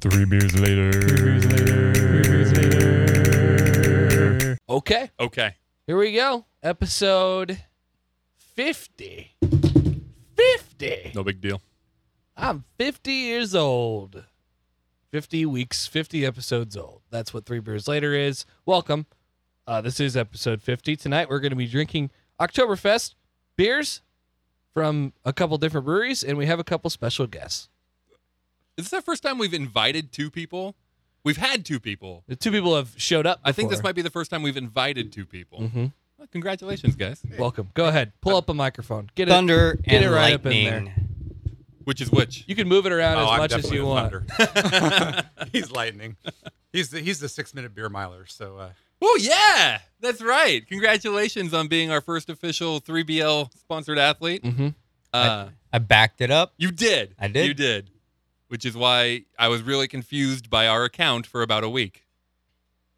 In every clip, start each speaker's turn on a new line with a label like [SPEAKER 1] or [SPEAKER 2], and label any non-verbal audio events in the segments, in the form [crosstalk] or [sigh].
[SPEAKER 1] Three beers later.
[SPEAKER 2] Okay.
[SPEAKER 1] Okay.
[SPEAKER 2] Here we go. Episode 50. 50.
[SPEAKER 1] No big deal.
[SPEAKER 2] I'm 50 years old. 50 weeks, 50 episodes old. That's what Three Beers Later is. Welcome. Uh, this is episode 50. Tonight we're going to be drinking Oktoberfest beers from a couple different breweries, and we have a couple special guests.
[SPEAKER 1] Is this the first time we've invited two people? We've had two people.
[SPEAKER 2] The two people have showed up.
[SPEAKER 1] I think this might be the first time we've invited two people.
[SPEAKER 3] Mm-hmm.
[SPEAKER 2] hmm
[SPEAKER 1] Well, congratulations, guys.
[SPEAKER 2] Welcome. Go ahead. Pull up a microphone. Get it.
[SPEAKER 3] thunder
[SPEAKER 2] Get
[SPEAKER 3] and
[SPEAKER 2] it right up in
[SPEAKER 3] lightning.
[SPEAKER 2] there.
[SPEAKER 1] Which is which?
[SPEAKER 2] You can move it
[SPEAKER 4] Oh,
[SPEAKER 1] Oh,
[SPEAKER 2] around as much as you want. [laughs]
[SPEAKER 4] he's lightning. He's the he's the six minute beer miler. So uh,
[SPEAKER 1] Oh yeah, that's right. Congratulations on being our first official 3BL sponsored athlete.
[SPEAKER 2] Mm-hmm.
[SPEAKER 1] Uh,
[SPEAKER 3] I backed it up.
[SPEAKER 1] you did.
[SPEAKER 3] I did.
[SPEAKER 1] You did. Which is why I was really confused by our account for about a week,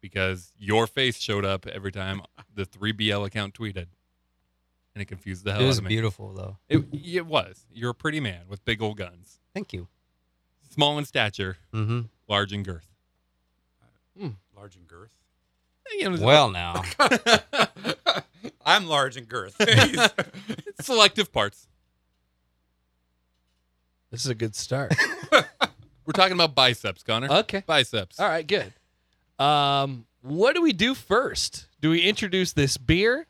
[SPEAKER 1] because your face showed up every time the 3BL account tweeted, and it confused the hell
[SPEAKER 3] It was
[SPEAKER 1] out of me.
[SPEAKER 3] beautiful though.
[SPEAKER 1] It, it was. You're a pretty man with big old guns,
[SPEAKER 3] Thank you.
[SPEAKER 1] small in stature,
[SPEAKER 2] Mm-hmm.
[SPEAKER 3] hmm
[SPEAKER 1] large in girth.
[SPEAKER 4] large and girth. [laughs]
[SPEAKER 1] You know,
[SPEAKER 3] Well now,
[SPEAKER 4] I'm large and girth. [laughs]
[SPEAKER 1] selective parts.
[SPEAKER 2] This is a good start. [laughs]
[SPEAKER 1] We're talking about biceps, Connor.
[SPEAKER 2] okay.
[SPEAKER 1] biceps.
[SPEAKER 2] All right, good. Um, what do we do first? Do we introduce this beer?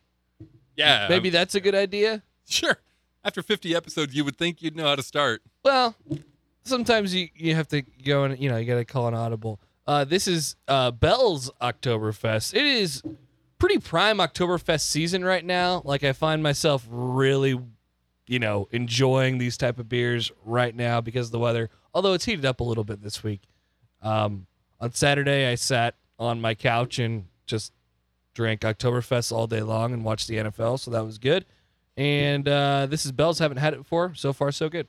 [SPEAKER 1] Yeah.
[SPEAKER 2] Maybe that's a good idea.
[SPEAKER 1] [laughs] Sure. After 50 episodes, you would think you'd know how to start.
[SPEAKER 2] Well, sometimes you, you have to go and you know, you gotta call an audible. Uh, this is uh Bell's Oktoberfest. It is pretty prime Oktoberfest season right now. Like I find myself really, you know, enjoying these type of beers right now because of the weather. Although it's heated up a little bit this week. Um, on Saturday, I sat on my couch and just drank Oktoberfest all day long and watched the NFL, so that was good. And uh, this is Bell's. Haven't had it before. So far, so good.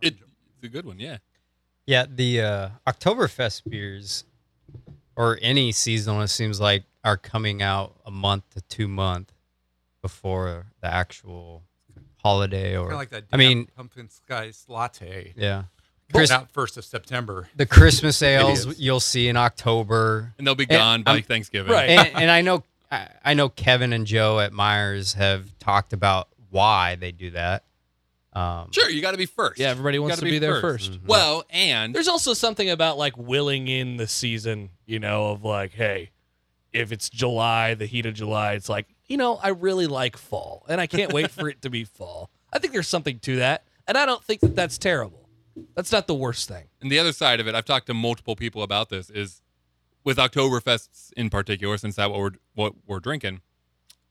[SPEAKER 1] It, it's a good one, yeah.
[SPEAKER 3] [laughs] yeah, the uh, Oktoberfest beers, or any seasonal, it seems like, are coming out a month to two month before the actual holiday. Or
[SPEAKER 4] kind of like that.
[SPEAKER 3] I mean,
[SPEAKER 4] damn pumpkin spice latte.
[SPEAKER 3] yeah,
[SPEAKER 4] Coming
[SPEAKER 3] Chris-
[SPEAKER 4] out first of September.
[SPEAKER 3] the Christmas ales
[SPEAKER 4] is.
[SPEAKER 3] you'll see in October.
[SPEAKER 1] And they'll be gone by
[SPEAKER 3] I'm-
[SPEAKER 1] Thanksgiving.
[SPEAKER 2] Right.
[SPEAKER 3] and, and I know I I know Kevin and Joe at Myers have talked about why they do that. Um, mhm.
[SPEAKER 1] Sure, you got to be first.
[SPEAKER 2] Yeah, everybody wants
[SPEAKER 1] Gotta
[SPEAKER 2] to
[SPEAKER 1] be
[SPEAKER 2] be, there 1st
[SPEAKER 1] first. Well, and
[SPEAKER 2] There's also something about like willing in the season, you know, of like, hey, if it's July, the heat of July, it's like, you know, I really like fall and I can't wait for it to [laughs] be fall. I think there's something to that. And I don't think that that's terrible. That's not the worst thing.
[SPEAKER 1] and the other side of it, I've talked to multiple people about this is with Oktoberfests in particular, since that what we're what we're drinking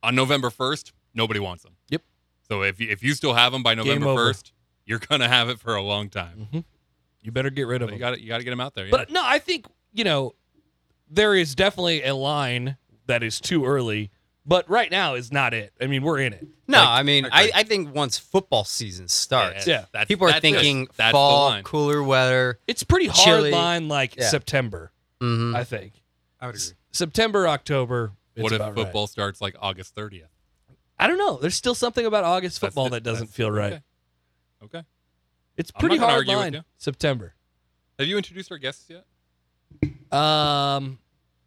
[SPEAKER 1] on November 1st, nobody wants them.
[SPEAKER 2] Yep.
[SPEAKER 1] So if you, if you still have them by November
[SPEAKER 2] over.
[SPEAKER 1] 1st, you're gonna have it for a long time.
[SPEAKER 2] Mm-hmm. You better get rid of
[SPEAKER 1] But
[SPEAKER 2] it.
[SPEAKER 1] you got to you got to get them out there. Yeah.
[SPEAKER 2] But no, I think, you know, there is definitely a line that is too early, but right now is not it. I mean, we're in it.
[SPEAKER 3] no,
[SPEAKER 1] like-
[SPEAKER 3] I mean,
[SPEAKER 1] I
[SPEAKER 3] I,
[SPEAKER 1] agree.
[SPEAKER 3] I think once football season starts,
[SPEAKER 2] Yeah.
[SPEAKER 1] that's-
[SPEAKER 3] people are
[SPEAKER 1] that's it.
[SPEAKER 3] thinking
[SPEAKER 1] That's the
[SPEAKER 3] fall,
[SPEAKER 1] line.
[SPEAKER 3] cooler weather.
[SPEAKER 2] It's pretty hard
[SPEAKER 3] Chilly.
[SPEAKER 2] line like
[SPEAKER 3] Yeah.
[SPEAKER 2] September,
[SPEAKER 3] Mhm.
[SPEAKER 2] I think.
[SPEAKER 4] I would agree.
[SPEAKER 2] September, October. It's
[SPEAKER 1] What if
[SPEAKER 2] about right.
[SPEAKER 1] football starts like August 30th?
[SPEAKER 2] I don't know. There's still something about August
[SPEAKER 1] That's
[SPEAKER 2] football
[SPEAKER 1] the-
[SPEAKER 2] that doesn't
[SPEAKER 1] that's-
[SPEAKER 2] feel right.
[SPEAKER 1] okay. Okay.
[SPEAKER 2] It's
[SPEAKER 1] I'm not
[SPEAKER 2] pretty
[SPEAKER 1] gonna
[SPEAKER 2] hard
[SPEAKER 1] argue with
[SPEAKER 2] line.
[SPEAKER 1] you.
[SPEAKER 2] September.
[SPEAKER 1] Have you introduced our guests yet?
[SPEAKER 2] Um.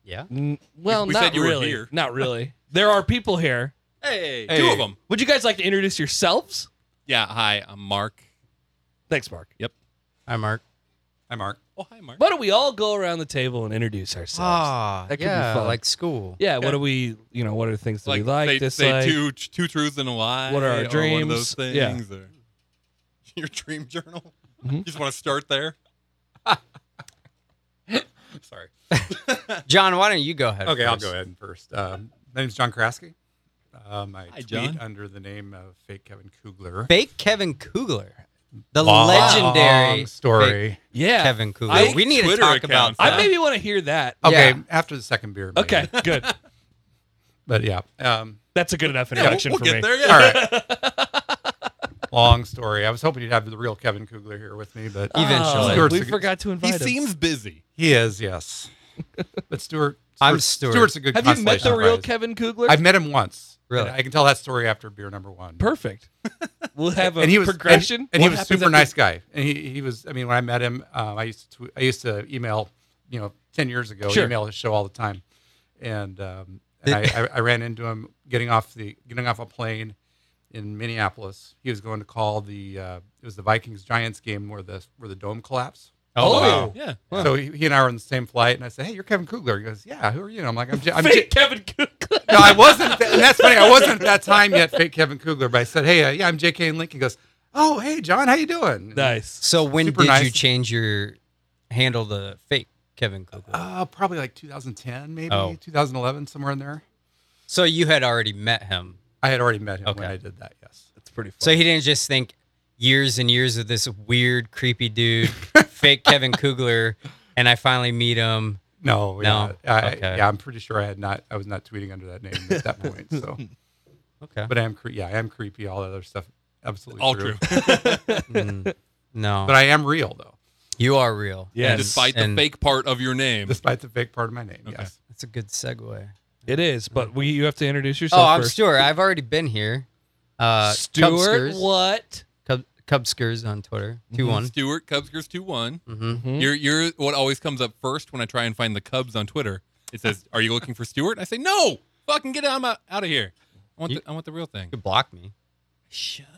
[SPEAKER 3] yeah.
[SPEAKER 2] n- Well,
[SPEAKER 1] We
[SPEAKER 2] not
[SPEAKER 1] said you were
[SPEAKER 2] really.
[SPEAKER 1] here.
[SPEAKER 2] [laughs] Not really. There are people here.
[SPEAKER 1] Hey, two of them.
[SPEAKER 2] Would you guys like to introduce yourselves?
[SPEAKER 1] Yeah. Hi, I'm Mark.
[SPEAKER 2] Thanks, Mark.
[SPEAKER 3] Hi, Mark.
[SPEAKER 4] Hi, Mark.
[SPEAKER 1] Oh, hi, Mark.
[SPEAKER 2] Why don't we all go around the table and introduce ourselves?
[SPEAKER 3] Ah,
[SPEAKER 2] That could be
[SPEAKER 3] yeah,
[SPEAKER 2] fun.
[SPEAKER 3] like school.
[SPEAKER 2] yeah.
[SPEAKER 1] okay.
[SPEAKER 2] What do we? You know, what are things that we like?
[SPEAKER 1] say,
[SPEAKER 2] dislike?
[SPEAKER 1] say two two truths and a lie.
[SPEAKER 2] What are our
[SPEAKER 1] or One of those
[SPEAKER 2] dreams? Yeah.
[SPEAKER 1] things. Or [laughs] your dream journal.
[SPEAKER 2] Mhm.
[SPEAKER 1] You just want to start there.
[SPEAKER 4] [laughs] Sorry.
[SPEAKER 3] John, why don't you go ahead?
[SPEAKER 4] Okay, i I'll
[SPEAKER 3] first?
[SPEAKER 4] go ahead first. Um, my name's John Kraske. Um, I tweet
[SPEAKER 1] John.
[SPEAKER 4] under the name of Fake Kevin Kugler.
[SPEAKER 3] Fake Kevin Kugler, the
[SPEAKER 4] Long
[SPEAKER 3] legendary fake
[SPEAKER 4] story.
[SPEAKER 2] yeah.
[SPEAKER 3] Kevin Kugler.
[SPEAKER 2] I-
[SPEAKER 3] we need
[SPEAKER 1] Twitter
[SPEAKER 3] to talk
[SPEAKER 1] accounts.
[SPEAKER 3] about
[SPEAKER 2] I
[SPEAKER 3] that.
[SPEAKER 2] maybe want to hear that.
[SPEAKER 3] Oh.
[SPEAKER 4] Okay,
[SPEAKER 3] Yeah.
[SPEAKER 4] after the second beer. maybe.
[SPEAKER 1] [laughs]
[SPEAKER 2] Okay. Good.
[SPEAKER 4] but yeah. Um,
[SPEAKER 2] That's a good enough
[SPEAKER 1] Yeah, we'll,
[SPEAKER 2] introduction
[SPEAKER 1] we'll
[SPEAKER 2] for
[SPEAKER 1] get
[SPEAKER 2] me.
[SPEAKER 1] there. Yeah.
[SPEAKER 4] all right. [laughs] Long story. I was hoping you'd have the real Kevin Kugler here with me, but
[SPEAKER 2] Oh,
[SPEAKER 3] Eventually.
[SPEAKER 4] Stuart's
[SPEAKER 2] we
[SPEAKER 4] a-
[SPEAKER 2] forgot to
[SPEAKER 1] He
[SPEAKER 2] invite him.
[SPEAKER 1] seems busy.
[SPEAKER 4] He is, yes. but Stuart
[SPEAKER 3] I'm
[SPEAKER 4] Stuart.
[SPEAKER 3] Stuart.
[SPEAKER 4] Stuart's a good.
[SPEAKER 2] Have you met
[SPEAKER 4] consolation
[SPEAKER 2] the real
[SPEAKER 4] prize.
[SPEAKER 2] Kevin Kugler?
[SPEAKER 4] I've met him once.
[SPEAKER 3] Really?
[SPEAKER 4] And I can tell that story after beer number one.
[SPEAKER 2] Perfect. [laughs] We'll have a
[SPEAKER 4] and he was
[SPEAKER 2] progression.
[SPEAKER 4] and, and he
[SPEAKER 2] What
[SPEAKER 4] was a
[SPEAKER 2] happens
[SPEAKER 4] super
[SPEAKER 2] after-
[SPEAKER 4] nice guy. And he, he was. I mean, when I met him, um, I used to I used to email, you know, ten years ago,
[SPEAKER 2] Sure.
[SPEAKER 4] email his show all the time, and, um, and I, I, I ran into him getting off the getting off a plane in Minneapolis. He was going to call the uh, it was the Vikings Giants game where the where the dome collapsed.
[SPEAKER 2] Oh,
[SPEAKER 4] wow.
[SPEAKER 1] Yeah.
[SPEAKER 4] So he, he and I were on the same flight, and I said, "Hey, you're Kevin Kugler." He goes, "Yeah, who are you?" And I'm like, "I'm, J-
[SPEAKER 2] [laughs]
[SPEAKER 4] I'm J-
[SPEAKER 2] Fake Kevin Kugler.
[SPEAKER 4] no, I wasn't. Th- and that's funny. I wasn't at that time yet, fake Kevin Kugler. But I said, "Hey, uh, yeah, I'm J.K. and Link." He goes, "Oh, hey, John, how you doing?"
[SPEAKER 2] Nice.
[SPEAKER 3] So when
[SPEAKER 4] Super
[SPEAKER 3] did
[SPEAKER 4] nice.
[SPEAKER 3] you change your handle to fake Kevin Kugler?
[SPEAKER 4] Uh, probably like 2010, maybe
[SPEAKER 3] Oh.
[SPEAKER 4] 2011, somewhere in there.
[SPEAKER 3] so you had already met him.
[SPEAKER 4] I had already met him when
[SPEAKER 3] Okay.
[SPEAKER 4] I did that. Yes.
[SPEAKER 2] That's pretty
[SPEAKER 3] So he didn't just think years and years of this weird,
[SPEAKER 1] [laughs]
[SPEAKER 3] creepy dude, fake Kevin Kugler, and I finally meet him.
[SPEAKER 4] No. Yeah.
[SPEAKER 3] No.
[SPEAKER 4] I,
[SPEAKER 3] Okay.
[SPEAKER 4] Yeah, I'm pretty sure I had not. I was not tweeting under that name at that point. So,
[SPEAKER 3] Okay.
[SPEAKER 4] but I am. Cre- yeah, I am creepy. All that other stuff. Absolutely
[SPEAKER 1] All
[SPEAKER 4] true.
[SPEAKER 1] true. [laughs]
[SPEAKER 3] Mm, no.
[SPEAKER 4] But I am real though,
[SPEAKER 3] you are real.
[SPEAKER 2] Yeah,
[SPEAKER 3] And-
[SPEAKER 1] Despite the
[SPEAKER 3] and
[SPEAKER 1] fake part of your name.
[SPEAKER 4] despite the fake part of my name.
[SPEAKER 1] Okay.
[SPEAKER 4] Yes.
[SPEAKER 3] That's a good segue.
[SPEAKER 2] It is, but we you have to introduce yourself.
[SPEAKER 3] Oh, I'm
[SPEAKER 2] first.
[SPEAKER 3] Stuart. I've already been here. Uh,
[SPEAKER 2] Stuart.
[SPEAKER 3] Cubskers,
[SPEAKER 2] What?
[SPEAKER 3] Cub, Cubskers on Twitter.
[SPEAKER 1] Mm-hmm.
[SPEAKER 3] 2 one.
[SPEAKER 1] Stuart Cubskers two one.
[SPEAKER 3] Mm-hmm.
[SPEAKER 2] Hmm?
[SPEAKER 1] You're you're what always comes up first when I try and find the Cubs on Twitter. It says, "Are you looking for Stuart?" I say, "No, fucking get out of out of here. I want
[SPEAKER 3] You-
[SPEAKER 1] the, I want the real thing."
[SPEAKER 3] You block me.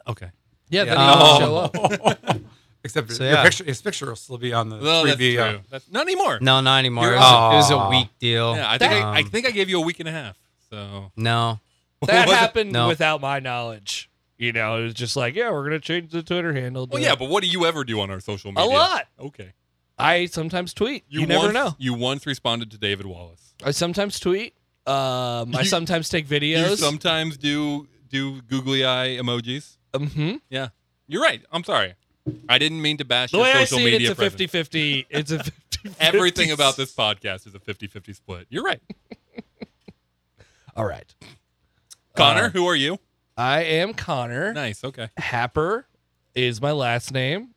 [SPEAKER 1] Okay.
[SPEAKER 2] Yeah,
[SPEAKER 4] Yeah.
[SPEAKER 2] then he won't
[SPEAKER 3] Oh.
[SPEAKER 2] show up.
[SPEAKER 4] Except
[SPEAKER 3] So,
[SPEAKER 4] your
[SPEAKER 3] yeah.
[SPEAKER 4] picture, his picture will still be on the uh,
[SPEAKER 1] Well, that's
[SPEAKER 4] 3
[SPEAKER 1] true. That's, not anymore.
[SPEAKER 3] No, not anymore.
[SPEAKER 1] You're-
[SPEAKER 3] It was, a, it was
[SPEAKER 4] Aw.
[SPEAKER 3] a weak deal.
[SPEAKER 1] Yeah, I think I, I
[SPEAKER 3] Um,
[SPEAKER 1] think I gave you a week and a half. So
[SPEAKER 3] no.
[SPEAKER 2] That
[SPEAKER 1] Was it-
[SPEAKER 2] happened
[SPEAKER 3] No.
[SPEAKER 2] without my knowledge. You know, it was just like, yeah, we're gonna change the Twitter handle.
[SPEAKER 1] Well,
[SPEAKER 2] to-
[SPEAKER 1] yeah, but what do you ever do on our social
[SPEAKER 2] a
[SPEAKER 1] media?
[SPEAKER 2] lot.
[SPEAKER 1] Okay.
[SPEAKER 2] I sometimes tweet. You, never
[SPEAKER 1] once-
[SPEAKER 2] know.
[SPEAKER 1] You once responded to David Wallace.
[SPEAKER 2] I sometimes tweet. Um, I
[SPEAKER 1] You-
[SPEAKER 2] sometimes take
[SPEAKER 1] You
[SPEAKER 2] videos.
[SPEAKER 1] sometimes do do googly eye emojis.
[SPEAKER 2] Mhm.
[SPEAKER 1] You're right. I'm sorry. I didn't mean to bash
[SPEAKER 2] The
[SPEAKER 1] your
[SPEAKER 2] way I
[SPEAKER 1] social
[SPEAKER 2] see it,
[SPEAKER 1] media
[SPEAKER 2] it's a
[SPEAKER 1] presence.
[SPEAKER 2] 50-50. It's a 50
[SPEAKER 1] Everything about this podcast is a 50-50 split. You're right.
[SPEAKER 2] All right.
[SPEAKER 1] Connor,
[SPEAKER 2] Uh,
[SPEAKER 1] who are you?
[SPEAKER 2] I am Connor.
[SPEAKER 1] Nice. Okay.
[SPEAKER 2] Happer is my last name.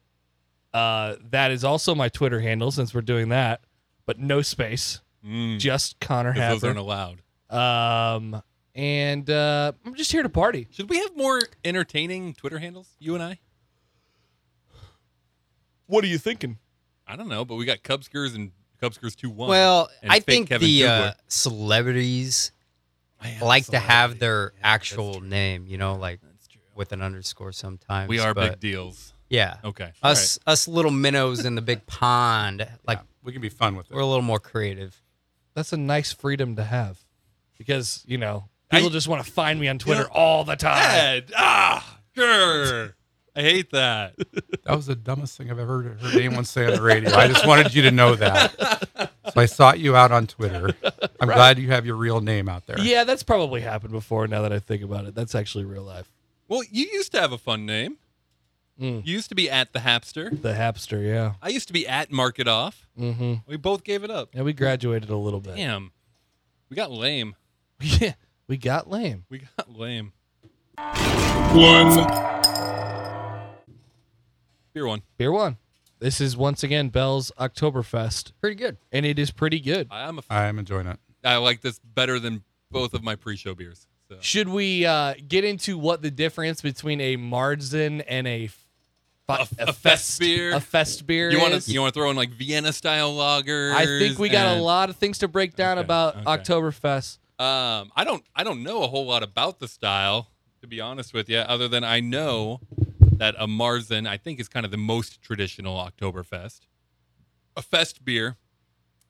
[SPEAKER 2] Uh, that is also my Twitter handle since we're doing that, but no space,
[SPEAKER 1] Mm,
[SPEAKER 2] just Connor
[SPEAKER 1] 'cause those aren't
[SPEAKER 2] Happer.
[SPEAKER 1] allowed.
[SPEAKER 2] Um, and uh, I'm just here to party.
[SPEAKER 1] Should we have more entertaining Twitter handles, you and I?
[SPEAKER 2] What are you thinking?
[SPEAKER 1] I don't know, but we got Cubskers and Cubskers 2 1.
[SPEAKER 3] Well,
[SPEAKER 1] and
[SPEAKER 3] I
[SPEAKER 1] fake
[SPEAKER 3] think
[SPEAKER 1] Kevin
[SPEAKER 3] the
[SPEAKER 1] Kugler.
[SPEAKER 3] uh, celebrities like to have their actual name, you know, like
[SPEAKER 1] That's true.
[SPEAKER 3] with an underscore sometimes.
[SPEAKER 1] We are big
[SPEAKER 3] but
[SPEAKER 1] deals.
[SPEAKER 3] Yeah.
[SPEAKER 1] Okay. All right.
[SPEAKER 3] Us us little minnows in
[SPEAKER 1] [laughs]
[SPEAKER 3] the big pond, like
[SPEAKER 4] Like we can be fun with it.
[SPEAKER 3] we're a little more creative.
[SPEAKER 2] That's a nice freedom to have, because you know
[SPEAKER 1] I-
[SPEAKER 2] people just want to find me on Twitter
[SPEAKER 1] know-
[SPEAKER 2] all the time.
[SPEAKER 1] Ed, ah, grr. I hate that.
[SPEAKER 4] That was the dumbest thing I've ever heard anyone say on the radio. I just wanted you to know that. So I sought you out on Twitter. I'm glad you have your real name out there.
[SPEAKER 2] Yeah, that's probably happened before. Now that I think about it, that's actually real life.
[SPEAKER 1] [laughs] Well, you used to have a fun name.
[SPEAKER 2] Mm.
[SPEAKER 1] You used to be at the Hapster.
[SPEAKER 2] The Hapster, yeah.
[SPEAKER 1] I used to be at Market Off.
[SPEAKER 3] Mm.
[SPEAKER 2] Mm-hmm.
[SPEAKER 1] We both gave it up.
[SPEAKER 2] Yeah, we graduated a little bit.
[SPEAKER 1] Damn. We got lame.
[SPEAKER 2] [laughs] Yeah, we got lame.
[SPEAKER 1] We got lame. Beer one.
[SPEAKER 2] Beer one. This is once again Bell's Oktoberfest,
[SPEAKER 3] Pretty good.
[SPEAKER 2] and it is pretty good.
[SPEAKER 1] I, I'm a. F-
[SPEAKER 4] I'm enjoying it.
[SPEAKER 1] I like this better than both of my pre-show beers. So.
[SPEAKER 2] Should we uh, get into what the difference between a Marzen and a f-
[SPEAKER 1] A- a fest beer?
[SPEAKER 2] A fest beer.
[SPEAKER 1] You want
[SPEAKER 2] is?
[SPEAKER 1] to you want to throw in like Vienna style lagers?
[SPEAKER 2] I think we got a
[SPEAKER 1] and-
[SPEAKER 2] lot of things to break down
[SPEAKER 1] Okay,
[SPEAKER 2] about
[SPEAKER 1] okay.
[SPEAKER 2] Oktoberfest.
[SPEAKER 1] Um, I don't I don't know a whole lot about the style to be honest with you, other than I know that a Marzen I think is kind of the most traditional Oktoberfest. A fest beer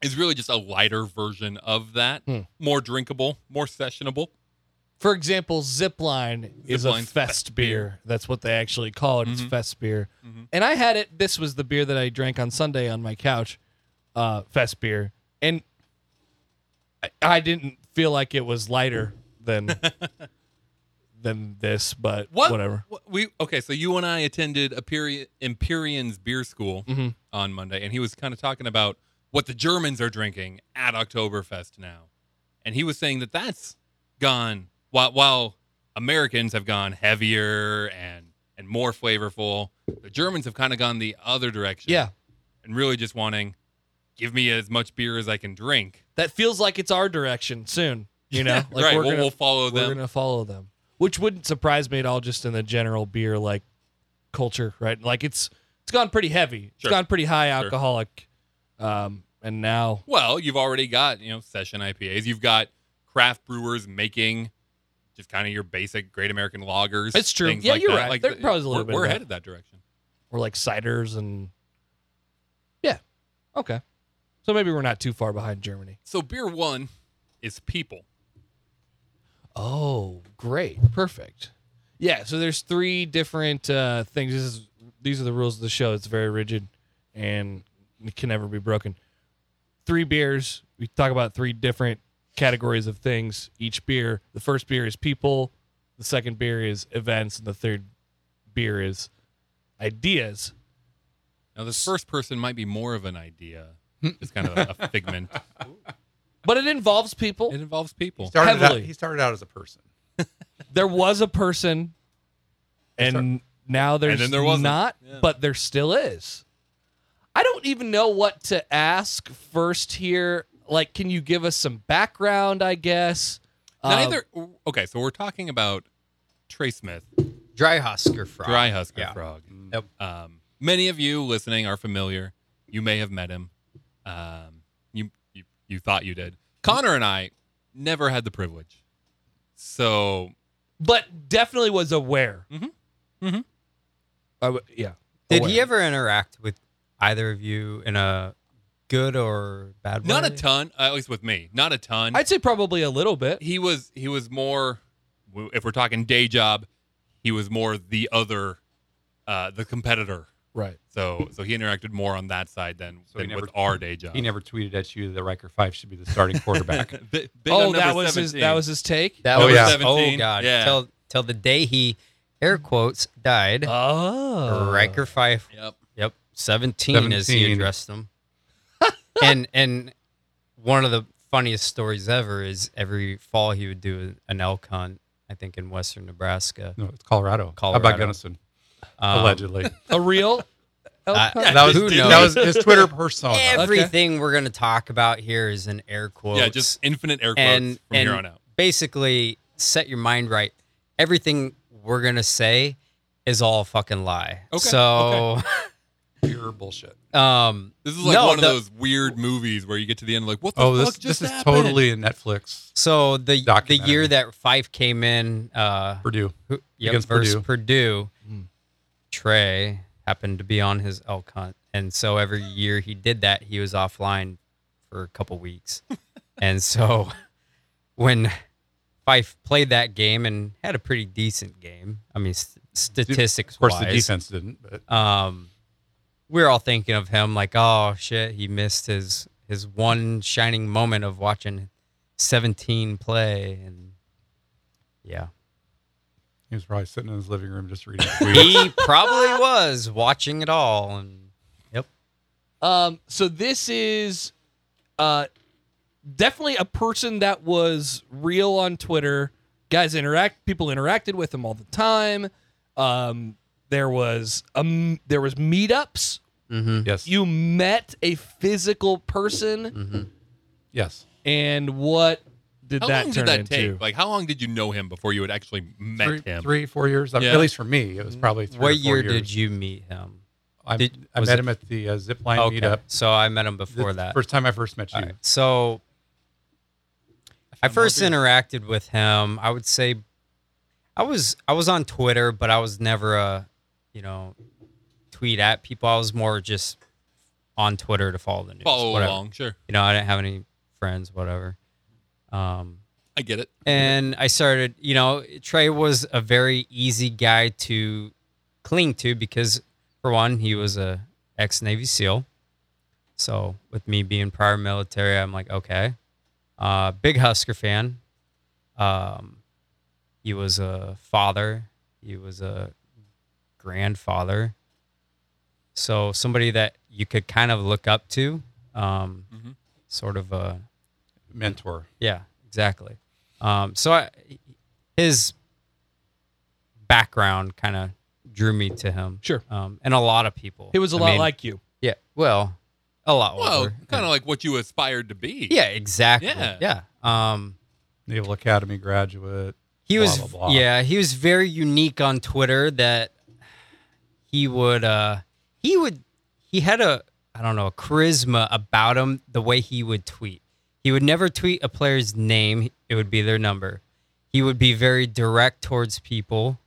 [SPEAKER 1] is really just a lighter version of that,
[SPEAKER 2] Hmm.
[SPEAKER 1] more drinkable, more sessionable.
[SPEAKER 2] For example, Zipline is a
[SPEAKER 1] Zipline's
[SPEAKER 2] fest, beer. That's what they actually call it. It's
[SPEAKER 1] Mhm.
[SPEAKER 2] fest beer.
[SPEAKER 1] Mhm.
[SPEAKER 2] And I had it. This was the beer that I drank on Sunday on my couch, uh, fest beer. And I, I didn't feel like it was lighter
[SPEAKER 1] [laughs]
[SPEAKER 2] than than this, but
[SPEAKER 1] What?
[SPEAKER 2] whatever.
[SPEAKER 1] What- we okay? So you and I attended Empyre- Empyrean's beer school
[SPEAKER 2] Mhm.
[SPEAKER 1] on Monday, and he was kind of talking about what the Germans are drinking at Oktoberfest now, and he was saying that that's gone while while Americans have gone heavier and and more flavorful. The Germans have kind of gone the other direction,
[SPEAKER 2] Yeah.
[SPEAKER 1] and really just wanting give me as much beer as I can drink.
[SPEAKER 2] That feels like it's our direction soon. You
[SPEAKER 1] [laughs]
[SPEAKER 2] know, like
[SPEAKER 1] right.
[SPEAKER 2] we're
[SPEAKER 1] We'll,
[SPEAKER 2] gonna,
[SPEAKER 1] we'll follow
[SPEAKER 2] we're
[SPEAKER 1] them.
[SPEAKER 2] gonna follow them, which wouldn't surprise me at all. Just in the general beer like culture, right? Like it's it's gone pretty heavy.
[SPEAKER 1] Sure.
[SPEAKER 2] It's gone pretty high
[SPEAKER 1] Sure.
[SPEAKER 2] alcoholic, um, and now
[SPEAKER 1] Well, you've already got, you know, session IPAs. You've got craft brewers making just kind of your basic great American lagers.
[SPEAKER 2] It's true.
[SPEAKER 1] things
[SPEAKER 2] Yeah,
[SPEAKER 1] like
[SPEAKER 2] you're
[SPEAKER 1] that.
[SPEAKER 2] right.
[SPEAKER 1] Like
[SPEAKER 2] There
[SPEAKER 1] the-
[SPEAKER 2] probably is a little
[SPEAKER 1] we're,
[SPEAKER 2] bit of
[SPEAKER 1] We're
[SPEAKER 2] that.
[SPEAKER 1] headed that direction.
[SPEAKER 2] we're like ciders and yeah, okay. So maybe we're not too far behind Germany.
[SPEAKER 1] So beer one is people.
[SPEAKER 2] Oh, great. Perfect. Yeah, so there's three different uh, things. This is these are the rules of the show. It's very rigid and it can never be broken. Three beers. We talk about three different categories of things each beer. The first beer is people, the second beer is events, and the third beer is ideas.
[SPEAKER 1] Now, this first person might be more of an idea.
[SPEAKER 2] [laughs]
[SPEAKER 1] It's kind of a, a figment.
[SPEAKER 2] But it involves people.
[SPEAKER 1] It involves people.
[SPEAKER 4] Started out,
[SPEAKER 2] Heavily.
[SPEAKER 4] he started out as a person.
[SPEAKER 2] there was a person and now there's
[SPEAKER 1] then there wasn't.
[SPEAKER 2] not
[SPEAKER 1] Yeah.
[SPEAKER 2] but there still is i don't even know what to ask first here like can you give us some background i guess Um,
[SPEAKER 1] Neither. Okay, so we're talking about Trey Smith,
[SPEAKER 3] Dry Husker Frog.
[SPEAKER 1] Dry Husker
[SPEAKER 3] Yeah.
[SPEAKER 1] Frog.
[SPEAKER 3] Yep.
[SPEAKER 1] Um, many of you listening are familiar. You may have met him. Um, you, you you thought you did. Connor and I never had the privilege. So
[SPEAKER 2] but definitely was aware Mm-hmm.
[SPEAKER 1] Mhm. Mhm.
[SPEAKER 2] I w- yeah
[SPEAKER 1] Oh,
[SPEAKER 3] Did
[SPEAKER 2] aware.
[SPEAKER 3] he ever interact with either of you in a good or bad way?
[SPEAKER 1] not a ton, at least with me, not a ton.
[SPEAKER 2] i'd say probably a little bit
[SPEAKER 1] he was he was more. If we're talking day job, he was more the other, uh, the competitor.
[SPEAKER 2] right
[SPEAKER 1] So so he interacted more on that side than,
[SPEAKER 4] So he
[SPEAKER 1] than
[SPEAKER 4] never-
[SPEAKER 1] with our day job.
[SPEAKER 4] He never tweeted at you that Riker Five should be the
[SPEAKER 1] [laughs]
[SPEAKER 4] starting quarterback.
[SPEAKER 1] Bit- bit on
[SPEAKER 2] oh
[SPEAKER 1] number
[SPEAKER 2] that was his
[SPEAKER 1] 17.
[SPEAKER 2] that was his take
[SPEAKER 3] That
[SPEAKER 4] Oh,
[SPEAKER 3] was,
[SPEAKER 4] yeah.
[SPEAKER 3] oh
[SPEAKER 1] 17,
[SPEAKER 3] god.
[SPEAKER 1] yeah.
[SPEAKER 3] Till till the day he air quotes died.
[SPEAKER 2] oh
[SPEAKER 3] Riker Fife.
[SPEAKER 1] Uh, Yep.
[SPEAKER 3] Yep. 17, as he
[SPEAKER 4] 17.
[SPEAKER 3] addressed them. [laughs] and and one of the funniest stories ever is every fall he would do an elk hunt, I think in western Nebraska.
[SPEAKER 4] no, it's Colorado. How
[SPEAKER 3] Colorado.
[SPEAKER 4] about Gunnison?
[SPEAKER 3] Um,
[SPEAKER 4] Allegedly,
[SPEAKER 2] a
[SPEAKER 1] [laughs]
[SPEAKER 2] real
[SPEAKER 3] I-
[SPEAKER 2] Okay.
[SPEAKER 4] that was
[SPEAKER 3] who
[SPEAKER 4] that was
[SPEAKER 3] knows?
[SPEAKER 4] his Twitter persona.
[SPEAKER 3] Everything we're going to talk about here is in air quotes.
[SPEAKER 1] Yeah, just infinite air quotes
[SPEAKER 3] and
[SPEAKER 1] from
[SPEAKER 3] and
[SPEAKER 1] here on out.
[SPEAKER 3] basically set your mind right. Everything we're going to say is all a fucking lie.
[SPEAKER 1] Okay,
[SPEAKER 3] So
[SPEAKER 4] Pure bullshit.
[SPEAKER 3] [laughs] um
[SPEAKER 1] This is like
[SPEAKER 3] no,
[SPEAKER 1] one of
[SPEAKER 3] the-
[SPEAKER 1] those weird movies where you get to the end like, what the
[SPEAKER 4] Oh,
[SPEAKER 1] fuck
[SPEAKER 4] this
[SPEAKER 1] just
[SPEAKER 4] this is
[SPEAKER 1] happened?
[SPEAKER 4] totally a Netflix.
[SPEAKER 3] So the the
[SPEAKER 4] Documentary.
[SPEAKER 3] year that Fife came in, uh,
[SPEAKER 4] Purdue.
[SPEAKER 3] who- yep,
[SPEAKER 4] Against
[SPEAKER 3] versus
[SPEAKER 4] Purdue. Hmm.
[SPEAKER 3] Purdue,
[SPEAKER 2] Mm.
[SPEAKER 3] Trey happened to be on his elk hunt, and so every year he did that, he was offline for a couple
[SPEAKER 4] [laughs]
[SPEAKER 3] weeks, and so when Fife played that game and had a pretty decent game, I mean st- statistics
[SPEAKER 4] Of course,
[SPEAKER 3] wise,
[SPEAKER 4] the defense didn't, but
[SPEAKER 3] um, we are all thinking of him like, oh shit, he missed his his one shining moment of watching 17 play, and yeah,
[SPEAKER 4] he was probably sitting in his living room just reading. tweets.
[SPEAKER 3] he probably was watching it all, and
[SPEAKER 2] Um, so this is uh, definitely a person that was real on Twitter. Guys interact. People interacted with him all the time. Um, there was um, there was meetups.
[SPEAKER 3] Mhm.
[SPEAKER 4] yes,
[SPEAKER 2] You met a physical person,
[SPEAKER 4] yes.
[SPEAKER 2] and what did
[SPEAKER 1] Mm-hmm. How
[SPEAKER 2] that
[SPEAKER 1] long
[SPEAKER 2] turn
[SPEAKER 1] did that
[SPEAKER 2] into?
[SPEAKER 1] take? Like, how long did you know him before you had actually met
[SPEAKER 4] Three,
[SPEAKER 1] him?
[SPEAKER 4] three, four years. I mean,
[SPEAKER 1] Yeah.
[SPEAKER 4] At least for me, it was
[SPEAKER 2] Mm-hmm.
[SPEAKER 4] probably three.
[SPEAKER 3] what year did you meet him?
[SPEAKER 4] I,
[SPEAKER 3] did-
[SPEAKER 4] I
[SPEAKER 3] was
[SPEAKER 4] met
[SPEAKER 3] it-
[SPEAKER 4] him at the uh, zip line
[SPEAKER 3] okay,
[SPEAKER 4] meetup.
[SPEAKER 3] so I met him
[SPEAKER 4] The
[SPEAKER 3] before that.
[SPEAKER 4] first time I first met you.
[SPEAKER 3] All right, so I
[SPEAKER 1] found
[SPEAKER 3] first
[SPEAKER 1] my beer.
[SPEAKER 3] interacted with him. I would say I was I was on Twitter, but I was never a you know tweet at people. I was more just on Twitter to follow the news.
[SPEAKER 1] Follow
[SPEAKER 3] whatever.
[SPEAKER 1] along, sure.
[SPEAKER 3] You know, I didn't have any friends, whatever. Um,
[SPEAKER 1] I get it.
[SPEAKER 3] and I started, you know, Trey was a very easy guy to cling to because, for one, he was a ex Navy SEAL. So with me being prior military, I'm like, okay, uh, big Husker fan. Um, he was a father. He was a grandfather. So somebody that you could kind of look up to, um,
[SPEAKER 1] Mhm.
[SPEAKER 3] sort of a
[SPEAKER 4] Mentor.
[SPEAKER 3] yeah, exactly. Um, so I, his background kind of drew me to him.
[SPEAKER 2] Sure.
[SPEAKER 3] Um, and a lot of people.
[SPEAKER 2] He was a
[SPEAKER 3] I
[SPEAKER 2] lot
[SPEAKER 3] mean,
[SPEAKER 2] like you.
[SPEAKER 3] yeah. Well, a a lot
[SPEAKER 1] Well,
[SPEAKER 3] older.
[SPEAKER 1] kind of like what you aspired to be.
[SPEAKER 3] yeah, exactly.
[SPEAKER 1] Yeah.
[SPEAKER 3] Yeah. yeah. Um,
[SPEAKER 4] Naval Academy graduate.
[SPEAKER 3] he
[SPEAKER 4] blah,
[SPEAKER 3] was
[SPEAKER 4] blah, blah.
[SPEAKER 3] yeah he was very unique on twitter that he would uh he would he had a i don't know a charisma about him the way he would tweet he would never tweet a player's name it would be their number he would be very direct towards people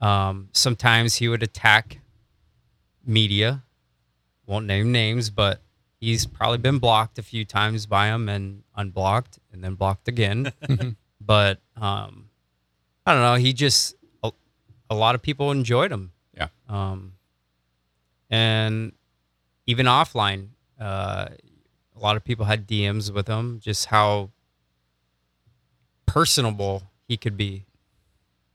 [SPEAKER 3] um sometimes he would attack media won't name names but he's probably been blocked a few times by him and unblocked and then blocked again but um, I don't know. He just a, a lot of people enjoyed him.
[SPEAKER 4] Yeah.
[SPEAKER 3] Um, and even offline, uh, a lot of people had DMs with him. Just how personable he could be.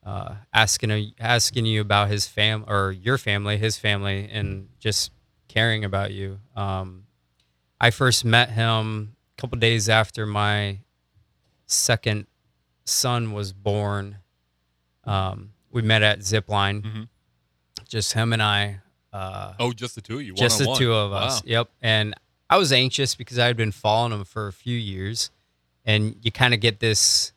[SPEAKER 3] Uh, asking a, asking you about his fam or your family, his family, and just caring about you. Um, I first met him a couple days after my second son was born. Um, we met at Zipline,
[SPEAKER 1] Mhm.
[SPEAKER 3] just him and I. Uh,
[SPEAKER 1] Oh, just the two of you.
[SPEAKER 3] just the
[SPEAKER 1] one-on-one.
[SPEAKER 3] two of us.
[SPEAKER 1] Wow.
[SPEAKER 3] Yep. And I was anxious because I had been following him for a few years, and you kind of get this: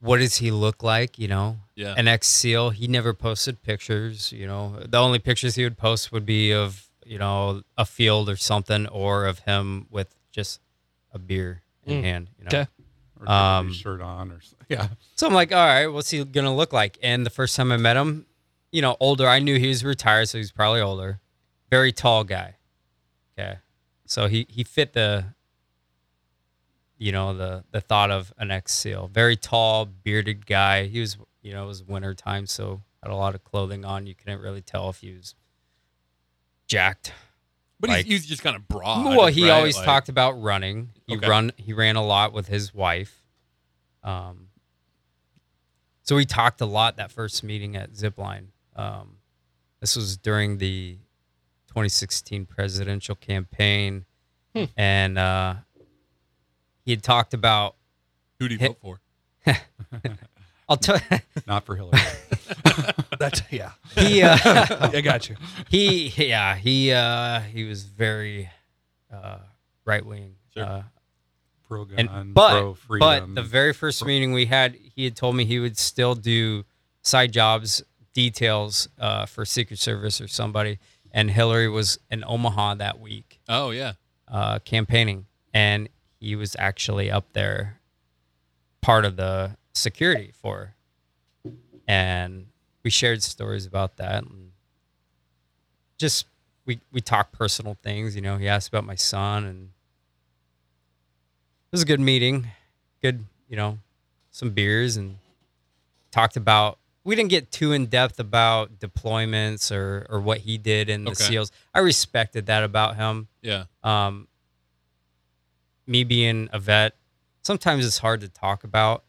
[SPEAKER 3] what does he look like? You know,
[SPEAKER 1] Yeah.
[SPEAKER 3] an ex SEAL. He never posted pictures. You know, the only pictures he would post would be of you know a field or something, or of him with just a beer in
[SPEAKER 2] Mm.
[SPEAKER 3] hand. You know.
[SPEAKER 2] Okay.
[SPEAKER 4] Or um,
[SPEAKER 3] Um,
[SPEAKER 4] shirt on, or s- [laughs] yeah,
[SPEAKER 3] So I'm like, all right, what's he gonna look like? And the first time I met him, you know, older. I knew he was retired, so he's probably older. Very tall guy. Okay, so he he fit the, you know, the the thought of an ex seal. Very tall, bearded guy. He was, you know, it was winter time, so had a lot of clothing on. You couldn't really tell if he was jacked.
[SPEAKER 1] But
[SPEAKER 3] like-
[SPEAKER 1] he's, he's just kind of broad.
[SPEAKER 3] Well, he
[SPEAKER 1] right?
[SPEAKER 3] always
[SPEAKER 1] Like-
[SPEAKER 3] talked about running. He
[SPEAKER 1] Okay.
[SPEAKER 3] run he ran a lot with his wife. Um so we talked a lot that first meeting at Zipline. Um this was during the 2016 presidential campaign
[SPEAKER 2] Hmm.
[SPEAKER 3] and uh he had talked about
[SPEAKER 1] Who do you
[SPEAKER 3] Hit-
[SPEAKER 1] vote for?
[SPEAKER 3] I'll tell [laughs]
[SPEAKER 4] not for Hillary.
[SPEAKER 2] [laughs] That's
[SPEAKER 4] [laughs]
[SPEAKER 2] yeah.
[SPEAKER 1] [laughs]
[SPEAKER 3] he uh,
[SPEAKER 2] I got you.
[SPEAKER 3] he yeah he uh he was very uh right wing
[SPEAKER 1] Sure.
[SPEAKER 3] uh,
[SPEAKER 4] pro gun,
[SPEAKER 3] and but
[SPEAKER 4] pro freedom.
[SPEAKER 3] but the very first meeting we had, he had told me he would still do side jobs, details uh, for Secret Service or somebody. And Hillary was in Omaha that week
[SPEAKER 1] Oh, yeah.
[SPEAKER 3] uh, campaigning, and he was actually up there, part of the security for, her. and we shared stories about that, and just we we talked personal things. You know, he asked about my son, and it was a good meeting, good you know, some beers, and talked about. We didn't get too in depth about deployments or, or what he did in the
[SPEAKER 1] Okay.
[SPEAKER 3] SEALs. I respected that about him
[SPEAKER 1] Yeah.
[SPEAKER 3] um, me being a vet, sometimes it's hard to talk about.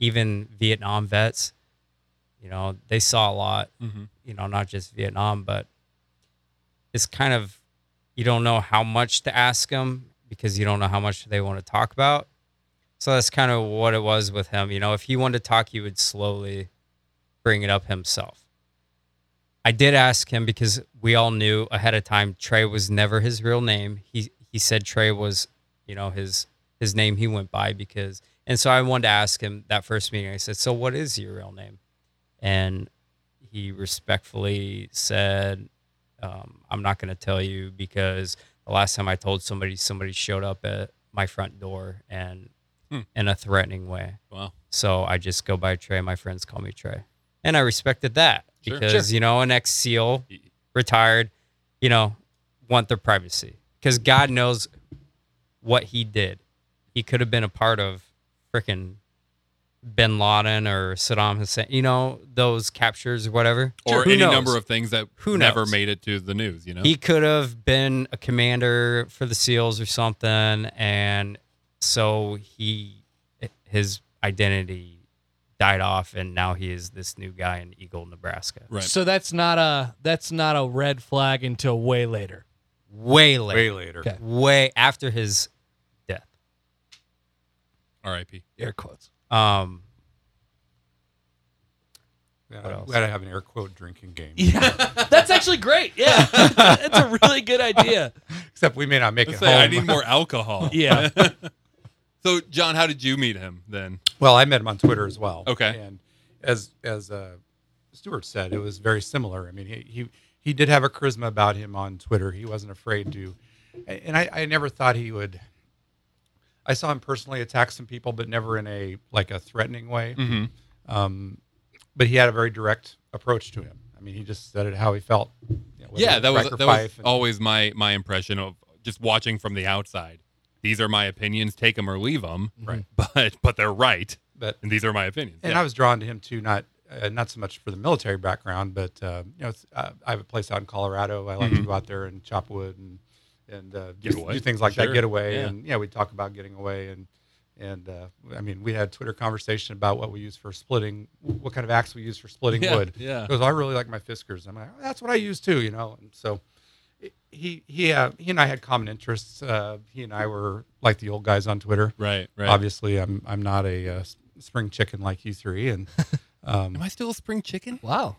[SPEAKER 3] Even Vietnam vets, you know, they saw a lot.
[SPEAKER 1] Mm-hmm.
[SPEAKER 3] You know, not just Vietnam, but it's kind of you don't know how much to ask them because you don't know how much they want to talk about. So that's kind of what it was with him. You know, if he wanted to talk, he would slowly bring it up himself. I did ask him because we all knew ahead of time Trey was never his real name. He he said Trey was, you know, his his name he went by because and so I wanted to ask him that first meeting. I said, "So what is your real name?" And he respectfully said, um, "I'm not going to tell you because the last time I told somebody, somebody showed up at my front door and
[SPEAKER 1] Hmm.
[SPEAKER 3] in a threatening way."
[SPEAKER 1] Wow.
[SPEAKER 3] So I just go by Trey. My friends call me Trey. And I respected that
[SPEAKER 1] Sure.
[SPEAKER 3] because, you know, an ex SEAL,
[SPEAKER 1] Y-
[SPEAKER 3] retired, you know, want their privacy because God knows what he did. He could have been a part of freaking bin Laden or Saddam Hussein, you know, those captures or whatever.
[SPEAKER 1] Or
[SPEAKER 3] Who
[SPEAKER 1] any
[SPEAKER 3] knows?
[SPEAKER 1] number of things that
[SPEAKER 3] Who
[SPEAKER 1] never
[SPEAKER 3] knows?
[SPEAKER 1] made it to the news, you know?
[SPEAKER 3] He could have been a commander for the SEALs or something, and so he his identity died off, and now he is this new guy in Eagle, Nebraska.
[SPEAKER 1] right.
[SPEAKER 2] So that's not a that's not a red flag until way later.
[SPEAKER 3] Way
[SPEAKER 4] way
[SPEAKER 3] later,
[SPEAKER 4] later.
[SPEAKER 2] Okay.
[SPEAKER 3] way after his death.
[SPEAKER 1] R.I.P.
[SPEAKER 2] Air quotes.
[SPEAKER 3] Um,
[SPEAKER 4] Yeah,
[SPEAKER 3] What
[SPEAKER 4] I'm
[SPEAKER 3] else?
[SPEAKER 4] glad I have an air quote drinking game.
[SPEAKER 2] Yeah, [laughs] that's actually great.
[SPEAKER 1] [laughs]
[SPEAKER 2] Yeah, that's a really good idea.
[SPEAKER 4] Except we may not make
[SPEAKER 1] Let's
[SPEAKER 4] it
[SPEAKER 1] say
[SPEAKER 4] home.
[SPEAKER 1] I need more
[SPEAKER 3] [laughs]
[SPEAKER 1] alcohol.
[SPEAKER 2] Yeah.
[SPEAKER 1] so, John, how did you meet him then?
[SPEAKER 4] Well, I met him on Twitter as well.
[SPEAKER 1] Okay.
[SPEAKER 4] And as as uh, Stuart said, it was very similar. I mean, he, he he did have a charisma about him on Twitter. He wasn't afraid to, and I, I never thought he would. I saw him personally attack some people, but never in a like a threatening way.
[SPEAKER 1] Mm-hmm.
[SPEAKER 4] Um, but he had a very direct approach to him. I mean, he just said it how he felt. you know, whether
[SPEAKER 1] Yeah,
[SPEAKER 4] it's
[SPEAKER 1] that was
[SPEAKER 4] Riker
[SPEAKER 1] that was
[SPEAKER 4] Fife and-
[SPEAKER 1] always my my impression of just watching from the outside. These are my opinions. Take them or leave them.
[SPEAKER 4] Right.
[SPEAKER 1] [laughs] But but they're right,
[SPEAKER 4] but
[SPEAKER 1] and these are my opinions.
[SPEAKER 4] and
[SPEAKER 1] Yeah.
[SPEAKER 4] I was drawn to him too, not uh, not so much for the military background, but uh, you know, it's, uh, I have a place out in Colorado. I like to go out there and chop wood and and uh,
[SPEAKER 1] Mm-hmm. Get
[SPEAKER 4] do,
[SPEAKER 1] away.
[SPEAKER 4] do things like
[SPEAKER 1] Sure.
[SPEAKER 4] that. Get away,
[SPEAKER 1] Yeah.
[SPEAKER 4] and yeah, we talk about getting away, and and uh, I mean, we had a Twitter conversation about what we use for splitting, what kind of axe we use for splitting
[SPEAKER 1] Yeah,
[SPEAKER 4] wood.
[SPEAKER 1] yeah.
[SPEAKER 4] He goes, I really like my Fiskars. I'm like, "Oh, that's what I use too, you know. And so he he uh, he and I had common interests. Uh, he and I were like the old guys on Twitter
[SPEAKER 1] right. Right.
[SPEAKER 4] obviously I'm I'm not a uh, s- spring chicken like you three, and um,
[SPEAKER 1] Am I still a spring chicken?
[SPEAKER 2] Wow.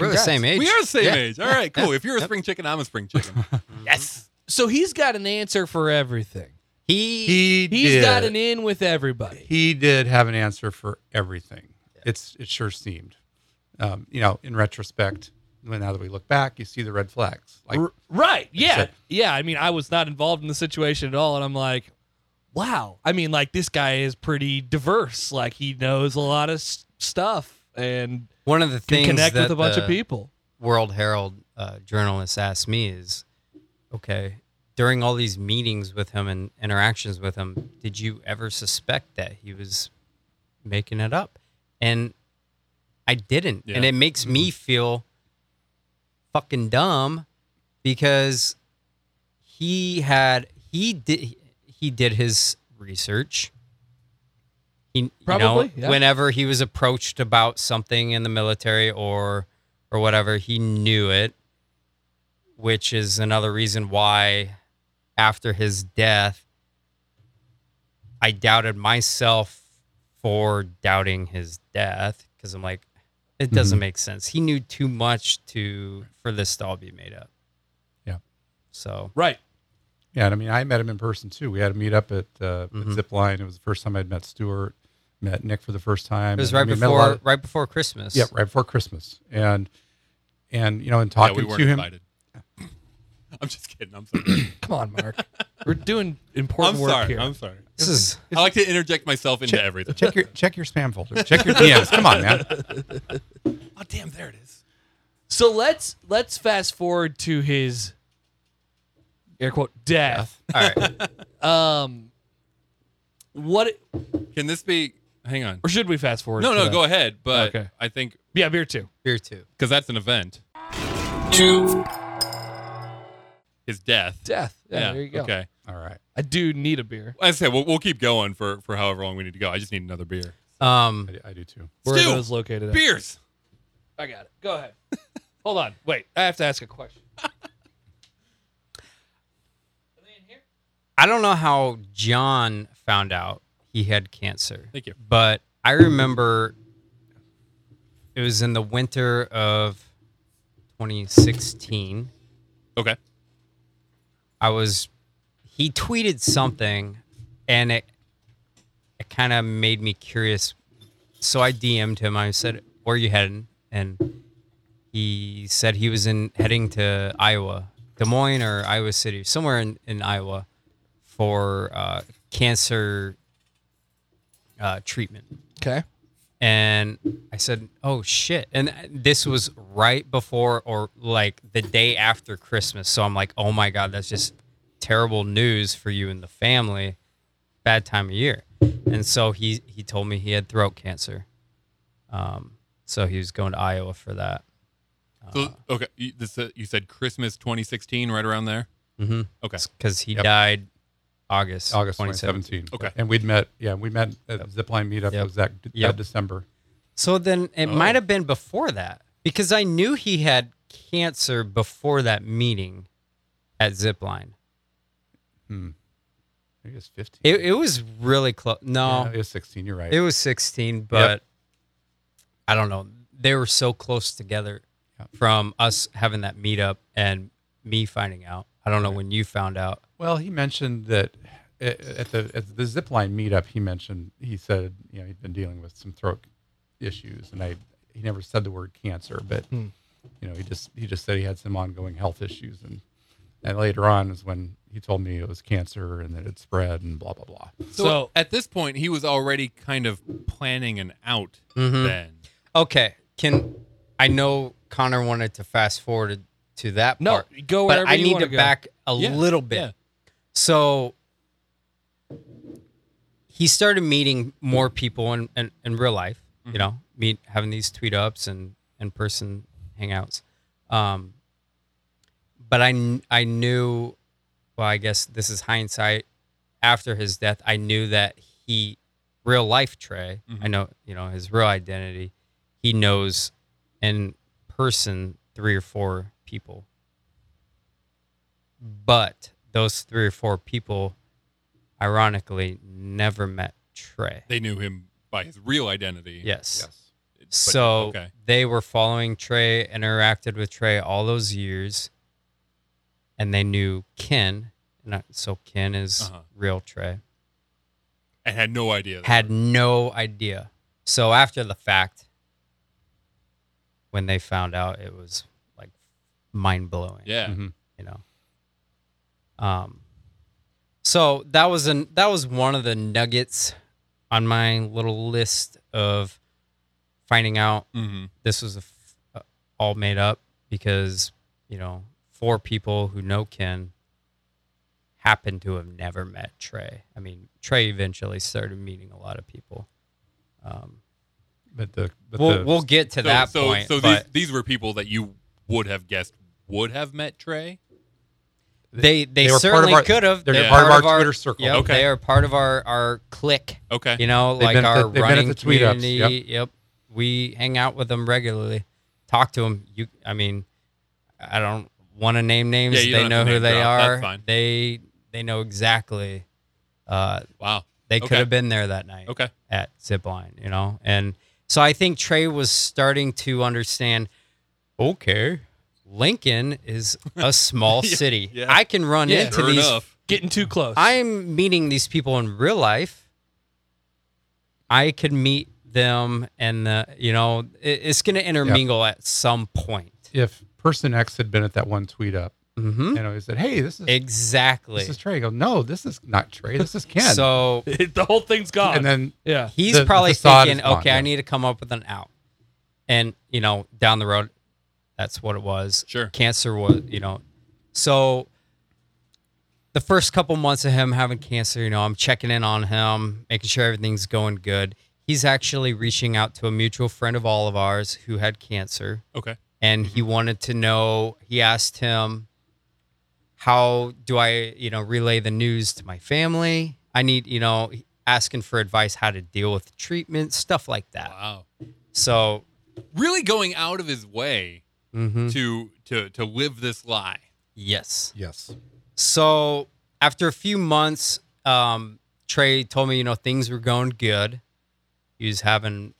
[SPEAKER 3] We're the
[SPEAKER 2] Congrats.
[SPEAKER 3] same age.
[SPEAKER 1] We are the same
[SPEAKER 3] Yeah.
[SPEAKER 1] age. All right. Cool. If you're a spring chicken, I'm a spring chicken.
[SPEAKER 2] Yes. So he's got an answer for everything.
[SPEAKER 3] He,
[SPEAKER 4] he
[SPEAKER 2] He's
[SPEAKER 4] did,
[SPEAKER 2] got an in with everybody.
[SPEAKER 4] he did have an answer for everything. It's it sure seemed, um, you know, in retrospect. When now that we look back, you see the red flags. Like
[SPEAKER 2] R- right. Yeah.
[SPEAKER 4] said-
[SPEAKER 2] Yeah. I mean, I was not involved in the situation at all. And I'm like, wow. I mean, like, this guy is pretty diverse. Like, he knows a lot of s- stuff and
[SPEAKER 3] one of the
[SPEAKER 2] can
[SPEAKER 3] things
[SPEAKER 2] connect
[SPEAKER 3] that
[SPEAKER 2] with a bunch of
[SPEAKER 1] uh,
[SPEAKER 3] the-
[SPEAKER 2] people.
[SPEAKER 3] World Herald uh, journalists asked me is, okay, during all these meetings with him and interactions with him, did you ever suspect that he was making it up? And I didn't. And
[SPEAKER 1] Yeah.
[SPEAKER 3] it makes
[SPEAKER 2] Mm-hmm.
[SPEAKER 3] me feel fucking dumb because he had he did he did his research. He,
[SPEAKER 2] Probably,
[SPEAKER 3] you know,
[SPEAKER 2] yeah.
[SPEAKER 3] whenever he was approached about something in the military or or whatever, he knew it, which is another reason why after his death I doubted myself for doubting his death because I'm like it
[SPEAKER 4] Mm-hmm.
[SPEAKER 3] doesn't make sense. He knew too much to for this to all be made up.
[SPEAKER 4] Yeah.
[SPEAKER 3] So
[SPEAKER 2] Right.
[SPEAKER 4] Yeah, and I mean, I met him in person too. We had a meet up at, uh,
[SPEAKER 3] Mhm.
[SPEAKER 4] at Zipline. It was the first time I'd met Stuart, met Nick for the first time.
[SPEAKER 3] it was
[SPEAKER 4] and, I
[SPEAKER 3] right
[SPEAKER 4] mean, met a lot
[SPEAKER 3] before
[SPEAKER 4] of-
[SPEAKER 3] right before Christmas.
[SPEAKER 4] yeah, right before Christmas, and and you know, in
[SPEAKER 1] yeah,
[SPEAKER 4] talking
[SPEAKER 1] we weren't
[SPEAKER 4] to him,
[SPEAKER 1] invited. [laughs] I'm just kidding. I'm sorry.
[SPEAKER 2] Come on, Mark. [laughs] We're doing important
[SPEAKER 1] I'm
[SPEAKER 2] work
[SPEAKER 1] sorry.
[SPEAKER 2] here.
[SPEAKER 1] I'm sorry.
[SPEAKER 3] This is
[SPEAKER 1] I like to interject myself into everything.
[SPEAKER 4] check your check your spam folder, check your DMs. Come on, man.
[SPEAKER 1] Oh, damn! There it is.
[SPEAKER 2] So let's let's fast forward to his air quote death.
[SPEAKER 3] [laughs] all right.
[SPEAKER 2] Um, what
[SPEAKER 1] Can this be? Hang on.
[SPEAKER 2] or should we fast forward?
[SPEAKER 1] No,
[SPEAKER 2] to
[SPEAKER 1] no.
[SPEAKER 2] that?
[SPEAKER 1] Go ahead. But
[SPEAKER 2] Okay.
[SPEAKER 1] I think
[SPEAKER 2] Yeah, beer too.
[SPEAKER 3] Beer two.
[SPEAKER 1] because that's an event.
[SPEAKER 2] Two
[SPEAKER 1] His death.
[SPEAKER 2] death. Yeah, there you go.
[SPEAKER 1] Okay.
[SPEAKER 4] All right.
[SPEAKER 2] I do need a beer.
[SPEAKER 1] I say we'll, we'll keep going for for however long we need to go. I just need another beer.
[SPEAKER 3] Um
[SPEAKER 4] I, I do too.
[SPEAKER 2] Where
[SPEAKER 1] Stu,
[SPEAKER 2] are those located? at?
[SPEAKER 1] Beers.
[SPEAKER 2] I got it. Go ahead. [laughs] Hold on. Wait. I have to ask a question. Are they in here?
[SPEAKER 3] I don't know how John found out he had cancer.
[SPEAKER 1] Thank you.
[SPEAKER 3] But I remember it was in the winter of 2016.
[SPEAKER 1] Okay.
[SPEAKER 3] I was he tweeted something and it it kind of made me curious. So I DM'd him. I said, "Where you heading?" And he said he was in heading to Iowa, Des Moines or Iowa City, somewhere in, in Iowa for uh, cancer uh, treatment
[SPEAKER 2] Okay.
[SPEAKER 3] and I said, "Oh shit!" And this was right before or like the day after Christmas, so I'm like, "Oh my god, that's just terrible news for you and the family. Bad time of year." And so he he told me he had throat cancer, um, so he was going to Iowa for that.
[SPEAKER 1] So okay, you, this, uh, you said Christmas 2016, right around there.
[SPEAKER 3] Mm-hmm.
[SPEAKER 1] Okay.
[SPEAKER 3] because he
[SPEAKER 4] Yep.
[SPEAKER 3] died August
[SPEAKER 4] August
[SPEAKER 3] 2017.
[SPEAKER 4] 2017.
[SPEAKER 1] Okay.
[SPEAKER 4] And we'd met, yeah, we met at the Zipline meetup.
[SPEAKER 3] Yep.
[SPEAKER 4] It was that, that
[SPEAKER 3] Yep.
[SPEAKER 4] December.
[SPEAKER 3] So then it
[SPEAKER 1] Oh.
[SPEAKER 3] might have been before that because I knew he had cancer before that meeting at Zipline.
[SPEAKER 4] Maybe it was 15.
[SPEAKER 3] It, um, it was really close. No,
[SPEAKER 4] Yeah, it was 16. You're right.
[SPEAKER 3] it was 16, but I don't know. they were so close together
[SPEAKER 4] Yeah.
[SPEAKER 3] from us having that meetup and me finding out. I don't know when you found out.
[SPEAKER 4] Well, he mentioned that a- at the at the zipline meetup, he mentioned he said you know he'd been dealing with some throat issues, and I he never said the word cancer, but
[SPEAKER 2] Hmm.
[SPEAKER 4] you know he just he just said he had some ongoing health issues, and and later on is when he told me it was cancer and that it spread and blah blah blah.
[SPEAKER 1] So,
[SPEAKER 2] So-
[SPEAKER 1] at this point, he was already kind of planning an out
[SPEAKER 3] Mhm.
[SPEAKER 1] then.
[SPEAKER 3] Okay, can I know Connor wanted to fast forward to that
[SPEAKER 2] No,
[SPEAKER 3] part,
[SPEAKER 2] go wherever
[SPEAKER 3] but I
[SPEAKER 2] you
[SPEAKER 3] need
[SPEAKER 2] wanna
[SPEAKER 3] to
[SPEAKER 2] go.
[SPEAKER 3] back a
[SPEAKER 1] Yeah,
[SPEAKER 3] little bit.
[SPEAKER 1] yeah.
[SPEAKER 3] So he started meeting more people in, in, in real life,
[SPEAKER 2] Mm-hmm.
[SPEAKER 3] you know, meet having these tweet ups and in person hangouts. Um, but I, kn- I knew, well, I guess this is hindsight. After his death, I knew that he, real life Trey, I
[SPEAKER 1] Mhm.
[SPEAKER 3] know, you know, his real identity, he knows in person three or four people. But those three or four people, ironically, never met Trey.
[SPEAKER 1] They knew him by his real identity.
[SPEAKER 3] Yes.
[SPEAKER 4] Yes.
[SPEAKER 1] But-
[SPEAKER 3] So
[SPEAKER 1] okay.
[SPEAKER 3] they were following Trey, interacted with Trey all those years, and they knew Ken. And I- so Ken is
[SPEAKER 1] Uh-huh.
[SPEAKER 3] real Trey.
[SPEAKER 1] And had no idea. that-
[SPEAKER 3] Had no idea. So after the fact, when they found out, it was like mind blowing.
[SPEAKER 1] yeah.
[SPEAKER 4] Mhm.
[SPEAKER 3] you know. Um, so that was an that was one of the nuggets on my little list of finding out
[SPEAKER 1] Mm-hmm.
[SPEAKER 3] this was a f- uh, all made up because you know four people who know Ken happened to have never met Trey. I mean, Trey eventually started meeting a lot of people. Um,
[SPEAKER 4] But the but
[SPEAKER 3] we'll
[SPEAKER 4] the,
[SPEAKER 3] we'll get to
[SPEAKER 1] so,
[SPEAKER 3] that
[SPEAKER 1] so,
[SPEAKER 3] point.
[SPEAKER 1] So
[SPEAKER 3] but
[SPEAKER 1] these, these were people that you would have guessed would have met Trey.
[SPEAKER 3] they they,
[SPEAKER 4] they were part of
[SPEAKER 3] certainly
[SPEAKER 4] our-
[SPEAKER 3] could have.
[SPEAKER 4] they're part of our Twitter circle.
[SPEAKER 3] Yep,
[SPEAKER 1] Okay.
[SPEAKER 3] They are part of our our clique.
[SPEAKER 1] Okay.
[SPEAKER 3] You know,
[SPEAKER 4] They've
[SPEAKER 3] like
[SPEAKER 4] been at
[SPEAKER 3] our
[SPEAKER 4] the- they've been at
[SPEAKER 3] running
[SPEAKER 4] the tweet ups,
[SPEAKER 3] community. Yep. we hang out with them regularly, talk to them. You, I mean, I don't want to name names.
[SPEAKER 1] Yeah, you
[SPEAKER 3] they
[SPEAKER 1] don't have
[SPEAKER 3] know
[SPEAKER 1] to
[SPEAKER 3] who
[SPEAKER 1] name
[SPEAKER 3] they
[SPEAKER 1] drop.
[SPEAKER 3] are.
[SPEAKER 1] That's fine.
[SPEAKER 3] They they know exactly. Uh,
[SPEAKER 1] Wow.
[SPEAKER 3] they could
[SPEAKER 1] Okay.
[SPEAKER 3] have been there that night
[SPEAKER 1] Okay.
[SPEAKER 3] at Zipline, you know? And so I think Trey was starting to understand okay, Lincoln is
[SPEAKER 1] [laughs]
[SPEAKER 3] a small
[SPEAKER 1] Yeah,
[SPEAKER 3] city.
[SPEAKER 1] yeah.
[SPEAKER 3] I can run
[SPEAKER 2] Yeah,
[SPEAKER 3] into
[SPEAKER 1] Sure
[SPEAKER 3] these.
[SPEAKER 1] enough.
[SPEAKER 2] Getting too close.
[SPEAKER 3] I'm meeting these people in real life. I could meet them and, the, you know, it, it's going to intermingle at some point.
[SPEAKER 4] if person X had been at that one tweet up,
[SPEAKER 3] hmm
[SPEAKER 4] [laughs] you know, he said, "Hey, this is
[SPEAKER 3] Exactly.
[SPEAKER 4] Mm-hmm. this is Trey." I go, "No, this is not Trey. This is Ken."
[SPEAKER 3] So
[SPEAKER 2] [laughs] the whole thing's gone.
[SPEAKER 4] and then
[SPEAKER 2] yeah.
[SPEAKER 3] he's
[SPEAKER 4] The- the
[SPEAKER 3] probably
[SPEAKER 4] facade
[SPEAKER 3] thinking,
[SPEAKER 4] is gone,
[SPEAKER 3] okay, I
[SPEAKER 4] yeah.
[SPEAKER 3] need to come up with an out. And, you know, down the road, that's what it was.
[SPEAKER 1] Sure.
[SPEAKER 3] Cancer was, you know. So the first couple months of him having cancer, you know, I'm checking in on him, making sure everything's going good. He's actually reaching out to a mutual friend of all of ours who had cancer
[SPEAKER 1] Okay.
[SPEAKER 3] and he wanted to know he asked him how do i you know relay the news to my family i need you know asking for advice how to deal with treatment stuff like that
[SPEAKER 1] Wow.
[SPEAKER 3] so
[SPEAKER 1] Really going out of his way
[SPEAKER 3] mhm.
[SPEAKER 1] to to to live this lie.
[SPEAKER 3] yes
[SPEAKER 4] yes,
[SPEAKER 3] so after a few months um, trey told me you know things were going good he was having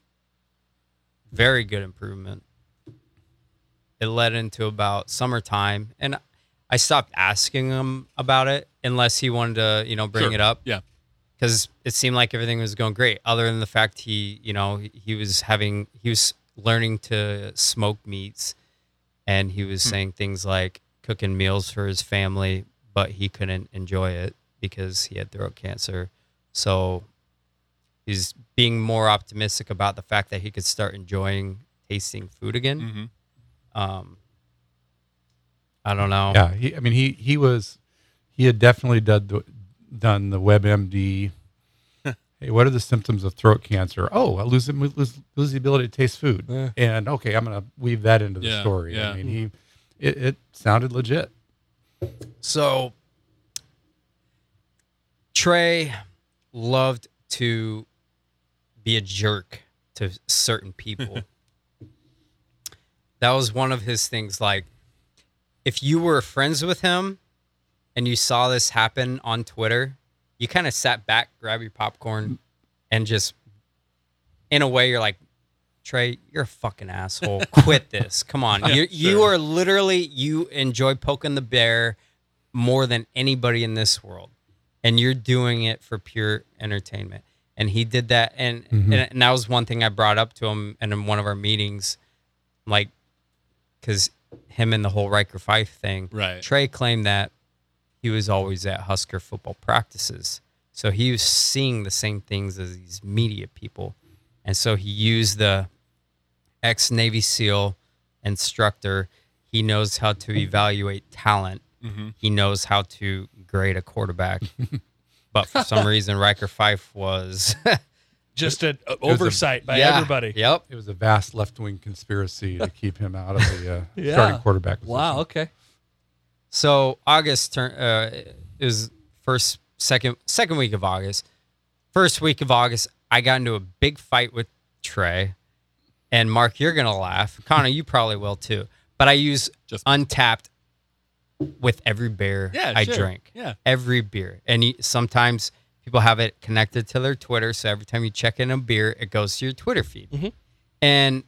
[SPEAKER 3] very good improvement it led into about summertime and i stopped asking him about it unless he wanted to you know bring
[SPEAKER 1] Sure.
[SPEAKER 3] it up
[SPEAKER 1] Yeah.
[SPEAKER 3] because it seemed like everything was going great other than the fact he you know he- he was having he was learning to smoke meats and he was saying things like cooking meals for his family but he couldn't enjoy it because he had throat cancer so he's being more optimistic about the fact that he could start enjoying tasting food again
[SPEAKER 1] Mm-hmm.
[SPEAKER 3] um i don't know
[SPEAKER 4] yeah. He, I mean, he he was he had definitely done the done the
[SPEAKER 2] [laughs]
[SPEAKER 4] WebMD. hey, what are the symptoms of throat cancer? Oh, I lose, lose lose the ability to taste food.
[SPEAKER 2] Yeah.
[SPEAKER 4] And okay, I'm gonna weave that into the
[SPEAKER 1] Yeah,
[SPEAKER 4] story.
[SPEAKER 1] yeah.
[SPEAKER 4] I mean, he it, it sounded legit.
[SPEAKER 3] So Trey loved to be a jerk to certain people. that was one of his things like if you were friends with him and you saw this happen on Twitter, you kind of sat back, grab your popcorn and just in a way you're like Trey, you're a fucking asshole. Quit this. Come on. You you
[SPEAKER 1] sure.
[SPEAKER 3] are literally you enjoy poking the bear more than anybody in this world. And you're doing it for pure entertainment. And he did that and
[SPEAKER 1] Mm-hmm.
[SPEAKER 4] Mhm.
[SPEAKER 3] and, and that was one thing I brought up to him and in one of our meetings like cuz him and the whole Riker Fife thing.
[SPEAKER 1] Right.
[SPEAKER 3] Trey claimed that he was always at Husker football practices. So he was seeing the same things as these media people. And so he used the ex Navy SEAL instructor. He knows how to evaluate talent,
[SPEAKER 1] Mm-hmm.
[SPEAKER 3] he knows how to grade
[SPEAKER 1] [laughs]
[SPEAKER 3] a quarterback. but for some reason, Riker Fife was. [laughs]
[SPEAKER 2] Just an o-
[SPEAKER 4] was a-
[SPEAKER 2] oversight by
[SPEAKER 3] Yeah.
[SPEAKER 2] everybody.
[SPEAKER 3] Yep.
[SPEAKER 4] It was a vast left wing conspiracy
[SPEAKER 2] [laughs]
[SPEAKER 4] to keep him out of the uh,
[SPEAKER 2] Yeah.
[SPEAKER 4] starting quarterback. Position.
[SPEAKER 2] Wow. Okay.
[SPEAKER 3] So August turn uh, is first second second week of August. First week of August, I got into a big fight with Trey, and Mark, you're gonna laugh. Connor, you probably will too. But I use
[SPEAKER 1] Just-
[SPEAKER 3] Untapped with every beer
[SPEAKER 1] Yeah.
[SPEAKER 3] I
[SPEAKER 1] sure.
[SPEAKER 3] drink,
[SPEAKER 1] Yeah.
[SPEAKER 3] every beer, and you, sometimes people have it connected to their Twitter. So every time you check in a beer, it goes to your Twitter feed,
[SPEAKER 2] Mhm.
[SPEAKER 3] and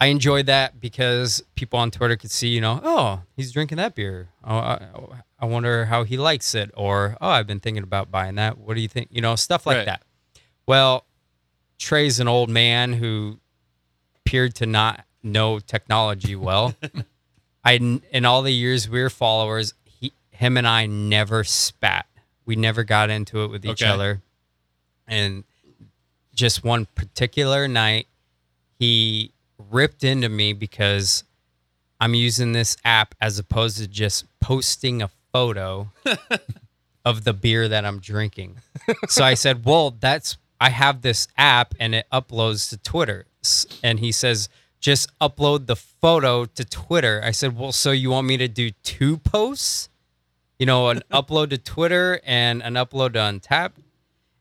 [SPEAKER 3] I enjoyed that because people on Twitter could see, you know, oh, he's drinking that beer. Oh, I, I wonder how he likes it. Or, oh, I've been thinking about buying that. What do you think? You know, stuff like
[SPEAKER 1] Right.
[SPEAKER 3] that. Well, Trey's an old man who appeared to not know technology well. I, in all the years we were followers, he, him and I never spat. We never got into it with each
[SPEAKER 1] Okay.
[SPEAKER 3] other. And just one particular night, he ripped into me because I'm using this app as opposed to just posting a photo of the beer that I'm drinking. So I said, "Well, that's I have this app and it uploads to Twitter." S- And he says, "Just upload the photo to Twitter." I said, "Well, so you want me to do two posts? You
[SPEAKER 1] [laughs]
[SPEAKER 3] know, an upload to Twitter and an upload to Untap?"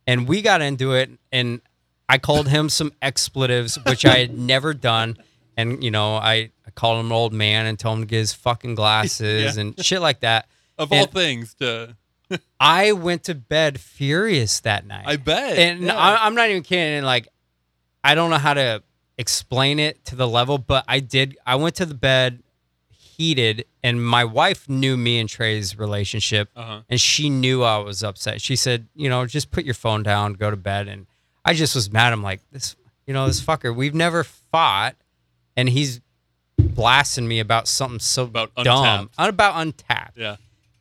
[SPEAKER 3] And we got into it and I called him some expletives, which I
[SPEAKER 1] [laughs]
[SPEAKER 3] had never done. And, you know, I, I called him an old man and told him to get his fucking
[SPEAKER 1] [laughs]
[SPEAKER 3] glasses
[SPEAKER 1] Yeah.
[SPEAKER 3] and shit like that.
[SPEAKER 1] Of all
[SPEAKER 3] And-
[SPEAKER 1] things, to
[SPEAKER 3] I went to bed furious that night.
[SPEAKER 1] I bet.
[SPEAKER 3] and
[SPEAKER 1] yeah.
[SPEAKER 3] I, I'm not even kidding. And like, I don't know how to explain it to the level, but I did. I went to the bed heated, and my wife knew me and Trey's relationship,
[SPEAKER 1] uh-huh.
[SPEAKER 3] and she knew I was upset. She said, "You know, just put your phone down, go to bed." And I just was mad. I'm like, this, you know, this fucker. We've never fought, and he's blasting me about something so
[SPEAKER 1] About
[SPEAKER 3] dumb
[SPEAKER 1] Untappd.
[SPEAKER 3] about untapped.
[SPEAKER 1] Yeah.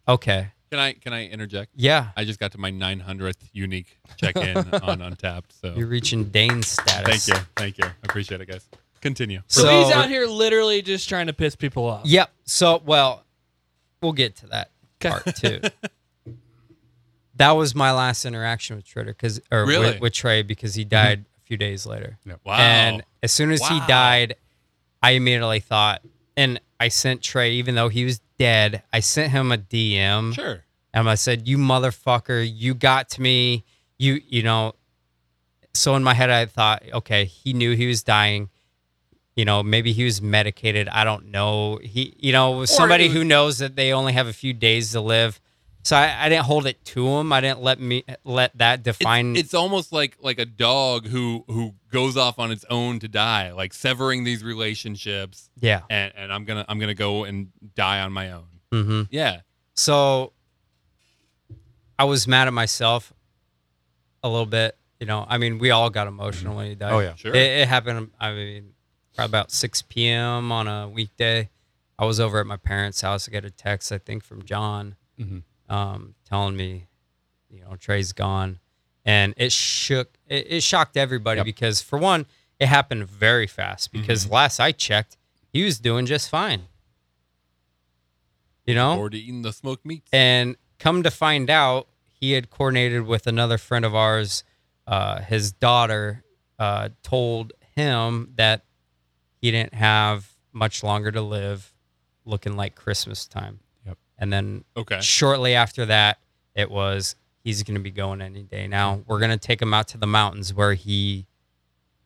[SPEAKER 3] Okay.
[SPEAKER 1] Can I can I interject?
[SPEAKER 3] Yeah.
[SPEAKER 1] I just got to my 900th unique check
[SPEAKER 3] [laughs]
[SPEAKER 1] in on Untapped. So
[SPEAKER 3] You're reaching Dane's status.
[SPEAKER 1] Oh. thank you, thank you. I appreciate it, guys. Continue.
[SPEAKER 2] So,
[SPEAKER 3] So-
[SPEAKER 2] he's out here literally just trying to piss people off.
[SPEAKER 3] Yep. So, well, we'll get to that
[SPEAKER 2] 'Kay.
[SPEAKER 3] part too.
[SPEAKER 1] [laughs]
[SPEAKER 3] that was my last interaction with Trey because, or
[SPEAKER 1] Really? Mm-hmm.
[SPEAKER 3] with, with Trey, because he died a few days later.
[SPEAKER 1] Wow.
[SPEAKER 3] And as soon as he
[SPEAKER 1] Wow.
[SPEAKER 3] died, I immediately thought, and I sent Trey, even though he was dead, I sent him a DM.
[SPEAKER 1] sure.
[SPEAKER 3] And I said, "You motherfucker, you got to me. You, you know." So in my head, I thought, "Okay, he knew he was dying. You know, maybe he was medicated. I don't know. He, you know, somebody
[SPEAKER 1] was-
[SPEAKER 3] who knows that they only have a few days to live." So I, I didn't hold it to him. I didn't let me let that
[SPEAKER 1] It's,
[SPEAKER 3] define.
[SPEAKER 1] it's almost like like a dog who who goes off on its own to die, like severing these relationships,
[SPEAKER 3] yeah.
[SPEAKER 1] and and I'm gonna I'm gonna go and die on my own.
[SPEAKER 3] Mm-hmm.
[SPEAKER 1] Yeah.
[SPEAKER 3] So I was mad at myself a little bit. You know, I mean, we all got emotional when he died.
[SPEAKER 4] Oh yeah.
[SPEAKER 1] Sure.
[SPEAKER 3] It, it happened. I mean, probably about 6 p.m. on a weekday. I was over at my parents' house. I get a text, I think, from John,
[SPEAKER 4] Mhm.
[SPEAKER 3] um, telling me, you know, Trey's gone, and it shook. It, it shocked everybody
[SPEAKER 4] Yep. Mm-hmm.
[SPEAKER 3] because, for one, it happened very fast. Because last I checked, he was doing just fine. You know,
[SPEAKER 1] Or to eating the smoked meats.
[SPEAKER 3] and come to find out, he had coordinated with another friend of ours. Uh, his daughter uh, told him that he didn't have much longer to live, looking like Christmas time.
[SPEAKER 4] Yep.
[SPEAKER 3] And then
[SPEAKER 1] Okay.
[SPEAKER 3] shortly after that, it was he's going to be going any day
[SPEAKER 1] Mm-hmm.
[SPEAKER 3] now. We're going to take him out to the mountains where he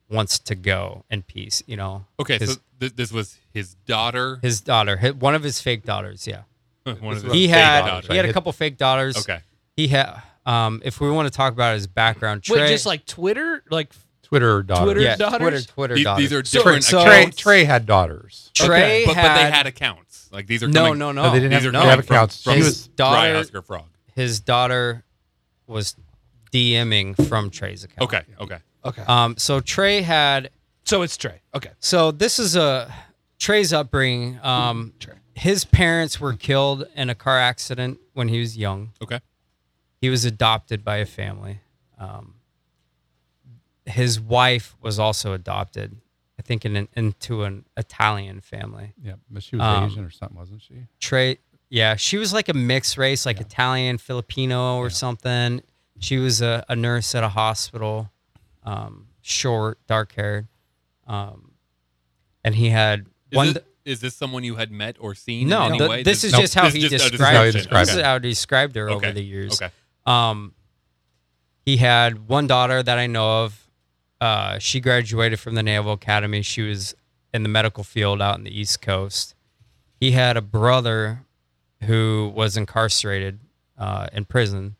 [SPEAKER 3] wants to go in peace. You know,
[SPEAKER 1] Okay.
[SPEAKER 3] his-
[SPEAKER 1] so th- this was his daughter.
[SPEAKER 3] his daughter, hi- one of his fake daughters. Yeah.
[SPEAKER 1] [laughs] one of
[SPEAKER 4] This
[SPEAKER 1] his
[SPEAKER 4] was
[SPEAKER 3] He
[SPEAKER 1] fake
[SPEAKER 4] fake
[SPEAKER 3] had
[SPEAKER 4] daughters,
[SPEAKER 1] daughters.
[SPEAKER 3] he had a
[SPEAKER 4] right?
[SPEAKER 3] couple fake daughters
[SPEAKER 1] Okay.
[SPEAKER 3] he had um if we want to talk about his background
[SPEAKER 2] Wait,
[SPEAKER 3] Trey,
[SPEAKER 2] just like Twitter, like
[SPEAKER 4] Twitter daughter.
[SPEAKER 2] Twitter
[SPEAKER 3] yeah,
[SPEAKER 2] daughters?
[SPEAKER 3] Twitter, Twitter
[SPEAKER 1] These,
[SPEAKER 3] daughters.
[SPEAKER 1] these are
[SPEAKER 2] So-
[SPEAKER 1] different
[SPEAKER 3] so-
[SPEAKER 4] Trey,
[SPEAKER 1] accounts.
[SPEAKER 4] Trey had daughters.
[SPEAKER 3] Trey
[SPEAKER 1] Okay, but, but they
[SPEAKER 3] had-
[SPEAKER 1] had accounts. Like these are
[SPEAKER 3] no,
[SPEAKER 1] coming,
[SPEAKER 3] no, no.
[SPEAKER 4] No, Oh, they didn't
[SPEAKER 1] These
[SPEAKER 4] have,
[SPEAKER 1] are
[SPEAKER 4] no,
[SPEAKER 1] coming
[SPEAKER 4] they have accounts.
[SPEAKER 1] from-
[SPEAKER 4] She
[SPEAKER 1] from-
[SPEAKER 4] was
[SPEAKER 3] his daughter,
[SPEAKER 1] Right, Oscar Frog.
[SPEAKER 3] his daughter was DMing from Trey's account.
[SPEAKER 1] Okay, okay.
[SPEAKER 2] Okay.
[SPEAKER 3] Um, so Trey had
[SPEAKER 2] so it's Trey. Okay.
[SPEAKER 3] so this is a Trey's upbringing. Um,
[SPEAKER 1] Hmm,
[SPEAKER 2] Trey.
[SPEAKER 3] his parents were killed in a car accident when he was young.
[SPEAKER 1] Okay.
[SPEAKER 3] He was adopted by a family. Um, his wife was also adopted, I think, in an, into an Italian family.
[SPEAKER 4] Yeah, but she was
[SPEAKER 3] Um,
[SPEAKER 4] Asian or something, wasn't she?
[SPEAKER 3] Trey, yeah, she was like a mixed race, like Italian, Filipino, or something. She was a, a nurse at a hospital, um, short, dark haired. Um, and he had
[SPEAKER 1] Is,
[SPEAKER 3] one.
[SPEAKER 1] this, is this someone you had met or seen?
[SPEAKER 3] No,
[SPEAKER 1] in any
[SPEAKER 3] th-
[SPEAKER 1] way?
[SPEAKER 3] this is
[SPEAKER 1] no,
[SPEAKER 3] just how
[SPEAKER 1] this
[SPEAKER 3] he
[SPEAKER 1] is just a
[SPEAKER 3] describes
[SPEAKER 4] how he
[SPEAKER 1] description.
[SPEAKER 4] describes
[SPEAKER 3] this
[SPEAKER 1] Okay.
[SPEAKER 3] is how I described her
[SPEAKER 1] Okay.
[SPEAKER 3] over the years.
[SPEAKER 1] Okay.
[SPEAKER 3] Um, he had one daughter that I know of. Uh, she graduated from the Naval Academy. She was in the medical field out in the East Coast. He had a brother who was incarcerated uh, in prison,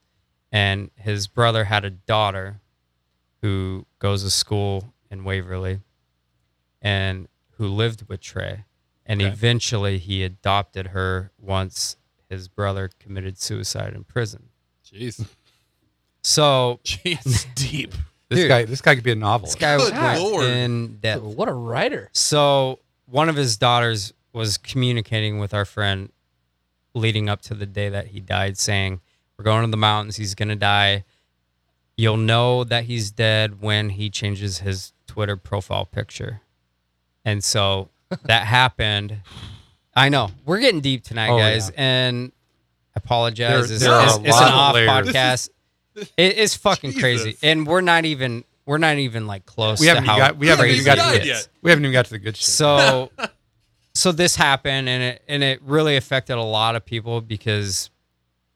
[SPEAKER 3] and his brother had a daughter who goes to school in Waverly and who lived with Trey. And
[SPEAKER 1] Okay.
[SPEAKER 3] eventually he adopted her once his brother committed suicide in prison.
[SPEAKER 1] Jeez.
[SPEAKER 3] [laughs] So
[SPEAKER 1] Jeez. Deep.
[SPEAKER 4] This
[SPEAKER 3] dude.
[SPEAKER 4] guy, this guy could be a
[SPEAKER 3] this
[SPEAKER 4] novelist.
[SPEAKER 3] guy
[SPEAKER 1] Good
[SPEAKER 3] went
[SPEAKER 1] lord.
[SPEAKER 3] in depth.
[SPEAKER 2] What a writer.
[SPEAKER 3] So one of his daughters was communicating with our friend leading up to the day that he died, saying, We're going to the mountains, he's gonna die. You'll know that he's dead when he changes his Twitter profile picture. And
[SPEAKER 4] [laughs]
[SPEAKER 3] so that happened. I know. We're getting deep tonight,
[SPEAKER 4] Oh,
[SPEAKER 3] guys.
[SPEAKER 4] yeah.
[SPEAKER 3] And I apologize.
[SPEAKER 4] There-
[SPEAKER 3] it's
[SPEAKER 4] there are
[SPEAKER 3] it's-
[SPEAKER 4] a
[SPEAKER 3] it's
[SPEAKER 4] lot
[SPEAKER 3] an
[SPEAKER 4] of
[SPEAKER 3] off
[SPEAKER 4] layers.
[SPEAKER 3] podcast. It is fucking crazy.
[SPEAKER 1] Jesus.
[SPEAKER 3] And we're not even we're not even like close
[SPEAKER 4] We
[SPEAKER 3] to
[SPEAKER 4] haven't
[SPEAKER 3] how
[SPEAKER 4] even got, we haven't
[SPEAKER 1] crazy
[SPEAKER 4] even got
[SPEAKER 1] it
[SPEAKER 4] to
[SPEAKER 1] is.
[SPEAKER 4] the,
[SPEAKER 1] yet.
[SPEAKER 4] we haven't even got to the good shit.
[SPEAKER 3] so, so this happened, and it and it really affected a lot of people because,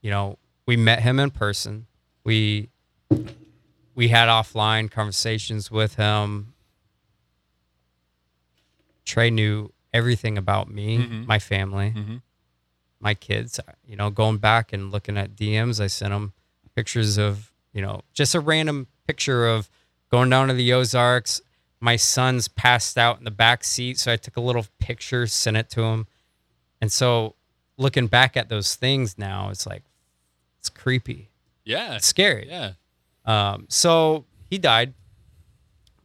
[SPEAKER 3] you know, we met him in person. We we had offline conversations with him. Trey knew everything about me,
[SPEAKER 1] Mhm.
[SPEAKER 3] my family,
[SPEAKER 1] Mhm.
[SPEAKER 3] my kids. You know, going back and looking at DMs, I sent him pictures of you know just a random picture of going down to the Ozarks. My son's passed out in the back seat, so I took a little picture, sent it to him, and so looking back at those things now, it's like it's creepy,
[SPEAKER 1] Yeah.
[SPEAKER 3] it's scary.
[SPEAKER 1] Yeah.
[SPEAKER 3] Um, so he died.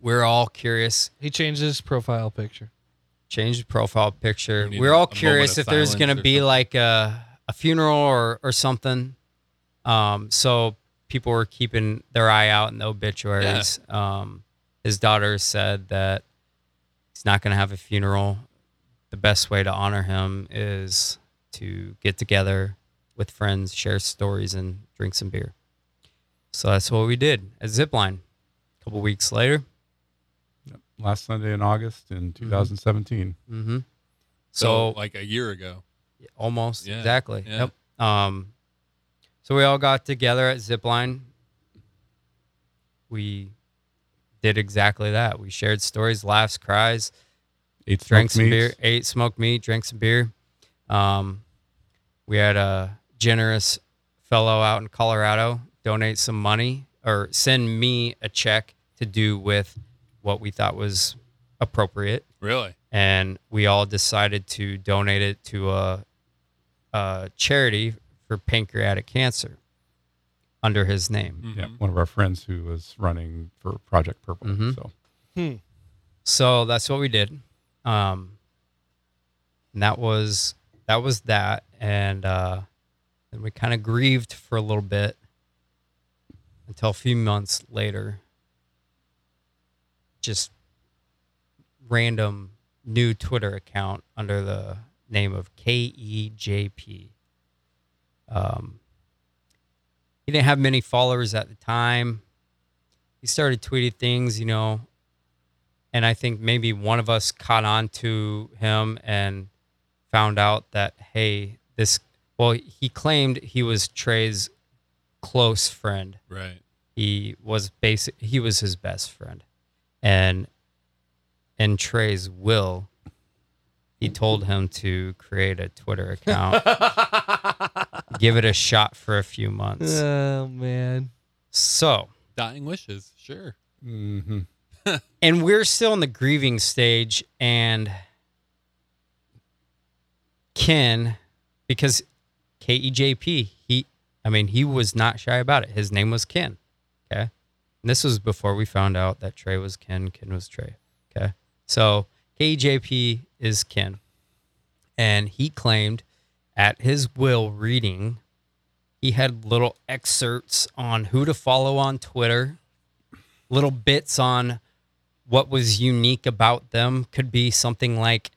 [SPEAKER 3] We're all curious.
[SPEAKER 2] He changed his profile picture.
[SPEAKER 3] Changed the profile picture.
[SPEAKER 1] We need
[SPEAKER 3] We're
[SPEAKER 1] a- a
[SPEAKER 3] all
[SPEAKER 1] moment of
[SPEAKER 3] curious if there's
[SPEAKER 1] silence
[SPEAKER 3] going
[SPEAKER 1] or
[SPEAKER 3] to be
[SPEAKER 1] something.
[SPEAKER 3] like a, a funeral or, or something. Um, so people were keeping their eye out in the obituaries. Um, his daughter said that he's not going to have a funeral. The best way to honor him is to get together with friends, share stories, and drink some beer. So that's what we did at Zipline. A couple weeks later.
[SPEAKER 4] last Sunday in August in 2017.
[SPEAKER 3] Mm-hmm.
[SPEAKER 1] So,
[SPEAKER 3] So,
[SPEAKER 1] like a year ago.
[SPEAKER 3] almost
[SPEAKER 1] Yeah,
[SPEAKER 3] exactly.
[SPEAKER 1] yeah.
[SPEAKER 3] Yep. Um, so we all got together at Zipline. We did exactly that. We shared stories, laughs, cries,
[SPEAKER 4] Eight
[SPEAKER 3] drank
[SPEAKER 4] smoked
[SPEAKER 3] some beer,
[SPEAKER 4] meats.
[SPEAKER 3] ate smoked meat, drank some beer. Um, we had a generous fellow out in Colorado donate some money or send me a check to do with what we thought was appropriate
[SPEAKER 1] Really?
[SPEAKER 3] and we all decided to donate it to a, a charity for pancreatic cancer under his name.
[SPEAKER 4] Yeah,
[SPEAKER 1] Mhm.
[SPEAKER 4] one of our friends who was running for Project Purple.
[SPEAKER 3] Mhm.
[SPEAKER 4] So
[SPEAKER 2] Hmm.
[SPEAKER 3] So that's what we did. Um, and that was that was that, and uh, and we kind of grieved for a little bit until a few months later. Just random new Twitter account under the name of KEJP. Um, he didn't have many followers at the time. He started tweeting things, you know, and I think maybe one of us caught on to him and found out that hey, this well, he claimed he was Trey's close friend.
[SPEAKER 1] Right.
[SPEAKER 3] He was basic he was his best friend. And in Trey's will, he told him to create a Twitter account, give it a shot for a few months.
[SPEAKER 2] Oh man.
[SPEAKER 3] So
[SPEAKER 1] Dying wishes. Sure.
[SPEAKER 3] Mm-hmm.
[SPEAKER 4] mhm.
[SPEAKER 3] and we're still in the grieving stage and ken because k-e-j-p he i mean he was not shy about it his name was ken okay and this was before we found out that trey was ken ken was trey okay so k-e-j-p is ken and he claimed at his will reading he had little excerpts on who to follow on twitter little bits on what was unique about them could be something like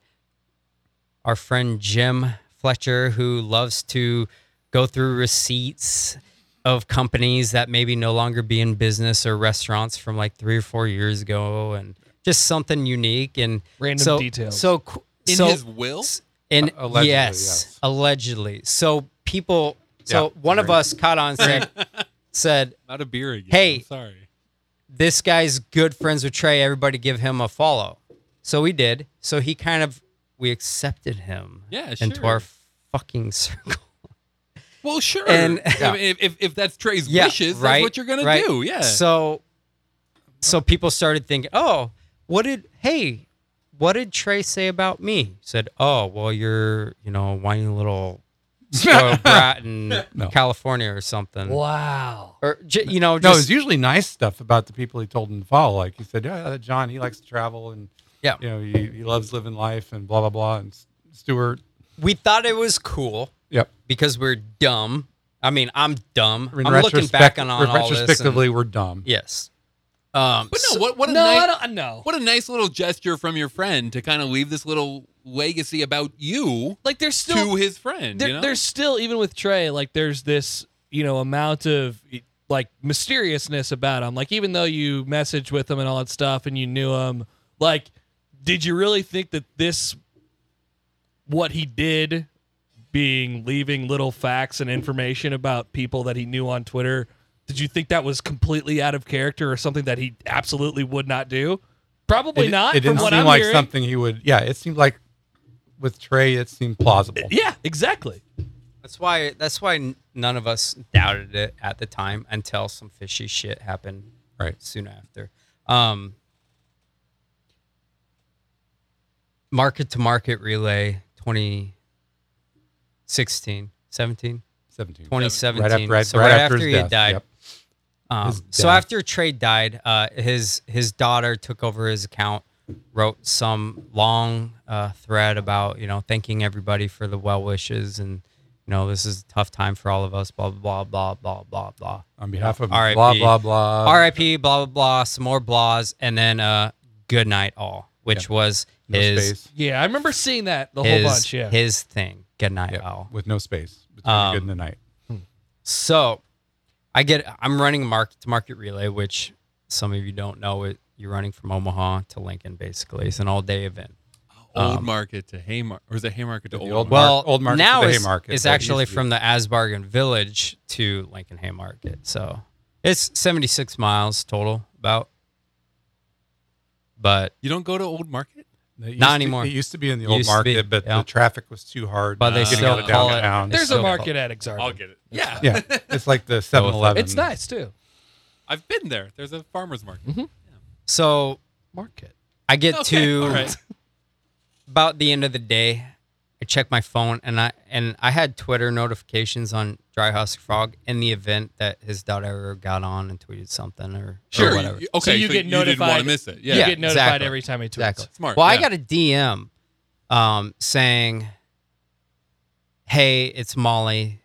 [SPEAKER 3] our friend Jim Fletcher, who loves to go through receipts of companies that maybe no longer be in business or restaurants from like three or four years ago, and just something unique and
[SPEAKER 2] Random
[SPEAKER 3] so,
[SPEAKER 2] details.
[SPEAKER 3] So, qu-
[SPEAKER 1] in
[SPEAKER 3] so
[SPEAKER 1] his will.
[SPEAKER 3] and
[SPEAKER 4] Uh, allegedly,
[SPEAKER 3] yes,
[SPEAKER 4] yes.
[SPEAKER 3] allegedly. So people. So
[SPEAKER 4] Yeah,
[SPEAKER 3] one of
[SPEAKER 4] agreed.
[SPEAKER 3] us caught on
[SPEAKER 1] [laughs]
[SPEAKER 3] and said, said
[SPEAKER 1] Not a beer again.
[SPEAKER 3] Hey.
[SPEAKER 1] I'm sorry.
[SPEAKER 3] this guy's good friends with Trey. Everybody give him a follow. So we did. So he kind of we accepted him.
[SPEAKER 1] Yeah,
[SPEAKER 3] Into
[SPEAKER 1] sure.
[SPEAKER 3] our fucking circle.
[SPEAKER 1] Well, sure.
[SPEAKER 3] And-
[SPEAKER 1] I mean, if, if if that's Trey's
[SPEAKER 3] Yeah,
[SPEAKER 1] wishes,
[SPEAKER 3] right,
[SPEAKER 1] that's what you're gonna
[SPEAKER 3] right.
[SPEAKER 1] do. Yeah.
[SPEAKER 3] So so people started thinking, oh, what did hey, what did Trey say about me? Said, oh, well, you're you know whiny little
[SPEAKER 1] [laughs]
[SPEAKER 3] spoiled brat in
[SPEAKER 4] No.
[SPEAKER 3] California or something,
[SPEAKER 2] Wow.
[SPEAKER 3] or j- you know,
[SPEAKER 4] No,
[SPEAKER 3] just
[SPEAKER 4] it's usually nice stuff about the people he told him to follow. Like he said, yeah, that John, he likes to travel and
[SPEAKER 3] Yeah.
[SPEAKER 4] you know, he, he loves living life and blah blah blah. And S- Stuart,
[SPEAKER 3] we thought it was cool.
[SPEAKER 4] yep.
[SPEAKER 3] because we're dumb. I mean, I'm dumb.
[SPEAKER 4] I mean,
[SPEAKER 3] I'm looking back
[SPEAKER 4] retrospect-
[SPEAKER 3] on, on all this. and-
[SPEAKER 4] retrospectively, we're dumb.
[SPEAKER 3] yes. Um,
[SPEAKER 1] but
[SPEAKER 3] so-
[SPEAKER 1] no, what what a
[SPEAKER 2] no,
[SPEAKER 1] nice
[SPEAKER 2] I don't know.
[SPEAKER 1] what a nice little gesture from your friend to kind of leave this little legacy about you
[SPEAKER 2] Like there's
[SPEAKER 1] to
[SPEAKER 2] still
[SPEAKER 1] his friend.
[SPEAKER 2] there,
[SPEAKER 1] you know?
[SPEAKER 2] there's still even with Trey like there's this you know amount of like mysteriousness about him. Like even though you messaged with him and all that stuff and you knew him, like did you really think that this what he did being leaving little facts and information about people that he knew on Twitter. Did you think that was completely out of character or something that he absolutely would not do? Probably
[SPEAKER 4] it,
[SPEAKER 2] not.
[SPEAKER 4] It didn't
[SPEAKER 2] from what
[SPEAKER 4] seem
[SPEAKER 2] I'm
[SPEAKER 4] like
[SPEAKER 2] hearing.
[SPEAKER 4] something he would. Yeah, it seemed like with Trey, it seemed plausible.
[SPEAKER 2] Yeah, exactly.
[SPEAKER 3] that's why. That's why n- none of us doubted it at the time until some fishy shit happened
[SPEAKER 4] Right.
[SPEAKER 3] soon after. Um, market to market relay 2016, 17,
[SPEAKER 4] Seventeen.
[SPEAKER 3] 2017.
[SPEAKER 4] Right after, right,
[SPEAKER 3] so
[SPEAKER 4] right
[SPEAKER 3] right
[SPEAKER 4] after, his
[SPEAKER 3] he
[SPEAKER 4] death.
[SPEAKER 3] had died.
[SPEAKER 4] Yep.
[SPEAKER 3] Um,
[SPEAKER 4] His
[SPEAKER 3] so
[SPEAKER 4] dad.
[SPEAKER 3] after Trey died, uh, his his daughter took over his account, wrote some long uh, thread about you know thanking everybody for the well wishes and you know this is a tough time for all of us. Blah blah blah blah blah blah.
[SPEAKER 4] On behalf of
[SPEAKER 3] R.I.P.
[SPEAKER 4] blah blah blah.
[SPEAKER 3] R.I.P. Blah blah blah. Some more blahs, and then uh, good night all, which was
[SPEAKER 4] no
[SPEAKER 3] his
[SPEAKER 4] space
[SPEAKER 2] Yeah, I remember seeing that the whole
[SPEAKER 3] his
[SPEAKER 2] bunch. Yeah.
[SPEAKER 3] his thing. Good night
[SPEAKER 4] yeah,
[SPEAKER 3] all.
[SPEAKER 4] with no space between the good
[SPEAKER 3] Um,
[SPEAKER 4] and the night.
[SPEAKER 3] So I get I'm running a market to market relay, which some of you don't know it. You're running from Omaha to Lincoln, basically. It's an all day event.
[SPEAKER 1] old
[SPEAKER 3] um,
[SPEAKER 1] market to Haymarket, or is it Haymarket to
[SPEAKER 4] The
[SPEAKER 1] old,
[SPEAKER 4] old
[SPEAKER 1] market?
[SPEAKER 4] Mar-
[SPEAKER 3] Well,
[SPEAKER 4] Old Market to
[SPEAKER 3] now
[SPEAKER 4] the
[SPEAKER 3] it's,
[SPEAKER 4] Haymarket,
[SPEAKER 3] it's
[SPEAKER 4] but it
[SPEAKER 3] actually
[SPEAKER 4] used to be-
[SPEAKER 3] from the Asbargan Village to Lincoln Haymarket. So it's 76 miles total, about. But
[SPEAKER 1] You don't go to old market.
[SPEAKER 4] It used
[SPEAKER 3] not
[SPEAKER 4] to-
[SPEAKER 3] anymore.
[SPEAKER 4] It used to be in the
[SPEAKER 3] It
[SPEAKER 4] old
[SPEAKER 3] used to be,
[SPEAKER 4] market, but
[SPEAKER 3] yeah.
[SPEAKER 4] the traffic was too hard.
[SPEAKER 3] but they
[SPEAKER 1] Uh,
[SPEAKER 4] getting
[SPEAKER 3] still
[SPEAKER 4] out of
[SPEAKER 3] call it.
[SPEAKER 4] downtown.
[SPEAKER 3] they
[SPEAKER 2] There's
[SPEAKER 3] still
[SPEAKER 2] a market at Exarban.
[SPEAKER 1] I'll get it. Yeah,
[SPEAKER 4] Yeah, it's like
[SPEAKER 3] [laughs]
[SPEAKER 4] the 7-Eleven.
[SPEAKER 2] It's nice too.
[SPEAKER 1] I've been there. There's a farmer's market.
[SPEAKER 3] Mm-hmm. So
[SPEAKER 2] Market.
[SPEAKER 3] I get
[SPEAKER 1] Okay,
[SPEAKER 3] to
[SPEAKER 1] all right.
[SPEAKER 3] about the end of the day, I check my phone and I and I had Twitter notifications on Dry Husk Frog and the event that his daughter got on and tweeted something or, or
[SPEAKER 1] Sure.
[SPEAKER 3] whatever.
[SPEAKER 1] you- okay,
[SPEAKER 2] So you get
[SPEAKER 1] You didn't want to
[SPEAKER 2] notified-
[SPEAKER 1] miss it.
[SPEAKER 2] Yeah, you
[SPEAKER 1] Yeah.
[SPEAKER 3] Yeah,
[SPEAKER 2] get notified
[SPEAKER 3] exactly.
[SPEAKER 2] every time he tweets.
[SPEAKER 3] Exactly.
[SPEAKER 1] Smart,
[SPEAKER 3] Well, I
[SPEAKER 1] yeah.
[SPEAKER 3] got a DM um, saying, "Hey, it's Molly.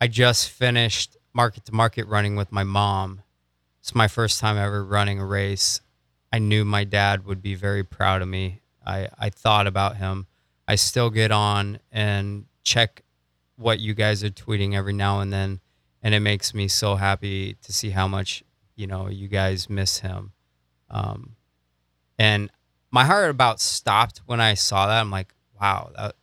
[SPEAKER 3] I just finished market to market running with my mom. It's my first time ever running a race. I knew my dad would be very proud of me. I, I thought about him. I still get on and check what you guys are tweeting every now and then, and it makes me so happy to see how much you know you guys miss him." Um, and my heart about stopped when I saw that. I'm like, wow. That,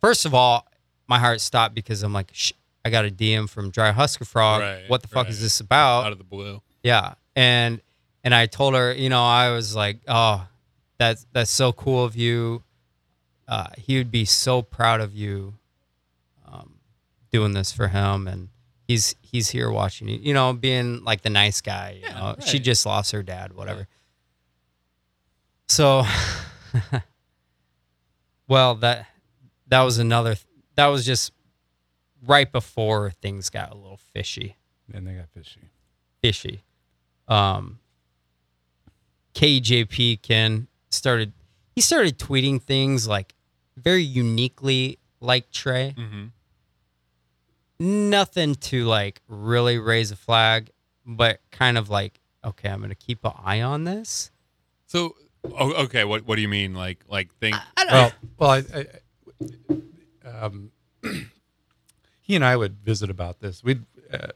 [SPEAKER 3] first of all, my heart stopped because I'm like, Shh, I got a DM from Dry Husker Frog.
[SPEAKER 1] Right,
[SPEAKER 3] what the fuck
[SPEAKER 1] right.
[SPEAKER 3] is this about?
[SPEAKER 1] Out of the blue.
[SPEAKER 3] Yeah. And and I told her, you know, I was like, oh, that's that's so cool of you. Uh, he would be so proud of you um, doing this for him, and he's he's here watching you. You know, being like the nice guy. You
[SPEAKER 1] Yeah,
[SPEAKER 3] know? She
[SPEAKER 1] right.
[SPEAKER 3] just lost her dad, whatever. So, [laughs] well, that that was another. th- That was just right before things got a little fishy.
[SPEAKER 4] And they got fishy.
[SPEAKER 3] Fishy. Um, KJP Ken started. He started tweeting things like very uniquely like Trey.
[SPEAKER 1] Mm-hmm.
[SPEAKER 3] nothing to like really raise a flag, but kind of like, okay, I'm gonna keep an eye on this.
[SPEAKER 1] So, oh, okay. What What do you mean? Like like think?
[SPEAKER 3] I don't
[SPEAKER 4] Well, well, I, I, um, [clears throat] he and I would visit about this. We'd uh,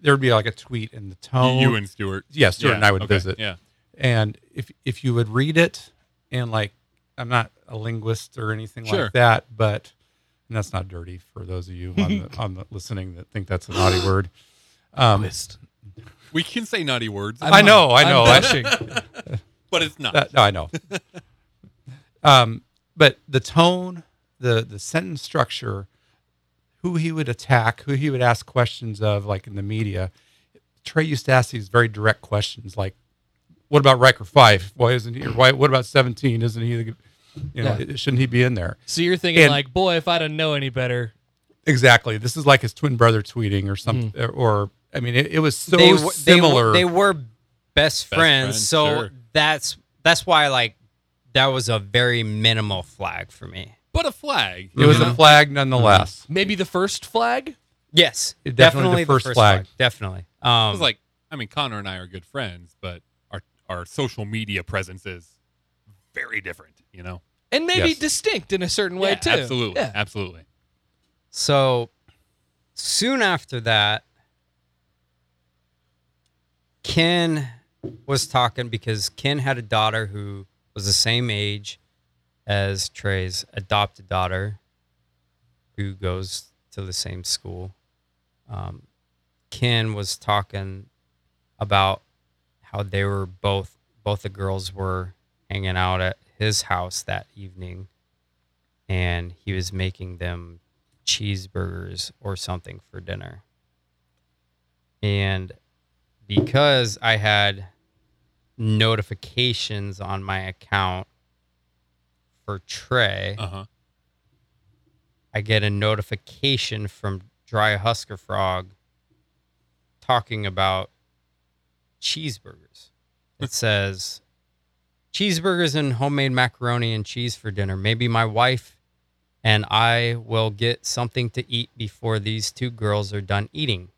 [SPEAKER 4] there would be like a tweet in the tone.
[SPEAKER 1] you and Stuart.
[SPEAKER 4] yeah, Stuart and I would
[SPEAKER 1] okay,
[SPEAKER 4] visit.
[SPEAKER 1] Yeah.
[SPEAKER 4] And if if you would read it, and like I'm not a linguist or anything
[SPEAKER 1] Sure.
[SPEAKER 4] like that, but and that's not dirty for those of you
[SPEAKER 1] [laughs]
[SPEAKER 4] on the on the listening that think that's a naughty word. Um,
[SPEAKER 1] We can say naughty words,
[SPEAKER 4] I know, I know, I-
[SPEAKER 2] I'm blushing.
[SPEAKER 1] but it's not.
[SPEAKER 4] That- no,
[SPEAKER 3] [laughs]
[SPEAKER 4] I know. um, but the tone, the the sentence structure, who he would attack, who he would ask questions of, like in the media. Trey used to ask these very direct questions, like, "What about Riker Five? Why isn't he? Or why? What about Seventeen? Isn't he? the- You know, shouldn't he be in there?"
[SPEAKER 2] so you're thinking
[SPEAKER 4] And-
[SPEAKER 2] like, boy, if I didn't know any better,
[SPEAKER 4] Exactly. This is like his twin brother tweeting or something, or I mean, it, it was so
[SPEAKER 3] Mm. they, were- they
[SPEAKER 4] similar.
[SPEAKER 3] were they were best friends,
[SPEAKER 1] friends,
[SPEAKER 3] so
[SPEAKER 1] sure.
[SPEAKER 3] that's that's why like that was a very minimal flag for me.
[SPEAKER 1] But a flag.
[SPEAKER 4] it
[SPEAKER 3] mm-hmm.
[SPEAKER 4] was a flag nonetheless.
[SPEAKER 2] maybe the first flag.
[SPEAKER 3] Yes,
[SPEAKER 4] It definitely the first flag.
[SPEAKER 3] Definitely.
[SPEAKER 1] It
[SPEAKER 3] Um,
[SPEAKER 1] was like, I mean, Connor and I are good friends, but our our social media presence is very different. You know,
[SPEAKER 2] and maybe
[SPEAKER 4] Yes.
[SPEAKER 2] distinct in a certain way
[SPEAKER 1] Yeah,
[SPEAKER 2] too.
[SPEAKER 1] Absolutely,
[SPEAKER 2] Yeah.
[SPEAKER 1] absolutely.
[SPEAKER 3] So soon after that, Ken was talking because Ken had a daughter who was the same age as Trey's adopted daughter, who goes to the same school. Um, Ken was talking about how they were both both the girls were hanging out at his house that evening, and he was making them cheeseburgers or something for dinner. And because I had notifications on my account for Trey,
[SPEAKER 1] Uh huh.
[SPEAKER 3] I get a notification from Dry Husker Frog talking about cheeseburgers. It says cheeseburgers and homemade macaroni and cheese for dinner. Maybe my wife and I will get something to eat before these two girls are done eating.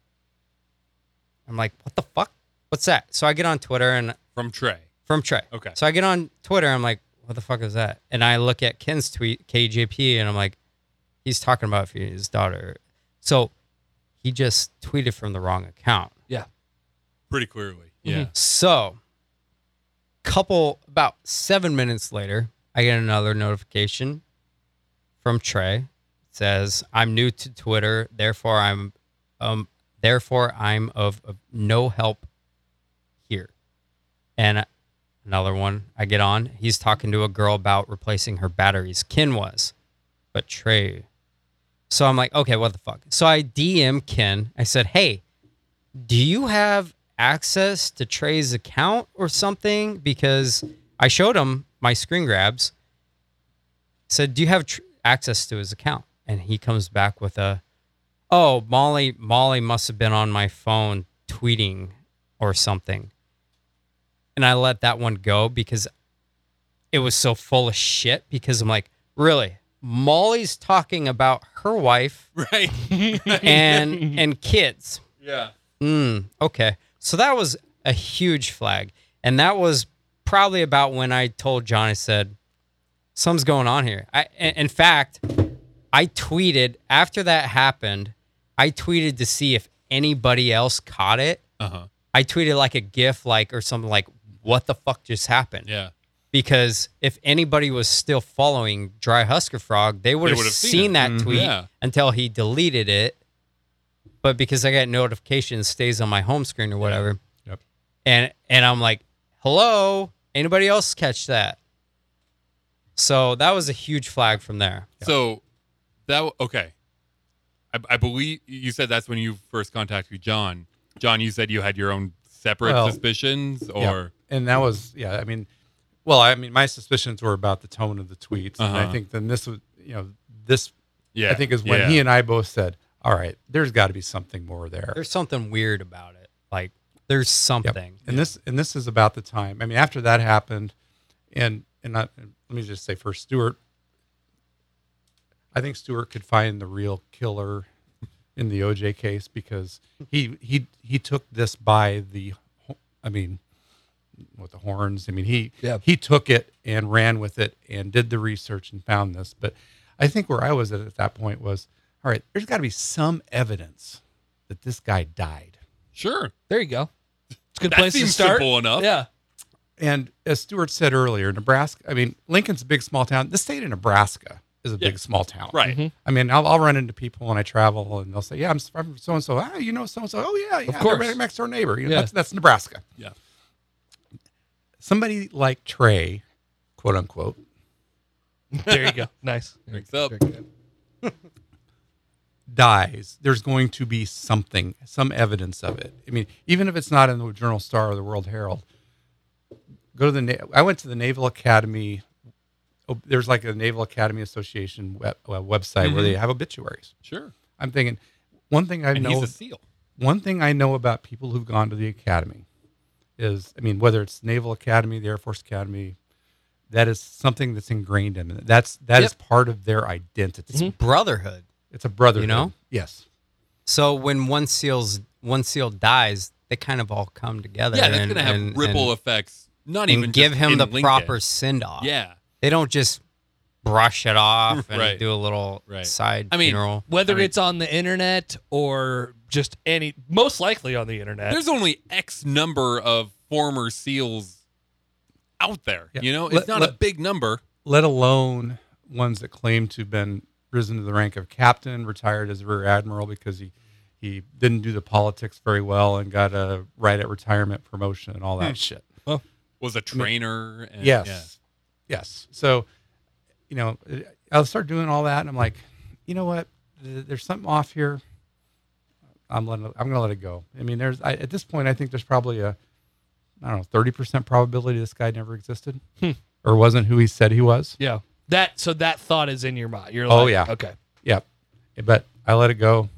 [SPEAKER 3] I'm like, what the fuck? What's that? So I get on Twitter and
[SPEAKER 1] From Trey.
[SPEAKER 3] from Trey.
[SPEAKER 1] Okay.
[SPEAKER 3] So I get on Twitter. I'm like, what the fuck is that? And I look at Ken's tweet, KJP, and I'm like, he's talking about his daughter. So he just tweeted from the wrong account.
[SPEAKER 1] Pretty clearly.
[SPEAKER 2] Mm-hmm.
[SPEAKER 1] Yeah.
[SPEAKER 3] So, couple about seven minutes later, I get another notification from Trey. It says, "I'm new to Twitter, therefore I'm, um, therefore I'm of, of no help here." And another one, I get on. He's talking to a girl about replacing her batteries. Ken was, but Trey. So I'm like, okay, what the fuck? So I DM Ken. I said, hey, do you have access to Trey's account or something? Because I showed him my screen grabs. Said, do you have tr- access to his account? And he comes back with a, oh, Molly, Molly must have been on my phone tweeting or something. And I let that one go because it was so full of shit. Because I'm like, really? Molly's talking about her wife
[SPEAKER 1] Right.
[SPEAKER 3] and and kids.
[SPEAKER 1] yeah.
[SPEAKER 3] Mm, okay. So that was a huge flag. And that was probably about when I told John, I said, something's going on here. I, in in fact, I tweeted after that happened, I tweeted to see if anybody else caught it.
[SPEAKER 1] Uh huh.
[SPEAKER 3] I tweeted like a GIF, like, or something like, what the fuck just happened?
[SPEAKER 1] Yeah.
[SPEAKER 3] Because if anybody was still following Dry Husker Frog, they would have
[SPEAKER 1] would've
[SPEAKER 3] seen,
[SPEAKER 1] seen it. Mm-hmm.
[SPEAKER 3] that
[SPEAKER 4] Mhm.
[SPEAKER 3] tweet
[SPEAKER 1] Yeah.
[SPEAKER 3] until he deleted it. But because I got notifications, stays on my home screen or whatever.
[SPEAKER 4] Yep.
[SPEAKER 3] And and I'm like, hello, anybody else catch that? So that was a huge flag from there.
[SPEAKER 1] So that w- okay. I, I believe you said that's when you first contacted John. John, you said you had your own separate
[SPEAKER 4] Well,
[SPEAKER 1] suspicions,
[SPEAKER 4] Yeah.
[SPEAKER 1] or
[SPEAKER 4] and that was yeah i mean Well, I mean, my suspicions were about the tone of the tweets, and I
[SPEAKER 1] Uh-huh.
[SPEAKER 4] think then this was, you know, this
[SPEAKER 1] Yeah,
[SPEAKER 4] I think is when
[SPEAKER 1] yeah.
[SPEAKER 4] he and I both said, "All right, there's got to be something more there."
[SPEAKER 3] There's something weird about it. Like there's something.
[SPEAKER 4] and this and this is about the time. I mean, after that happened, and and I, let me just say first, Stewart. I think Stewart could find the real killer in the OJ case because he he he took this by the, I mean, with the horns. I mean, he
[SPEAKER 2] Yeah.
[SPEAKER 4] he took it and ran with it and did the research and found this. But I think where I was at at that point was, all right, there's got to be some evidence that this guy died.
[SPEAKER 1] sure.
[SPEAKER 2] There you go. It's a good
[SPEAKER 1] That
[SPEAKER 2] place to
[SPEAKER 1] seems
[SPEAKER 2] start.
[SPEAKER 1] simple enough.
[SPEAKER 2] Yeah.
[SPEAKER 4] and as Stuart said earlier, Nebraska, I mean, Lincoln's a big small town. The state of Nebraska is a
[SPEAKER 1] Yeah.
[SPEAKER 4] big small town.
[SPEAKER 1] Right.
[SPEAKER 2] Mm-hmm.
[SPEAKER 4] I mean, I'll, I'll run into people when I travel and they'll say, Yeah, I'm s- from so and so. Ah, you know so and so. Oh, yeah. yeah
[SPEAKER 2] course.
[SPEAKER 4] They're my next door neighbor. You know,
[SPEAKER 2] Yeah.
[SPEAKER 4] that's, that's Nebraska.
[SPEAKER 1] Yeah.
[SPEAKER 4] Somebody like Trey, quote unquote,
[SPEAKER 2] There you go. Nice.
[SPEAKER 1] Thanks up.
[SPEAKER 4] dies, there's going to be something, some evidence of it. I mean, even if it's not in the Journal Star or the World Herald, go to the. Na- I went to the Naval Academy. oh, There's like a Naval Academy Association web, uh, website where they have obituaries.
[SPEAKER 1] Sure.
[SPEAKER 4] I'm thinking, one thing I
[SPEAKER 1] Mm-hmm. And
[SPEAKER 4] know,
[SPEAKER 1] he's a seal.
[SPEAKER 4] one thing I know about people who've gone to the academy is, I mean, whether it's Naval Academy, the Air Force Academy, that is something that's ingrained in them. That's that is part of their identity.
[SPEAKER 1] Mm-hmm.
[SPEAKER 3] It's brotherhood.
[SPEAKER 4] It's a brotherhood.
[SPEAKER 3] know?
[SPEAKER 4] Yes.
[SPEAKER 3] So when one seal's one seal dies, they kind of all come together.
[SPEAKER 1] Yeah, that's
[SPEAKER 3] and-
[SPEAKER 1] gonna have
[SPEAKER 3] and-
[SPEAKER 1] ripple
[SPEAKER 3] and-
[SPEAKER 1] effects. Not
[SPEAKER 3] and
[SPEAKER 1] even
[SPEAKER 3] give
[SPEAKER 1] just
[SPEAKER 3] him
[SPEAKER 1] in
[SPEAKER 3] the
[SPEAKER 1] Lincoln.
[SPEAKER 3] proper send off.
[SPEAKER 1] Yeah.
[SPEAKER 3] They don't just brush it [laughs] off and
[SPEAKER 1] Right.
[SPEAKER 3] do a little
[SPEAKER 1] Right.
[SPEAKER 3] side
[SPEAKER 1] I mean,
[SPEAKER 3] funeral.
[SPEAKER 2] Whether
[SPEAKER 1] I mean-
[SPEAKER 2] it's on the internet or just any, most likely on the internet.
[SPEAKER 1] There's only X number of former SEALs out there.
[SPEAKER 4] Yeah.
[SPEAKER 1] You know, it's
[SPEAKER 4] Let-
[SPEAKER 1] not a
[SPEAKER 4] let-
[SPEAKER 1] big number.
[SPEAKER 4] let alone ones that claim to have been risen to the rank of captain, retired as rear admiral because he he didn't do the politics very well and got a right at retirement promotion and all
[SPEAKER 2] Hmm,
[SPEAKER 4] that shit.
[SPEAKER 1] Was a trainer. And,
[SPEAKER 4] Yes,
[SPEAKER 1] yeah.
[SPEAKER 4] yes. So, you know, I'll start doing all that, and I'm like, you know what? Th- There's something off here. I'm letting. I'm gonna let it go. I mean, there's I, at this point, I think there's probably a, I don't know, thirty percent probability this guy never existed, or wasn't who he said he was.
[SPEAKER 2] yeah. That so that thought is in your mind. You're like,
[SPEAKER 4] Oh, yeah.
[SPEAKER 2] okay.
[SPEAKER 4] Yep. But I let it go.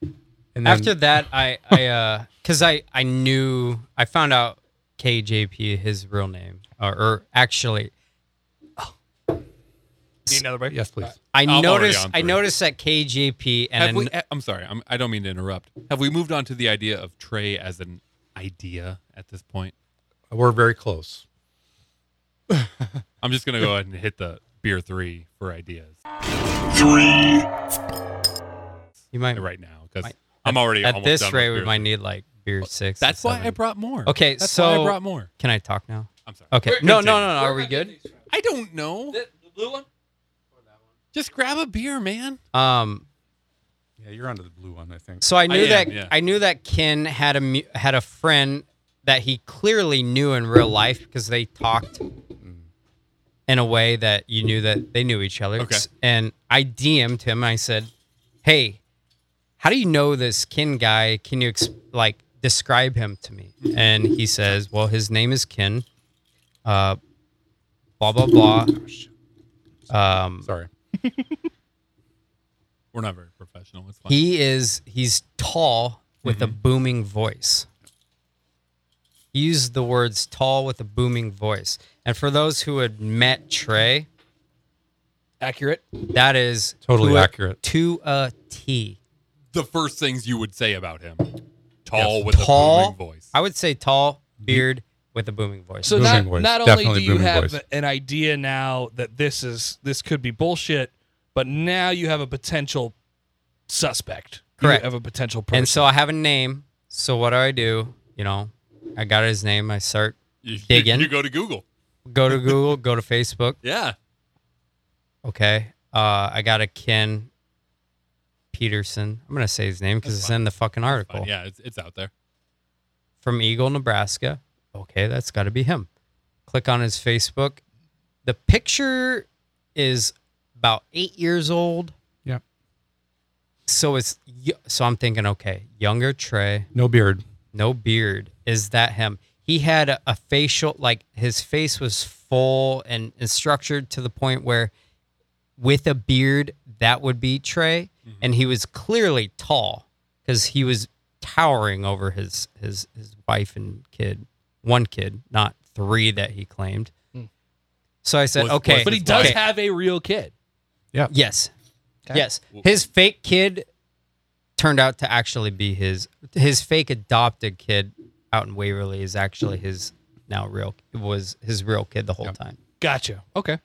[SPEAKER 4] And then,
[SPEAKER 3] After that, I I uh, [laughs] because I I knew I found out KJP his real name or, or actually
[SPEAKER 2] Need another break?
[SPEAKER 4] yes, please.
[SPEAKER 3] I
[SPEAKER 1] I'm already
[SPEAKER 3] noticed
[SPEAKER 1] on
[SPEAKER 3] I
[SPEAKER 1] three.
[SPEAKER 3] noticed that KJP and
[SPEAKER 1] Have
[SPEAKER 3] then
[SPEAKER 1] we, I'm sorry. I'm, I don't mean to interrupt. Have we moved on to the idea of Trey as an idea at this point?
[SPEAKER 4] We're very close.
[SPEAKER 1] I'm just gonna go ahead and hit the beer three for ideas
[SPEAKER 3] you might
[SPEAKER 1] right now because
[SPEAKER 3] Might-
[SPEAKER 1] I'm already
[SPEAKER 3] at
[SPEAKER 1] almost
[SPEAKER 3] this
[SPEAKER 1] done with
[SPEAKER 3] rate we
[SPEAKER 1] beer
[SPEAKER 3] might
[SPEAKER 1] three.
[SPEAKER 3] need like beer six. or
[SPEAKER 1] That's why I
[SPEAKER 3] seven.
[SPEAKER 1] brought more.
[SPEAKER 3] Okay,
[SPEAKER 1] That's why
[SPEAKER 3] so-
[SPEAKER 1] I brought more.
[SPEAKER 3] Can I talk now?
[SPEAKER 1] I'm sorry.
[SPEAKER 3] Okay.
[SPEAKER 2] We're
[SPEAKER 3] No,
[SPEAKER 1] continuing.
[SPEAKER 3] no, no, no. Are we good?
[SPEAKER 1] I don't know.
[SPEAKER 2] The blue one?
[SPEAKER 1] Just grab a beer, man.
[SPEAKER 3] Um.
[SPEAKER 4] Yeah, you're onto the blue one, I think.
[SPEAKER 3] So I knew
[SPEAKER 1] am,
[SPEAKER 3] that
[SPEAKER 1] yeah.
[SPEAKER 3] I knew that Ken had a mu- had a friend that he clearly knew in real life because they talked in a way that you knew that they knew each other.
[SPEAKER 1] Okay.
[SPEAKER 3] And I DM'd him. I said, "Hey, how do you know this Ken guy? Can you ex- like describe him to me?" And he says, "Well, his name is Ken. Uh, blah blah blah.
[SPEAKER 1] Oh,
[SPEAKER 3] Um,
[SPEAKER 4] Sorry.
[SPEAKER 1] We're not very professional. It's fine.
[SPEAKER 3] He is he's tall with a
[SPEAKER 1] Mm-hmm.
[SPEAKER 3] booming voice. He used the words tall with a booming voice. And for those who had met Trey,
[SPEAKER 2] Accurate.
[SPEAKER 3] that is
[SPEAKER 4] Totally
[SPEAKER 3] to a-
[SPEAKER 4] accurate.
[SPEAKER 3] to a T.
[SPEAKER 1] the first things you would say about him. Tall with a
[SPEAKER 3] Tall
[SPEAKER 1] booming voice.
[SPEAKER 3] I would say tall, beard with a booming voice.
[SPEAKER 2] So
[SPEAKER 4] Booming
[SPEAKER 2] not,
[SPEAKER 4] voice.
[SPEAKER 2] not only
[SPEAKER 4] Definitely
[SPEAKER 2] do you
[SPEAKER 4] booming
[SPEAKER 2] have
[SPEAKER 4] voice.
[SPEAKER 2] an idea now that this is this could be bullshit, but now you have a potential suspect.
[SPEAKER 3] Correct.
[SPEAKER 2] You have a potential person.
[SPEAKER 3] and so I have a name. So what do I do? You know, I got his name. I start
[SPEAKER 1] you,
[SPEAKER 3] digging.
[SPEAKER 1] You, you go to Google.
[SPEAKER 3] go
[SPEAKER 1] [laughs]
[SPEAKER 3] to Google, go to Facebook.
[SPEAKER 1] Yeah.
[SPEAKER 3] Okay. Uh, I got a Ken Peterson. I'm gonna say his name because it's in the fucking
[SPEAKER 1] But
[SPEAKER 3] article.
[SPEAKER 1] yeah, it's, it's out there.
[SPEAKER 3] From Eagle, Nebraska. Okay, that's got to be him. Click on his Facebook. The picture is about eight years old.
[SPEAKER 4] Yeah.
[SPEAKER 3] So it's y- so I'm thinking, okay, younger Trey,
[SPEAKER 4] No beard.
[SPEAKER 3] no beard. Is that him? he had a, a facial like his face was full and, and structured to the point where with a beard that would be Trey
[SPEAKER 1] Mm-hmm.
[SPEAKER 3] and he was clearly tall cuz he was towering over his his his wife and kid one kid not three that he claimed
[SPEAKER 2] Hmm.
[SPEAKER 3] so i said
[SPEAKER 1] Was-
[SPEAKER 3] okay
[SPEAKER 1] was
[SPEAKER 2] But he does
[SPEAKER 3] okay.
[SPEAKER 2] have a real kid.
[SPEAKER 3] Yes.
[SPEAKER 2] Okay.
[SPEAKER 3] Yes.
[SPEAKER 1] Well-
[SPEAKER 3] His fake kid turned out to actually be his his fake adopted kid out in Waverly is actually his now real it was his real kid the whole
[SPEAKER 4] Yep.
[SPEAKER 3] time.
[SPEAKER 2] Gotcha. Okay.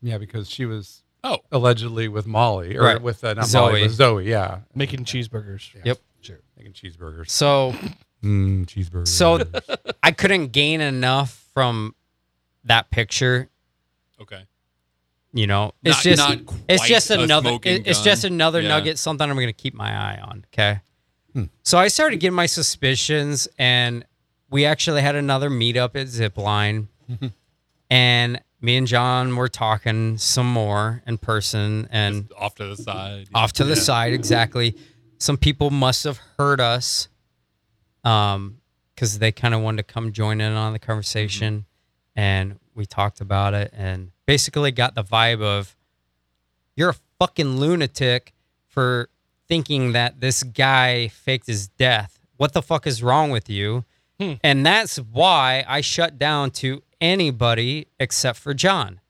[SPEAKER 4] Yeah, because she was
[SPEAKER 1] Oh.
[SPEAKER 4] allegedly with Molly or
[SPEAKER 3] Right.
[SPEAKER 4] with uh, not
[SPEAKER 3] Zoe.
[SPEAKER 4] Molly, with Zoe. Yeah,
[SPEAKER 2] Making cheeseburgers.
[SPEAKER 4] Yeah.
[SPEAKER 3] Yep.
[SPEAKER 2] Sure.
[SPEAKER 4] making cheeseburgers.
[SPEAKER 3] So
[SPEAKER 4] Mm, cheeseburgers.
[SPEAKER 3] So- I couldn't gain enough from that picture,
[SPEAKER 1] Okay.
[SPEAKER 3] you know. It's
[SPEAKER 1] Not-
[SPEAKER 3] just
[SPEAKER 1] not
[SPEAKER 3] it's
[SPEAKER 1] quite
[SPEAKER 3] just
[SPEAKER 1] a
[SPEAKER 3] another
[SPEAKER 1] smoking
[SPEAKER 3] it- it's
[SPEAKER 1] gun.
[SPEAKER 3] just another
[SPEAKER 1] Yeah.
[SPEAKER 3] nugget something I'm going to keep my eye on, okay?
[SPEAKER 4] Hmm.
[SPEAKER 3] So I started getting my suspicions and we actually had another meetup at Zipline. and me and John were talking some more in person and
[SPEAKER 1] Just off to the side.
[SPEAKER 3] off to the
[SPEAKER 1] Yeah.
[SPEAKER 3] side exactly. Some people must have heard us um cuz they kind of wanted to come join in on the conversation and we talked about it and basically got the vibe of you're a fucking lunatic for thinking that this guy faked his death. What the fuck is wrong with you?
[SPEAKER 2] Hmm.
[SPEAKER 3] And that's why I shut down to anybody except for John.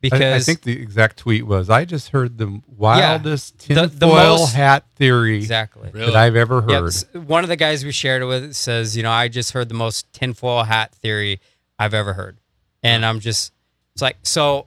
[SPEAKER 3] Because
[SPEAKER 4] I, I think the exact tweet was, "I just heard the wildest
[SPEAKER 3] The-
[SPEAKER 4] tinfoil
[SPEAKER 3] the most-
[SPEAKER 4] hat theory
[SPEAKER 3] exactly.
[SPEAKER 1] Really?
[SPEAKER 4] that I've ever heard."
[SPEAKER 3] Yep. s- One of the guys we shared it with says, you know, I just heard the most tinfoil hat theory I've ever heard. And I'm just, it's like, so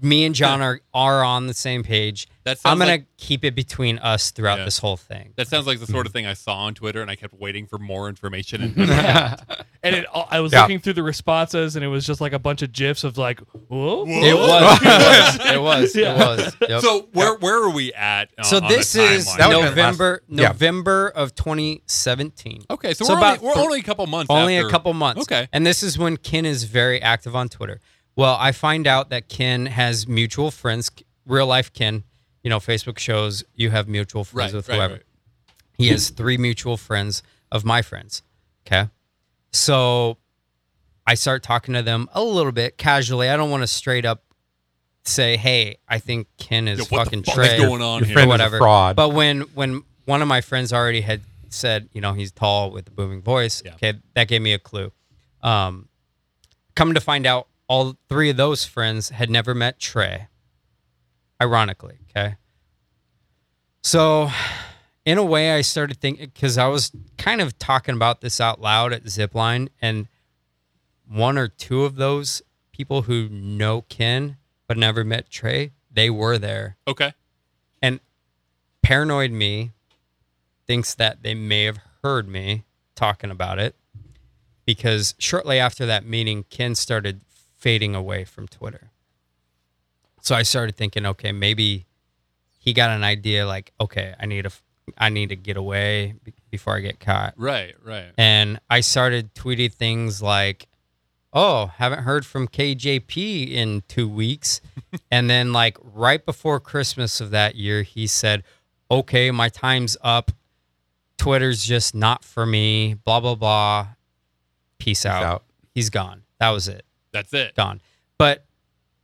[SPEAKER 3] me and John are, are on the same page.
[SPEAKER 1] That sounds
[SPEAKER 3] I'm going
[SPEAKER 1] like-
[SPEAKER 3] to keep it between us throughout
[SPEAKER 1] Yeah.
[SPEAKER 3] this whole thing.
[SPEAKER 1] That sounds like the sort of thing I saw on Twitter, and I kept waiting for more information. And
[SPEAKER 3] Mm-hmm.
[SPEAKER 1] never got.
[SPEAKER 2] And it, I was
[SPEAKER 4] Yeah.
[SPEAKER 2] looking through the responses, and it was just like a bunch of gifs of like, whoa.
[SPEAKER 1] [laughs]
[SPEAKER 3] It
[SPEAKER 2] [laughs]
[SPEAKER 3] was. [laughs] It was. It was.
[SPEAKER 2] Yeah.
[SPEAKER 3] It was. Yep.
[SPEAKER 1] so where where are we at? on-
[SPEAKER 3] So
[SPEAKER 1] on the
[SPEAKER 3] this is
[SPEAKER 1] timeline?
[SPEAKER 4] That would've been
[SPEAKER 3] November
[SPEAKER 4] last- yeah.
[SPEAKER 3] November of 2017.
[SPEAKER 1] okay. So,
[SPEAKER 3] so
[SPEAKER 1] we're
[SPEAKER 3] about
[SPEAKER 1] only, we're
[SPEAKER 3] th-
[SPEAKER 1] only a couple months.
[SPEAKER 3] Only
[SPEAKER 1] after-
[SPEAKER 3] a couple months.
[SPEAKER 1] Okay.
[SPEAKER 3] And this is when Ken is very active on Twitter. Well, I find out that Ken has mutual friends, real life Ken. You know, Facebook shows you have mutual friends
[SPEAKER 1] Right,
[SPEAKER 3] with
[SPEAKER 1] right,
[SPEAKER 3] whoever.
[SPEAKER 1] right.
[SPEAKER 3] He has three mutual friends of my friends. Okay. So I start talking to them a little bit casually. I don't want to straight up say, hey, I think Ken is
[SPEAKER 1] Yo, what
[SPEAKER 3] fucking
[SPEAKER 1] the fuck
[SPEAKER 3] Trey
[SPEAKER 1] is going on
[SPEAKER 4] Your
[SPEAKER 1] here?
[SPEAKER 4] friend
[SPEAKER 3] whatever.
[SPEAKER 4] is a fraud.
[SPEAKER 3] But when when one of my friends already had said, you know, he's tall with a booming voice,
[SPEAKER 1] Yeah.
[SPEAKER 3] okay, that gave me a clue. Um, come to find out, all three of those friends had never met Trey. Ironically, okay. So, in a way, I started thinking because I was kind of talking about this out loud at Zipline, and one or two of those people who know Ken but never met Trey, they were there
[SPEAKER 1] Okay.
[SPEAKER 3] paranoid me thinks that they may have heard me talking about it because shortly after that meeting, Ken started fading away from Twitter. So I started thinking, okay, maybe he got an idea like, okay, I need to, I need to get away be- before I get caught.
[SPEAKER 1] Right. Right.
[SPEAKER 3] And I started tweeting things like, oh, haven't heard from KJP in two weeks. [laughs] and then, like, right before Christmas of that year, he said, okay, my time's up. Twitter's just not for me, blah, blah, blah. Peace out.
[SPEAKER 4] out.
[SPEAKER 3] He's gone. That was it.
[SPEAKER 1] That's it.
[SPEAKER 3] Gone. But,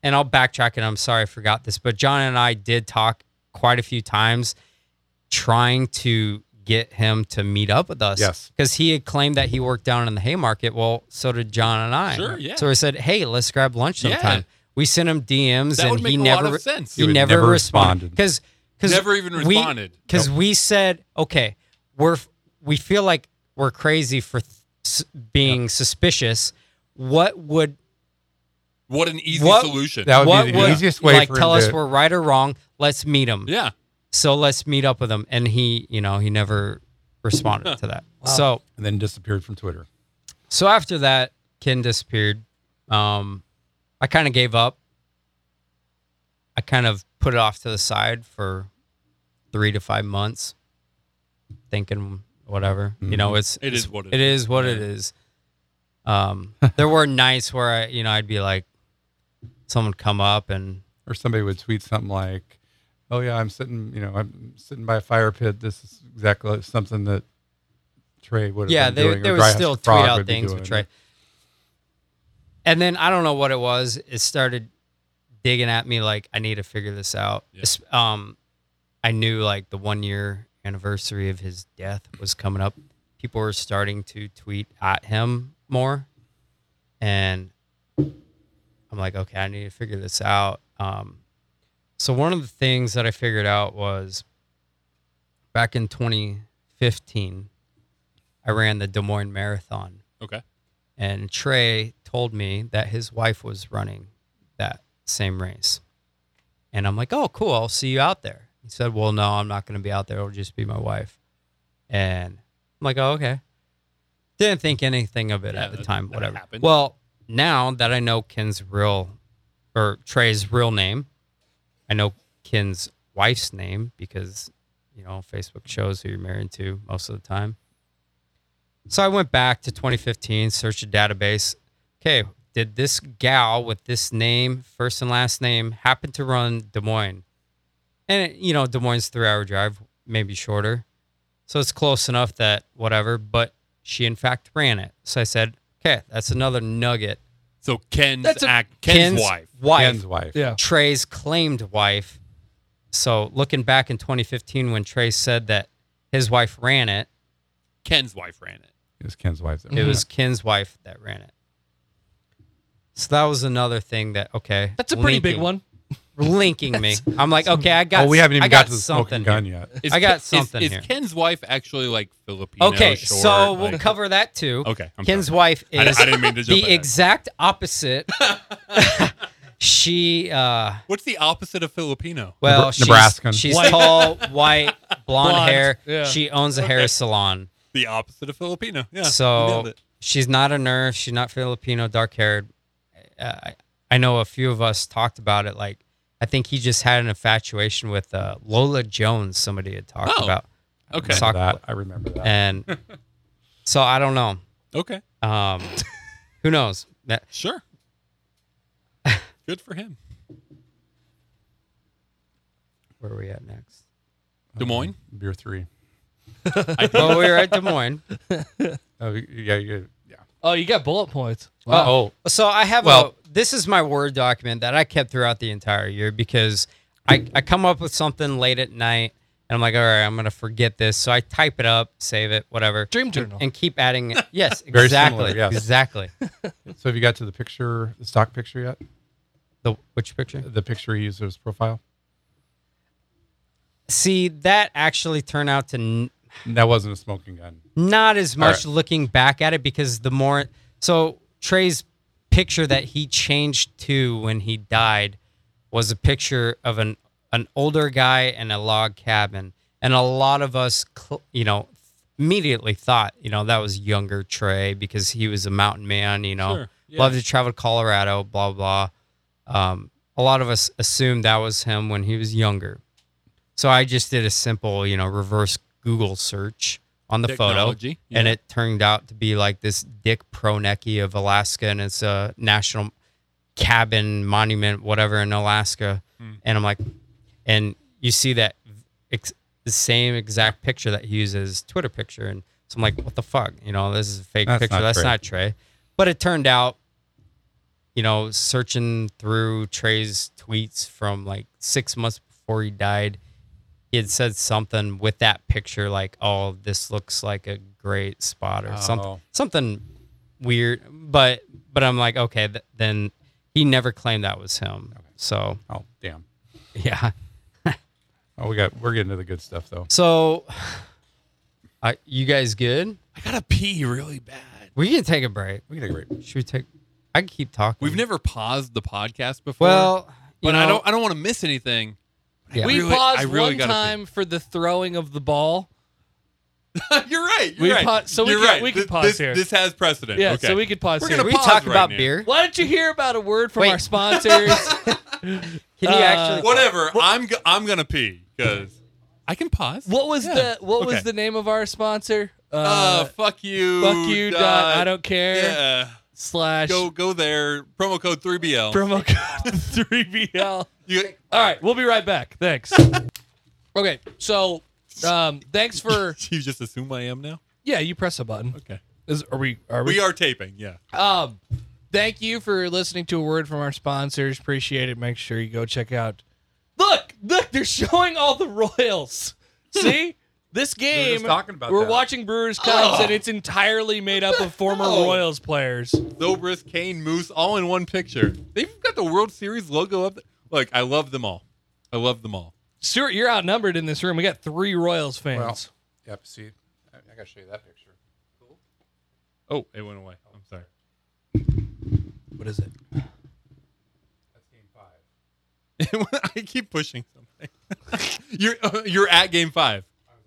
[SPEAKER 3] and I'll backtrack and I'm sorry I forgot this, but John and I did talk quite a few times trying to get him to meet up with us
[SPEAKER 4] Yes.
[SPEAKER 3] because he had claimed that he worked down in the Haymarket. Well, so did John and I.
[SPEAKER 1] Sure, yeah.
[SPEAKER 3] So I said, "Hey, let's grab lunch
[SPEAKER 1] Yeah.
[SPEAKER 3] sometime." We sent him DMs,
[SPEAKER 1] That
[SPEAKER 3] and
[SPEAKER 1] would make
[SPEAKER 3] he
[SPEAKER 1] a
[SPEAKER 3] never
[SPEAKER 1] lot of sense.
[SPEAKER 3] he
[SPEAKER 4] would
[SPEAKER 3] never,
[SPEAKER 4] never
[SPEAKER 3] responded
[SPEAKER 4] responded.
[SPEAKER 3] because
[SPEAKER 1] Never even responded.
[SPEAKER 3] because we said, "Okay, we're we feel like we're crazy for th- s- being suspicious. What would
[SPEAKER 1] What an easy
[SPEAKER 3] What-
[SPEAKER 1] solution.
[SPEAKER 4] That would
[SPEAKER 3] what
[SPEAKER 4] be the
[SPEAKER 3] would
[SPEAKER 4] easiest way
[SPEAKER 3] like
[SPEAKER 4] for
[SPEAKER 3] tell
[SPEAKER 4] him
[SPEAKER 3] us
[SPEAKER 4] to-
[SPEAKER 3] we're right or wrong? Let's meet him."
[SPEAKER 1] yeah.
[SPEAKER 3] So let's meet up with him, and he, you know, he never responded to that. So
[SPEAKER 4] and then disappeared from Twitter.
[SPEAKER 3] So after that, Ken disappeared. Um, I kind of gave up. I kind of put it off to the side for three to five months, thinking whatever. You know, it's
[SPEAKER 1] It
[SPEAKER 3] it's-
[SPEAKER 1] is what it
[SPEAKER 3] it is. What it
[SPEAKER 1] Yeah.
[SPEAKER 3] is. Um, there were [laughs] nights where I, you know, I'd be like, someone would come up and
[SPEAKER 4] Or somebody would tweet something like, "Oh yeah, I'm sitting, you know, I'm sitting by a fire pit. This is exactly something that Trey would have
[SPEAKER 3] yeah,
[SPEAKER 4] been
[SPEAKER 3] they
[SPEAKER 4] doing." or
[SPEAKER 3] they would
[SPEAKER 4] Dry House
[SPEAKER 3] still
[SPEAKER 4] Frog
[SPEAKER 3] tweet out
[SPEAKER 4] would be
[SPEAKER 3] things
[SPEAKER 4] doing.
[SPEAKER 3] with Trey. and then I don't know what it was. It started digging at me like I need to figure this out.
[SPEAKER 1] Yeah.
[SPEAKER 3] It's- Um, I knew like the one year anniversary of his death was coming up. People were starting to tweet at him more, and I'm like, okay, I need to figure this out. Um, so one of the things that I figured out was back in 2015, I ran the Des Moines Marathon
[SPEAKER 1] Okay.
[SPEAKER 3] and Trey told me that his wife was running that same race. And I'm like, "Oh, cool. I'll see you out there." He said, "Well, no, I'm not going to be out there. It'll just be my wife." And I'm like, "Oh, okay." Didn't think anything of it
[SPEAKER 1] Yeah,
[SPEAKER 3] at the
[SPEAKER 1] that-
[SPEAKER 3] time,
[SPEAKER 1] that
[SPEAKER 3] whatever.
[SPEAKER 1] happened.
[SPEAKER 3] Well, now that I know Ken's real or Trey's real name, I know Ken's wife's name because you know, Facebook shows who you're married to most of the time. So I went back to 2015, searched a database. Okay, did this gal with this name, first and last name, happen to run Des Moines? And it, you know, Des Moines three hour drive, maybe shorter, so it's close enough that whatever. But she in fact ran it. So I said, okay, that's another nugget.
[SPEAKER 1] So Ken's
[SPEAKER 2] That's a-
[SPEAKER 1] act, Ken's, wife.
[SPEAKER 4] Ken's wife.
[SPEAKER 2] Yeah.
[SPEAKER 3] Trey's claimed wife. So looking back in 2015, when Trey said that his wife ran it,
[SPEAKER 1] Ken's wife ran it.
[SPEAKER 4] It was Ken's wife. that
[SPEAKER 3] it
[SPEAKER 4] ran
[SPEAKER 3] was
[SPEAKER 2] Mm-hmm.
[SPEAKER 3] Ken's wife that ran it. So that was another thing that okay.
[SPEAKER 2] That's a pretty big
[SPEAKER 3] linking-
[SPEAKER 2] one.
[SPEAKER 3] Linking me, I'm like, okay, I got.
[SPEAKER 4] Oh, we haven't even
[SPEAKER 3] I
[SPEAKER 4] got,
[SPEAKER 3] got,
[SPEAKER 4] to the
[SPEAKER 3] something.
[SPEAKER 4] smoking
[SPEAKER 3] [laughs]
[SPEAKER 4] gun yet.
[SPEAKER 1] Is
[SPEAKER 3] I got
[SPEAKER 1] Ken-
[SPEAKER 3] something
[SPEAKER 1] Is,
[SPEAKER 3] here.
[SPEAKER 1] is Ken's wife actually like Filipino?
[SPEAKER 3] Okay,
[SPEAKER 1] short,
[SPEAKER 3] so we'll
[SPEAKER 1] like-
[SPEAKER 3] cover that too.
[SPEAKER 1] Okay, I'm
[SPEAKER 3] Ken's
[SPEAKER 1] sorry.
[SPEAKER 3] wife
[SPEAKER 1] I,
[SPEAKER 3] is
[SPEAKER 1] I didn't mean to jump.
[SPEAKER 3] the
[SPEAKER 1] ahead.
[SPEAKER 3] exact
[SPEAKER 1] [laughs]
[SPEAKER 3] opposite. she, uh,
[SPEAKER 1] What's the opposite of Filipino?
[SPEAKER 3] well,
[SPEAKER 4] Nebra-
[SPEAKER 3] she's,
[SPEAKER 4] Nebraskan.
[SPEAKER 3] She's
[SPEAKER 2] White.
[SPEAKER 3] tall, white, blonde,
[SPEAKER 2] Blonde,
[SPEAKER 3] hair.
[SPEAKER 2] yeah.
[SPEAKER 3] She owns a hair salon.
[SPEAKER 1] The opposite of Filipino. [laughs] Yeah. you nailed
[SPEAKER 3] so
[SPEAKER 1] it.
[SPEAKER 3] she's not a nurse. She's not Filipino, dark haired. I, I know a few of us talked about it. Like, I think he just had an infatuation with uh, Lola Jones. Somebody had talked
[SPEAKER 1] Oh,
[SPEAKER 3] about,
[SPEAKER 1] okay.
[SPEAKER 3] Soccer
[SPEAKER 4] That, I remember that.
[SPEAKER 3] and so I don't know.
[SPEAKER 1] Okay. [laughs]
[SPEAKER 3] Um, who knows? That,
[SPEAKER 2] [laughs]
[SPEAKER 1] Sure. Good for him.
[SPEAKER 3] where are we at next?
[SPEAKER 1] Des Moines.
[SPEAKER 4] Beer three.
[SPEAKER 1] I did.
[SPEAKER 3] Well, we were at Des Moines.
[SPEAKER 4] Oh, yeah, yeah, yeah.
[SPEAKER 2] Oh, you got bullet points.
[SPEAKER 3] Oh, so I have.
[SPEAKER 4] Well-
[SPEAKER 3] a, this is my word document that I kept throughout the entire year because I, I come up with something late at night and I'm like, all right, I'm gonna forget this. So I type it up, save it, whatever,
[SPEAKER 2] Dream journal.
[SPEAKER 3] and keep adding.
[SPEAKER 4] [laughs]
[SPEAKER 3] it. Yes,
[SPEAKER 4] Very
[SPEAKER 3] exactly,
[SPEAKER 4] similar, yes. [laughs]
[SPEAKER 3] exactly.
[SPEAKER 4] So have you got to the picture, the stock picture yet?
[SPEAKER 3] The which picture?
[SPEAKER 4] The picture he used as his profile.
[SPEAKER 3] See, that actually turned out to n-
[SPEAKER 4] That wasn't a smoking gun.
[SPEAKER 3] not as much
[SPEAKER 4] right.
[SPEAKER 3] looking back at it because the more so Trey's picture that he changed to when he died was a picture of an an older guy in a log cabin and a lot of us cl- you know immediately thought you know that was younger Trey because he was a mountain man you know
[SPEAKER 1] Sure, yeah.
[SPEAKER 3] loved to travel to Colorado blah blah um, a lot of us assumed that was him when he was younger so I just did a simple you know reverse Google search on the photo
[SPEAKER 1] Technology.
[SPEAKER 3] and it turned out to be like this Dick Pronecki of Alaska, and it's a national cabin monument, whatever, in Alaska.
[SPEAKER 1] Hmm.
[SPEAKER 3] And I'm like, and you see that ex- the same exact picture that he uses Twitter picture, and so I'm like, what the fuck, you know, this is a fake
[SPEAKER 4] That's
[SPEAKER 3] picture.
[SPEAKER 4] not
[SPEAKER 3] That's
[SPEAKER 4] Trey.
[SPEAKER 3] not Trey. But it turned out, you know, searching through Trey's tweets from like six months before he died, he had said something with that picture like oh this looks like a great spot or something
[SPEAKER 4] Oh.
[SPEAKER 3] something weird but but i'm like okay th- then he never claimed that was him
[SPEAKER 1] [laughs]
[SPEAKER 3] so
[SPEAKER 4] Oh, damn.
[SPEAKER 3] yeah
[SPEAKER 4] Oh, we got. We're getting to the good stuff though.
[SPEAKER 3] so uh, you guys good
[SPEAKER 1] I gotta pee really bad.
[SPEAKER 3] we can take a break
[SPEAKER 4] We get a great.
[SPEAKER 3] should we take i can keep talking
[SPEAKER 1] We've never paused the podcast before.
[SPEAKER 3] well you
[SPEAKER 1] but I
[SPEAKER 3] know,
[SPEAKER 1] don't. I don't want to miss anything.
[SPEAKER 3] Yeah.
[SPEAKER 2] we
[SPEAKER 1] really- I
[SPEAKER 2] paused
[SPEAKER 1] really
[SPEAKER 2] one
[SPEAKER 1] gotta pee.
[SPEAKER 2] time for the throwing of the ball.
[SPEAKER 1] [laughs] you're right. You're
[SPEAKER 2] We
[SPEAKER 1] right.
[SPEAKER 2] pa- so we
[SPEAKER 1] you're
[SPEAKER 2] can-
[SPEAKER 1] right.
[SPEAKER 2] we can
[SPEAKER 1] Th-
[SPEAKER 2] pause
[SPEAKER 1] this,
[SPEAKER 2] here.
[SPEAKER 1] This has precedent.
[SPEAKER 2] Yeah,
[SPEAKER 1] Okay.
[SPEAKER 2] so we could pause
[SPEAKER 1] We're
[SPEAKER 2] here.
[SPEAKER 1] gonna
[SPEAKER 3] we
[SPEAKER 1] pause
[SPEAKER 3] talk
[SPEAKER 1] right
[SPEAKER 3] about
[SPEAKER 1] now.
[SPEAKER 3] beer
[SPEAKER 2] Why don't you hear about a word from
[SPEAKER 3] Wait.
[SPEAKER 2] our [laughs] sponsors?
[SPEAKER 3] can you
[SPEAKER 2] Uh,
[SPEAKER 3] actually
[SPEAKER 1] Whatever. I'm. Go- I'm gonna pee because I can pause.
[SPEAKER 2] what was
[SPEAKER 1] Yeah.
[SPEAKER 2] the what was
[SPEAKER 1] Okay.
[SPEAKER 2] the name of our sponsor? Uh,
[SPEAKER 1] Uh, fuck you.
[SPEAKER 2] fuck you. dot, I don't care.
[SPEAKER 1] Yeah.
[SPEAKER 2] Slash
[SPEAKER 1] Go go there. Promo code 3BL.
[SPEAKER 2] promo code [laughs] three BL.
[SPEAKER 1] You-
[SPEAKER 2] [laughs] All right, we'll be right back. Thanks. okay, so um, thanks [laughs]
[SPEAKER 1] [laughs]
[SPEAKER 2] for
[SPEAKER 1] you just assume I am now.
[SPEAKER 2] yeah. You press a button.
[SPEAKER 1] Okay.
[SPEAKER 2] Is, are we? Are we?
[SPEAKER 1] We are taping. Yeah.
[SPEAKER 2] Um, Thank you for listening to a word from our sponsors. Appreciate it. Make sure you go check out. Look, look, they're showing all the
[SPEAKER 1] [laughs]
[SPEAKER 2] Royals. See? This
[SPEAKER 4] We were
[SPEAKER 2] game,
[SPEAKER 4] just talking about
[SPEAKER 2] we're
[SPEAKER 4] that.
[SPEAKER 2] watching Brewers Cubs,
[SPEAKER 1] Oh.
[SPEAKER 2] and it's entirely made up
[SPEAKER 1] [laughs]
[SPEAKER 2] of former
[SPEAKER 1] hell?
[SPEAKER 2] Royals players.
[SPEAKER 1] Zobrist, Kane, Moose, all in one picture. They've got the World Series logo up. There. Look, I love them all. I love them all.
[SPEAKER 2] Stuart, you're outnumbered in this room. We got three Royals
[SPEAKER 4] Well,
[SPEAKER 2] fans.
[SPEAKER 4] yep. See, I, I gotta show you that picture.
[SPEAKER 1] Oh, it went away. I'm sorry. [laughs]
[SPEAKER 2] what is it?
[SPEAKER 4] That's game five.
[SPEAKER 1] I keep pushing something. [laughs] you're uh, you're at Game Five.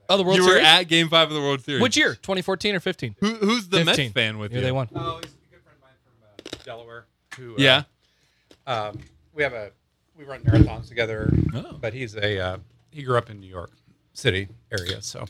[SPEAKER 2] Oh, the World
[SPEAKER 1] you were
[SPEAKER 2] Series.
[SPEAKER 1] at Game Five of the World Series.
[SPEAKER 2] Which
[SPEAKER 1] [laughs]
[SPEAKER 2] year? 2014 or 15?
[SPEAKER 1] Who, who's the Mets
[SPEAKER 2] 15.
[SPEAKER 1] fan with
[SPEAKER 2] Year
[SPEAKER 1] you?
[SPEAKER 2] they won.
[SPEAKER 4] Oh, he's a good friend of mine from uh, Delaware. Who, uh,
[SPEAKER 1] Yeah.
[SPEAKER 4] Um, we have a we run marathons together,
[SPEAKER 1] Oh.
[SPEAKER 4] but he's a uh, he grew up in New York City area, so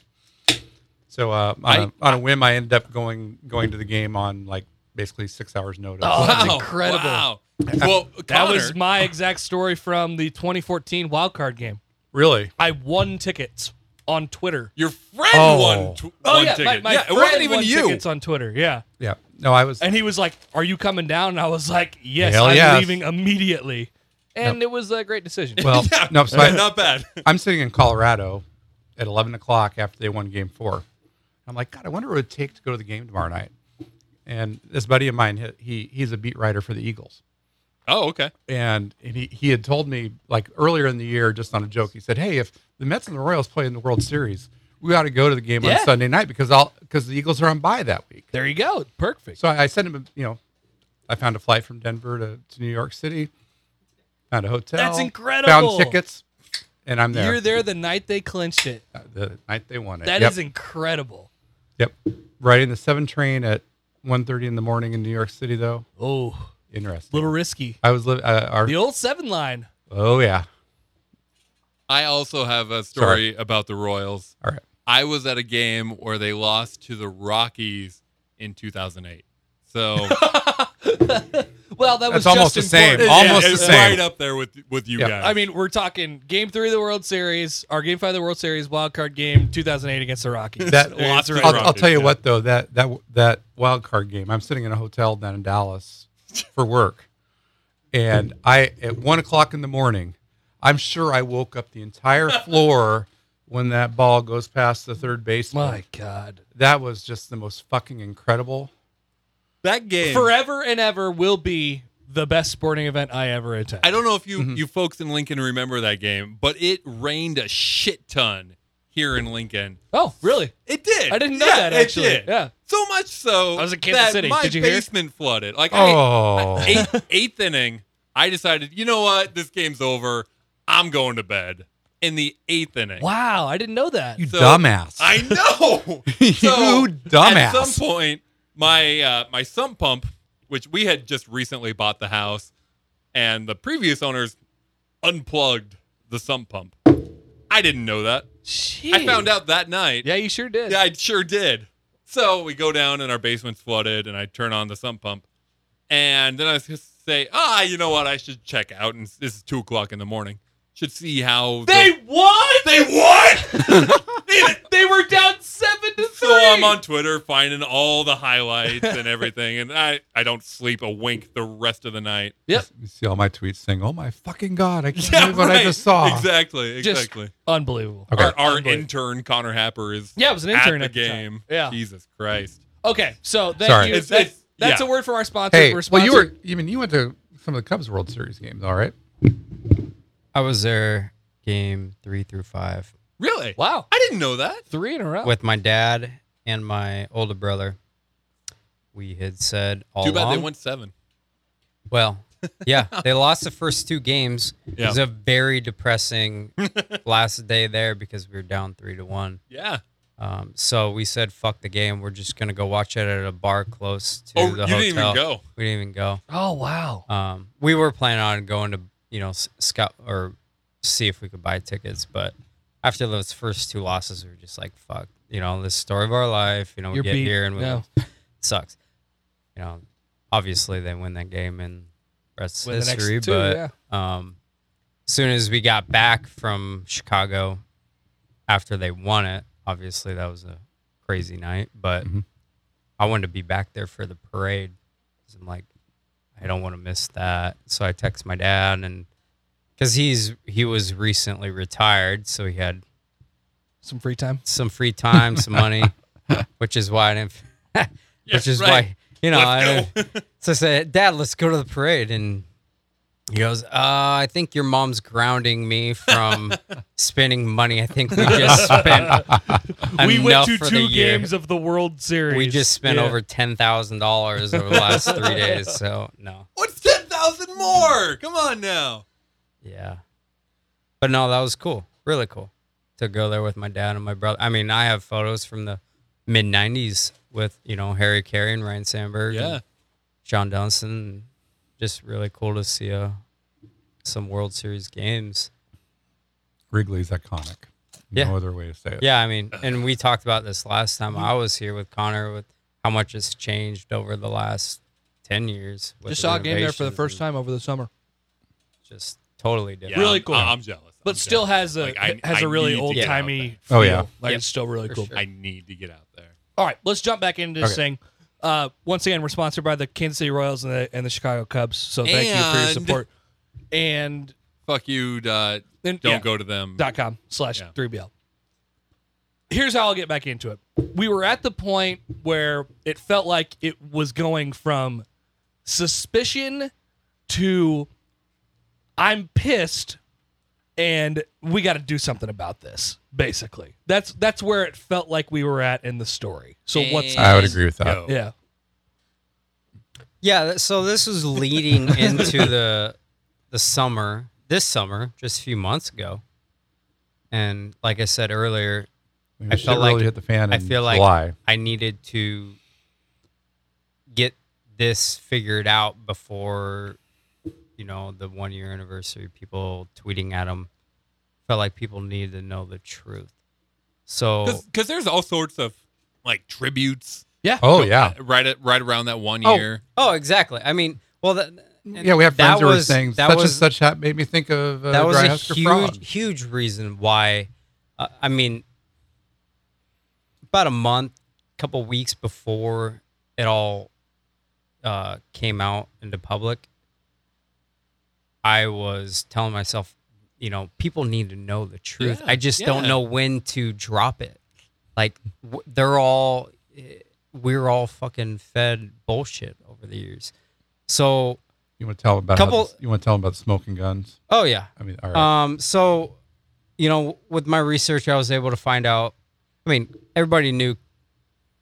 [SPEAKER 4] so uh, on, a- on a whim, I ended up going going to the game on like basically six hours notice.
[SPEAKER 2] Oh, that's incredible.
[SPEAKER 1] Wow. Well,
[SPEAKER 2] [laughs] That
[SPEAKER 1] Connor,
[SPEAKER 2] was my exact story from the 2014 wild card game.
[SPEAKER 4] [laughs] Really?
[SPEAKER 2] I won tickets on Twitter.
[SPEAKER 1] your friend
[SPEAKER 4] Oh.
[SPEAKER 1] won. Tw- won
[SPEAKER 2] yeah,
[SPEAKER 1] ticket.
[SPEAKER 2] my, my
[SPEAKER 1] yeah, it
[SPEAKER 2] friend
[SPEAKER 1] wasn't even
[SPEAKER 2] won
[SPEAKER 1] you.
[SPEAKER 2] Tickets on Twitter, yeah.
[SPEAKER 4] Yeah. No, I was.
[SPEAKER 2] And he was like, "Are you coming down?" And I was like, "Yes,
[SPEAKER 4] Hell
[SPEAKER 2] I'm
[SPEAKER 4] yes.
[SPEAKER 2] leaving immediately." And it was a great decision.
[SPEAKER 4] Well,
[SPEAKER 1] [laughs] yeah, [laughs]
[SPEAKER 4] no, so I,
[SPEAKER 1] not bad.
[SPEAKER 4] I'm sitting in Colorado at 11 o'clock after they won game four. I'm like, God, I wonder what it would take to go to the game tomorrow night. And this buddy of mine, he- he he's a beat writer for the Eagles.
[SPEAKER 1] Oh, okay.
[SPEAKER 4] And, and he, he had told me like earlier in the year, just on a joke, he said, Hey, if the Mets and the Royals play in the World Series, we ought to go to the game
[SPEAKER 2] Yeah.
[SPEAKER 4] on Sunday night because I'll because the Eagles are on bye that week.
[SPEAKER 2] there you go, perfect.
[SPEAKER 4] So I, I sent him, a, you know, I found a flight from Denver to, to New York City, found a hotel.
[SPEAKER 2] That's incredible.
[SPEAKER 4] Found tickets, and I'm there.
[SPEAKER 2] You're there the night they clinched it.
[SPEAKER 4] Uh, the night they won it.
[SPEAKER 2] That is
[SPEAKER 4] yep.
[SPEAKER 2] incredible.
[SPEAKER 4] Yep. Riding the seven train at 1.30 in the morning in New York City, though.
[SPEAKER 2] Oh,
[SPEAKER 4] Interesting.
[SPEAKER 2] little risky.
[SPEAKER 4] I was living. Uh, our,
[SPEAKER 2] The old seven line.
[SPEAKER 4] oh yeah.
[SPEAKER 1] I also have a story about the Royals.
[SPEAKER 4] All right.
[SPEAKER 1] I was at a game where they lost to the Rockies in 2008. So
[SPEAKER 2] Well, that was
[SPEAKER 4] That's almost
[SPEAKER 2] just
[SPEAKER 4] the same.
[SPEAKER 2] important.
[SPEAKER 4] Almost
[SPEAKER 1] Yeah,
[SPEAKER 4] the
[SPEAKER 1] it's
[SPEAKER 4] same.
[SPEAKER 1] right up there with with you
[SPEAKER 4] Yeah.
[SPEAKER 1] guys.
[SPEAKER 2] I mean, we're talking game three of the World Series, our game five of the World Series, wild card game, 2008 against the Rockies.
[SPEAKER 4] That
[SPEAKER 1] Lots of
[SPEAKER 4] I'll,
[SPEAKER 1] Rockies,
[SPEAKER 4] I'll tell you
[SPEAKER 1] yeah.
[SPEAKER 4] what though that that that wild card game. I'm sitting in a hotel down in Dallas for work,
[SPEAKER 1] [laughs]
[SPEAKER 4] and I at one o'clock in the morning, I'm sure I woke up the entire floor when that ball goes past the third baseman.
[SPEAKER 2] My God.
[SPEAKER 4] That was just the most fucking incredible.
[SPEAKER 1] that game.
[SPEAKER 2] Forever and ever will be the best sporting event I ever attend.
[SPEAKER 1] I don't know if you you folks in Lincoln remember that game, but it rained a shit ton here in Lincoln.
[SPEAKER 2] oh, really?
[SPEAKER 1] It did.
[SPEAKER 2] I didn't know
[SPEAKER 1] Yeah,
[SPEAKER 2] that,
[SPEAKER 1] it
[SPEAKER 2] actually.
[SPEAKER 1] did.
[SPEAKER 2] Yeah.
[SPEAKER 1] So much so
[SPEAKER 2] I was in Kansas
[SPEAKER 1] that
[SPEAKER 2] City.
[SPEAKER 1] my
[SPEAKER 2] Did you hear?
[SPEAKER 1] basement flooded. Like I-
[SPEAKER 4] Oh,
[SPEAKER 1] eighth, eighth inning, I decided, you know what, this game's over. I'm going to bed. In the eighth inning,
[SPEAKER 2] Wow, I didn't know that.
[SPEAKER 4] you
[SPEAKER 1] so-
[SPEAKER 4] dumbass! [laughs]
[SPEAKER 1] I know.
[SPEAKER 4] You
[SPEAKER 1] So,
[SPEAKER 4] dumbass.
[SPEAKER 1] At some point, my uh, my sump pump, which we had just recently bought the house, and the previous owners unplugged the sump pump. I didn't know that. I found out that night.
[SPEAKER 2] Yeah, you sure did.
[SPEAKER 1] [laughs] Yeah, I sure did. So we go down and our basement's flooded, and I turn on the sump pump, and then I was just say, ah, you know what? I should check out, and this is two o'clock in the morning. Should see how the-
[SPEAKER 2] won.
[SPEAKER 1] they what?
[SPEAKER 2] [laughs] they were down seven to
[SPEAKER 1] so I'm on Twitter finding all the
[SPEAKER 2] [laughs]
[SPEAKER 1] highlights and everything, and I I don't sleep a wink the rest of
[SPEAKER 2] [laughs]
[SPEAKER 1] the night.
[SPEAKER 4] You see all my tweets saying, "Oh my fucking god, I can't believe what I
[SPEAKER 1] right.
[SPEAKER 4] just saw."
[SPEAKER 1] Exactly,
[SPEAKER 2] Just-
[SPEAKER 1] exactly.
[SPEAKER 2] Unbelievable.
[SPEAKER 4] Okay.
[SPEAKER 1] Our, our
[SPEAKER 2] Unbelievable.
[SPEAKER 1] intern Connor Happer is
[SPEAKER 2] Yeah, I was an intern
[SPEAKER 1] at the
[SPEAKER 2] at the time.
[SPEAKER 1] game.
[SPEAKER 2] Yeah.
[SPEAKER 1] Jesus Christ.
[SPEAKER 2] Okay, so thank
[SPEAKER 4] Sorry.
[SPEAKER 2] you.
[SPEAKER 1] It's-
[SPEAKER 2] that's
[SPEAKER 1] it's-
[SPEAKER 2] that's
[SPEAKER 1] yeah.
[SPEAKER 2] a word from our sponsor.
[SPEAKER 4] Hey,
[SPEAKER 2] We're
[SPEAKER 4] well, you
[SPEAKER 2] sponsored-
[SPEAKER 4] were. You mean you went to some of the Cubs World Series games, all right?
[SPEAKER 3] I was there game three through five
[SPEAKER 1] Really?
[SPEAKER 2] wow
[SPEAKER 1] I didn't know that.
[SPEAKER 2] three in a
[SPEAKER 1] Oh.
[SPEAKER 2] row.
[SPEAKER 3] with my dad and my older brother. We had said all
[SPEAKER 1] Too bad they
[SPEAKER 3] along-
[SPEAKER 1] went seven. [laughs]
[SPEAKER 3] Well, yeah, they lost the first two games. It was
[SPEAKER 1] Yeah.
[SPEAKER 3] a very
[SPEAKER 1] [laughs]
[SPEAKER 3] depressing last day there because we were down three to one.
[SPEAKER 1] Yeah.
[SPEAKER 3] Um, so we said, "Fuck the game. We're just gonna go watch it at a bar close to
[SPEAKER 1] Oh,
[SPEAKER 3] the
[SPEAKER 1] you
[SPEAKER 3] hotel."
[SPEAKER 1] didn't even go.
[SPEAKER 3] We didn't even go.
[SPEAKER 2] Oh wow.
[SPEAKER 3] Um, we were planning on going to you know s- scout or see if we could buy tickets, but after those first two losses, we were just like, "Fuck," you know, this story of our life. You know, we
[SPEAKER 2] You're
[SPEAKER 3] get
[SPEAKER 2] beat.
[SPEAKER 3] here and we [laughs]
[SPEAKER 2] Yeah.
[SPEAKER 3] sucks. You know, obviously they win that game and rest
[SPEAKER 2] Win the
[SPEAKER 3] is
[SPEAKER 2] next
[SPEAKER 3] history.
[SPEAKER 2] two,
[SPEAKER 3] but um, as soon as we got back from Chicago after they won it, obviously that was a crazy night. But
[SPEAKER 4] Mhm.
[SPEAKER 3] I wanted to be back there for the parade. 'Cause I'm like, I don't want to miss that. So I text my dad and because he's he was recently retired, so he had
[SPEAKER 2] Some free time.
[SPEAKER 3] some free time, some money, which is why I didn't. [laughs] which is why you know. I
[SPEAKER 1] Let's
[SPEAKER 3] didn't- so I said, Dad, let's go to the parade, and he goes, uh, I think your mom's grounding
[SPEAKER 2] [laughs]
[SPEAKER 3] me from spending money. I think we just spent.
[SPEAKER 2] we went
[SPEAKER 3] enough
[SPEAKER 2] to
[SPEAKER 3] for
[SPEAKER 2] two
[SPEAKER 3] the year.
[SPEAKER 2] games of the World Series.
[SPEAKER 3] We just spent
[SPEAKER 2] Yeah.
[SPEAKER 3] over ten thousand dollars over the last three days. So no,
[SPEAKER 1] What's ten thousand more? Come on now.
[SPEAKER 3] yeah, but no, that was cool, really cool to go there with my dad and my brother. I mean, I have photos from the mid '90s with you know Harry Carey and Ryan Sandberg,
[SPEAKER 1] Yeah.
[SPEAKER 3] and John Dunson. Just really cool to see uh, some World Series games.
[SPEAKER 4] Wrigley's iconic.
[SPEAKER 3] Yeah.
[SPEAKER 4] No other way to say it.
[SPEAKER 3] Yeah, I mean, and we talked about this last time I was here with Connor with how much has changed over the last ten years. with
[SPEAKER 2] Just
[SPEAKER 3] the
[SPEAKER 2] saw a game there for the
[SPEAKER 3] renovations
[SPEAKER 2] first
[SPEAKER 3] and
[SPEAKER 2] time over the summer.
[SPEAKER 3] Just totally different.
[SPEAKER 1] Yeah,
[SPEAKER 2] Really
[SPEAKER 1] I'm-
[SPEAKER 2] cool.
[SPEAKER 1] I'm, jealous.
[SPEAKER 2] But
[SPEAKER 1] I'm
[SPEAKER 2] still
[SPEAKER 1] jealous.
[SPEAKER 2] has a
[SPEAKER 1] Like, I-
[SPEAKER 2] has
[SPEAKER 1] I
[SPEAKER 2] a really
[SPEAKER 1] need to
[SPEAKER 2] old
[SPEAKER 1] get out
[SPEAKER 2] timey.
[SPEAKER 1] there.
[SPEAKER 2] Feel.
[SPEAKER 4] Oh, yeah.
[SPEAKER 2] like
[SPEAKER 3] Yep.
[SPEAKER 2] it's still really
[SPEAKER 3] For
[SPEAKER 2] cool.
[SPEAKER 3] sure.
[SPEAKER 1] I need to get out there.
[SPEAKER 2] All right, let's jump back into this
[SPEAKER 4] Okay.
[SPEAKER 2] thing. Uh, once again, we're sponsored by the Kansas City Royals and the and the Chicago Cubs. So thank you for your
[SPEAKER 1] And-
[SPEAKER 2] support. And
[SPEAKER 1] Fuck you. Uh,
[SPEAKER 2] then
[SPEAKER 1] don't
[SPEAKER 2] yeah.
[SPEAKER 1] go to them.
[SPEAKER 2] dot com slash
[SPEAKER 1] Yeah.
[SPEAKER 2] 3BL. Here's how I'll get back into it. We were at the point where it felt like it was going from suspicion to I'm pissed and we got to do something about this. Basically, that's that's where it felt like we were at in the story. So what's
[SPEAKER 4] I would agree with that.
[SPEAKER 1] Go.
[SPEAKER 2] yeah
[SPEAKER 3] Yeah, th- so this was
[SPEAKER 4] [laughs]
[SPEAKER 3] leading into the the summer, this summer, just a few months ago. And like I said earlier,
[SPEAKER 4] I, mean,
[SPEAKER 3] I
[SPEAKER 4] shit
[SPEAKER 3] felt like-
[SPEAKER 4] really hit the fan.
[SPEAKER 3] I
[SPEAKER 4] in
[SPEAKER 3] feel like-
[SPEAKER 4] July.
[SPEAKER 3] I needed to get this figured out before you know the one year anniversary people tweeting at them felt like people needed to know the truth so
[SPEAKER 1] Because there's all sorts of like tributes Uh,
[SPEAKER 4] Oh yeah,
[SPEAKER 1] right at, right around that one
[SPEAKER 3] Oh.
[SPEAKER 1] year.
[SPEAKER 3] oh exactly i mean well that,
[SPEAKER 4] yeah. We have
[SPEAKER 3] that
[SPEAKER 4] friends who were
[SPEAKER 3] was-
[SPEAKER 4] saying
[SPEAKER 3] that
[SPEAKER 4] such and
[SPEAKER 3] was-
[SPEAKER 4] such hat made me think of uh,
[SPEAKER 3] that was
[SPEAKER 4] Dry
[SPEAKER 3] a
[SPEAKER 4] Husker
[SPEAKER 3] huge,
[SPEAKER 4] Frog.
[SPEAKER 3] huge reason why. Uh, I mean, about a month, couple weeks before it all uh, came out into public, I was telling myself, you know, people need to know the truth.
[SPEAKER 1] Yeah,
[SPEAKER 3] I just don't
[SPEAKER 1] yeah.
[SPEAKER 3] know when to drop it. Like w- they're all, eh, we're all fucking fed bullshit over the years. So,
[SPEAKER 4] You want to tell them about
[SPEAKER 3] Couple-
[SPEAKER 4] couple, you want to tell them about smoking guns?
[SPEAKER 3] oh yeah,
[SPEAKER 4] I mean, all right.
[SPEAKER 3] Um, so, you know, with my research, I was able to find out. I mean, everybody knew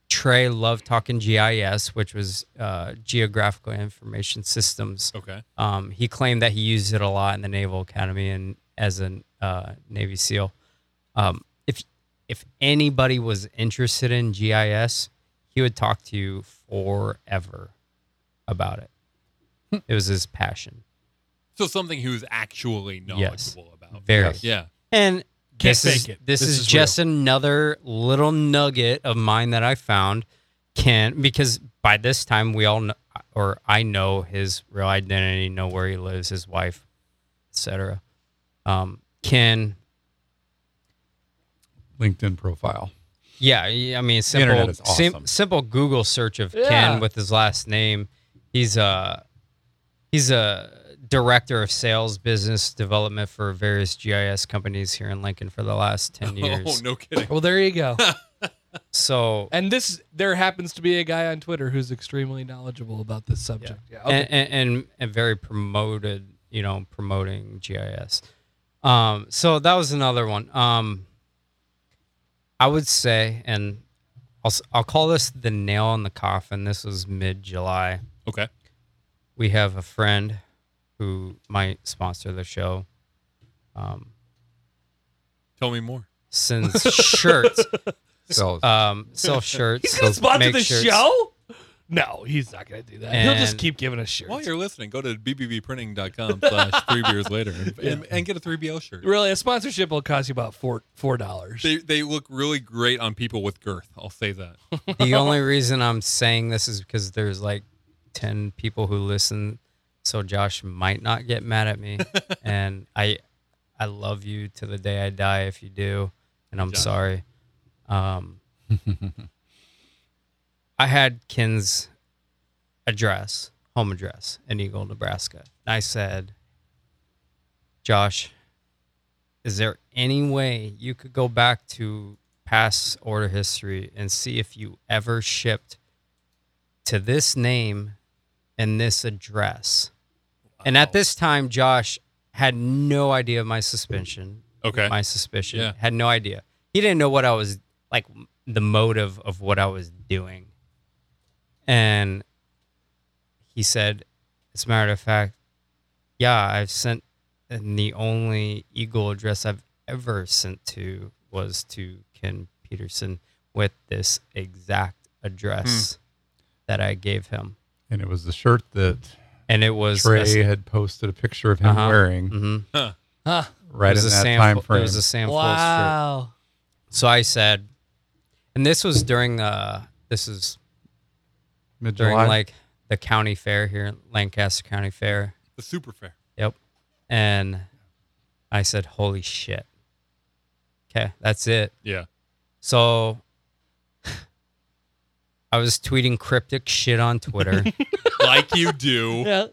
[SPEAKER 3] Trey loved talking GIS, which was uh, Geographical Information Systems.
[SPEAKER 1] Okay.
[SPEAKER 3] Um, he claimed that he used it a lot in the Naval Academy and as a uh, Navy SEAL. Um, if if anybody was interested in GIS, he would talk to you forever about it. It was his passion.
[SPEAKER 1] So something who's actually
[SPEAKER 3] Yes.
[SPEAKER 1] knowledgeable about.
[SPEAKER 3] Very.
[SPEAKER 1] Yeah.
[SPEAKER 3] And
[SPEAKER 2] Can't
[SPEAKER 3] this is,
[SPEAKER 2] fake it.
[SPEAKER 3] This,
[SPEAKER 2] This
[SPEAKER 3] is,
[SPEAKER 2] is
[SPEAKER 3] just another little nugget of mine that I found. Can because by this time we all know, or I know his real identity, know where he lives, his wife, etc. Um, Ken,
[SPEAKER 4] LinkedIn profile.
[SPEAKER 3] yeah, y- I mean simple,
[SPEAKER 4] internet is awesome.
[SPEAKER 3] simple Google search of
[SPEAKER 2] Yeah.
[SPEAKER 3] Ken with his last name. He's a he's a director of sales business development for various GIS companies here in Lincoln for the last ten
[SPEAKER 1] [laughs]
[SPEAKER 3] years.
[SPEAKER 1] Oh no kidding.
[SPEAKER 2] well there you go
[SPEAKER 3] So
[SPEAKER 2] and this there happens to be a guy on twitter who's extremely knowledgeable about this subject yeah, okay.
[SPEAKER 3] and, and, and and very promoted, you know, promoting GIS. Um, so that was another one. Um, I would say, and I'll s- I'll call this the nail in the coffin. This was mid July.
[SPEAKER 1] Okay.
[SPEAKER 3] We have a friend who might sponsor the show. Um,
[SPEAKER 1] Tell me more.
[SPEAKER 2] [laughs]
[SPEAKER 3] sends shirts,
[SPEAKER 4] Sells.
[SPEAKER 3] um, sells shirts.
[SPEAKER 2] He's gonna sponsor
[SPEAKER 3] make
[SPEAKER 2] the
[SPEAKER 3] shirts.
[SPEAKER 2] show? No, he's not gonna do that. He'll just
[SPEAKER 3] And-
[SPEAKER 2] keep giving us shirts.
[SPEAKER 1] While you're listening, go to bbbprinting.com slash three beers later [laughs] and, and, and get a 3BL shirt.
[SPEAKER 2] really, a sponsorship will cost you about four four dollars.
[SPEAKER 1] They, they look really great on people with girth. I'll say that.
[SPEAKER 3] the only reason I'm saying this is because there's like 10 people who listen. So Josh might not get mad at me. and I I love you to the day I die if you do. And I'm
[SPEAKER 1] Josh.
[SPEAKER 3] sorry. Um, I had Ken's address, home address in Eagle, Nebraska. And I said, Josh, is there any way you could go back to past order history and see if you ever shipped to this name and this address? And at this time, Josh had no idea of my suspension
[SPEAKER 1] [laughs] Okay.
[SPEAKER 3] my suspicion.
[SPEAKER 1] Yeah.
[SPEAKER 3] Had no idea. He didn't know what I was like the motive of what I was doing. And he said, as a matter of fact, yeah, I've sent and the only Eagle address I've ever sent to was to Ken Peterson with this exact address
[SPEAKER 1] Hmm.
[SPEAKER 3] that I gave him.
[SPEAKER 4] And it was the shirt that
[SPEAKER 3] And it was a-
[SPEAKER 4] Trey had posted a picture of him
[SPEAKER 3] Uh-huh.
[SPEAKER 4] wearing
[SPEAKER 3] Mhm.
[SPEAKER 2] Huh.
[SPEAKER 3] It
[SPEAKER 4] right in
[SPEAKER 3] was a
[SPEAKER 4] that
[SPEAKER 3] Sam
[SPEAKER 4] time
[SPEAKER 3] Fo-
[SPEAKER 4] frame.
[SPEAKER 3] It was a Sam Folds strip.
[SPEAKER 2] Wow.
[SPEAKER 3] So I said, and this was during uh this is during
[SPEAKER 4] Mid-July.
[SPEAKER 3] like the county fair here, in Lancaster County Fair.
[SPEAKER 1] the super fair.
[SPEAKER 3] Yep. And I said, holy shit. Okay, that's it.
[SPEAKER 1] Yeah.
[SPEAKER 3] So [laughs] I was tweeting cryptic shit on Twitter
[SPEAKER 1] Like you do.
[SPEAKER 2] Yeah.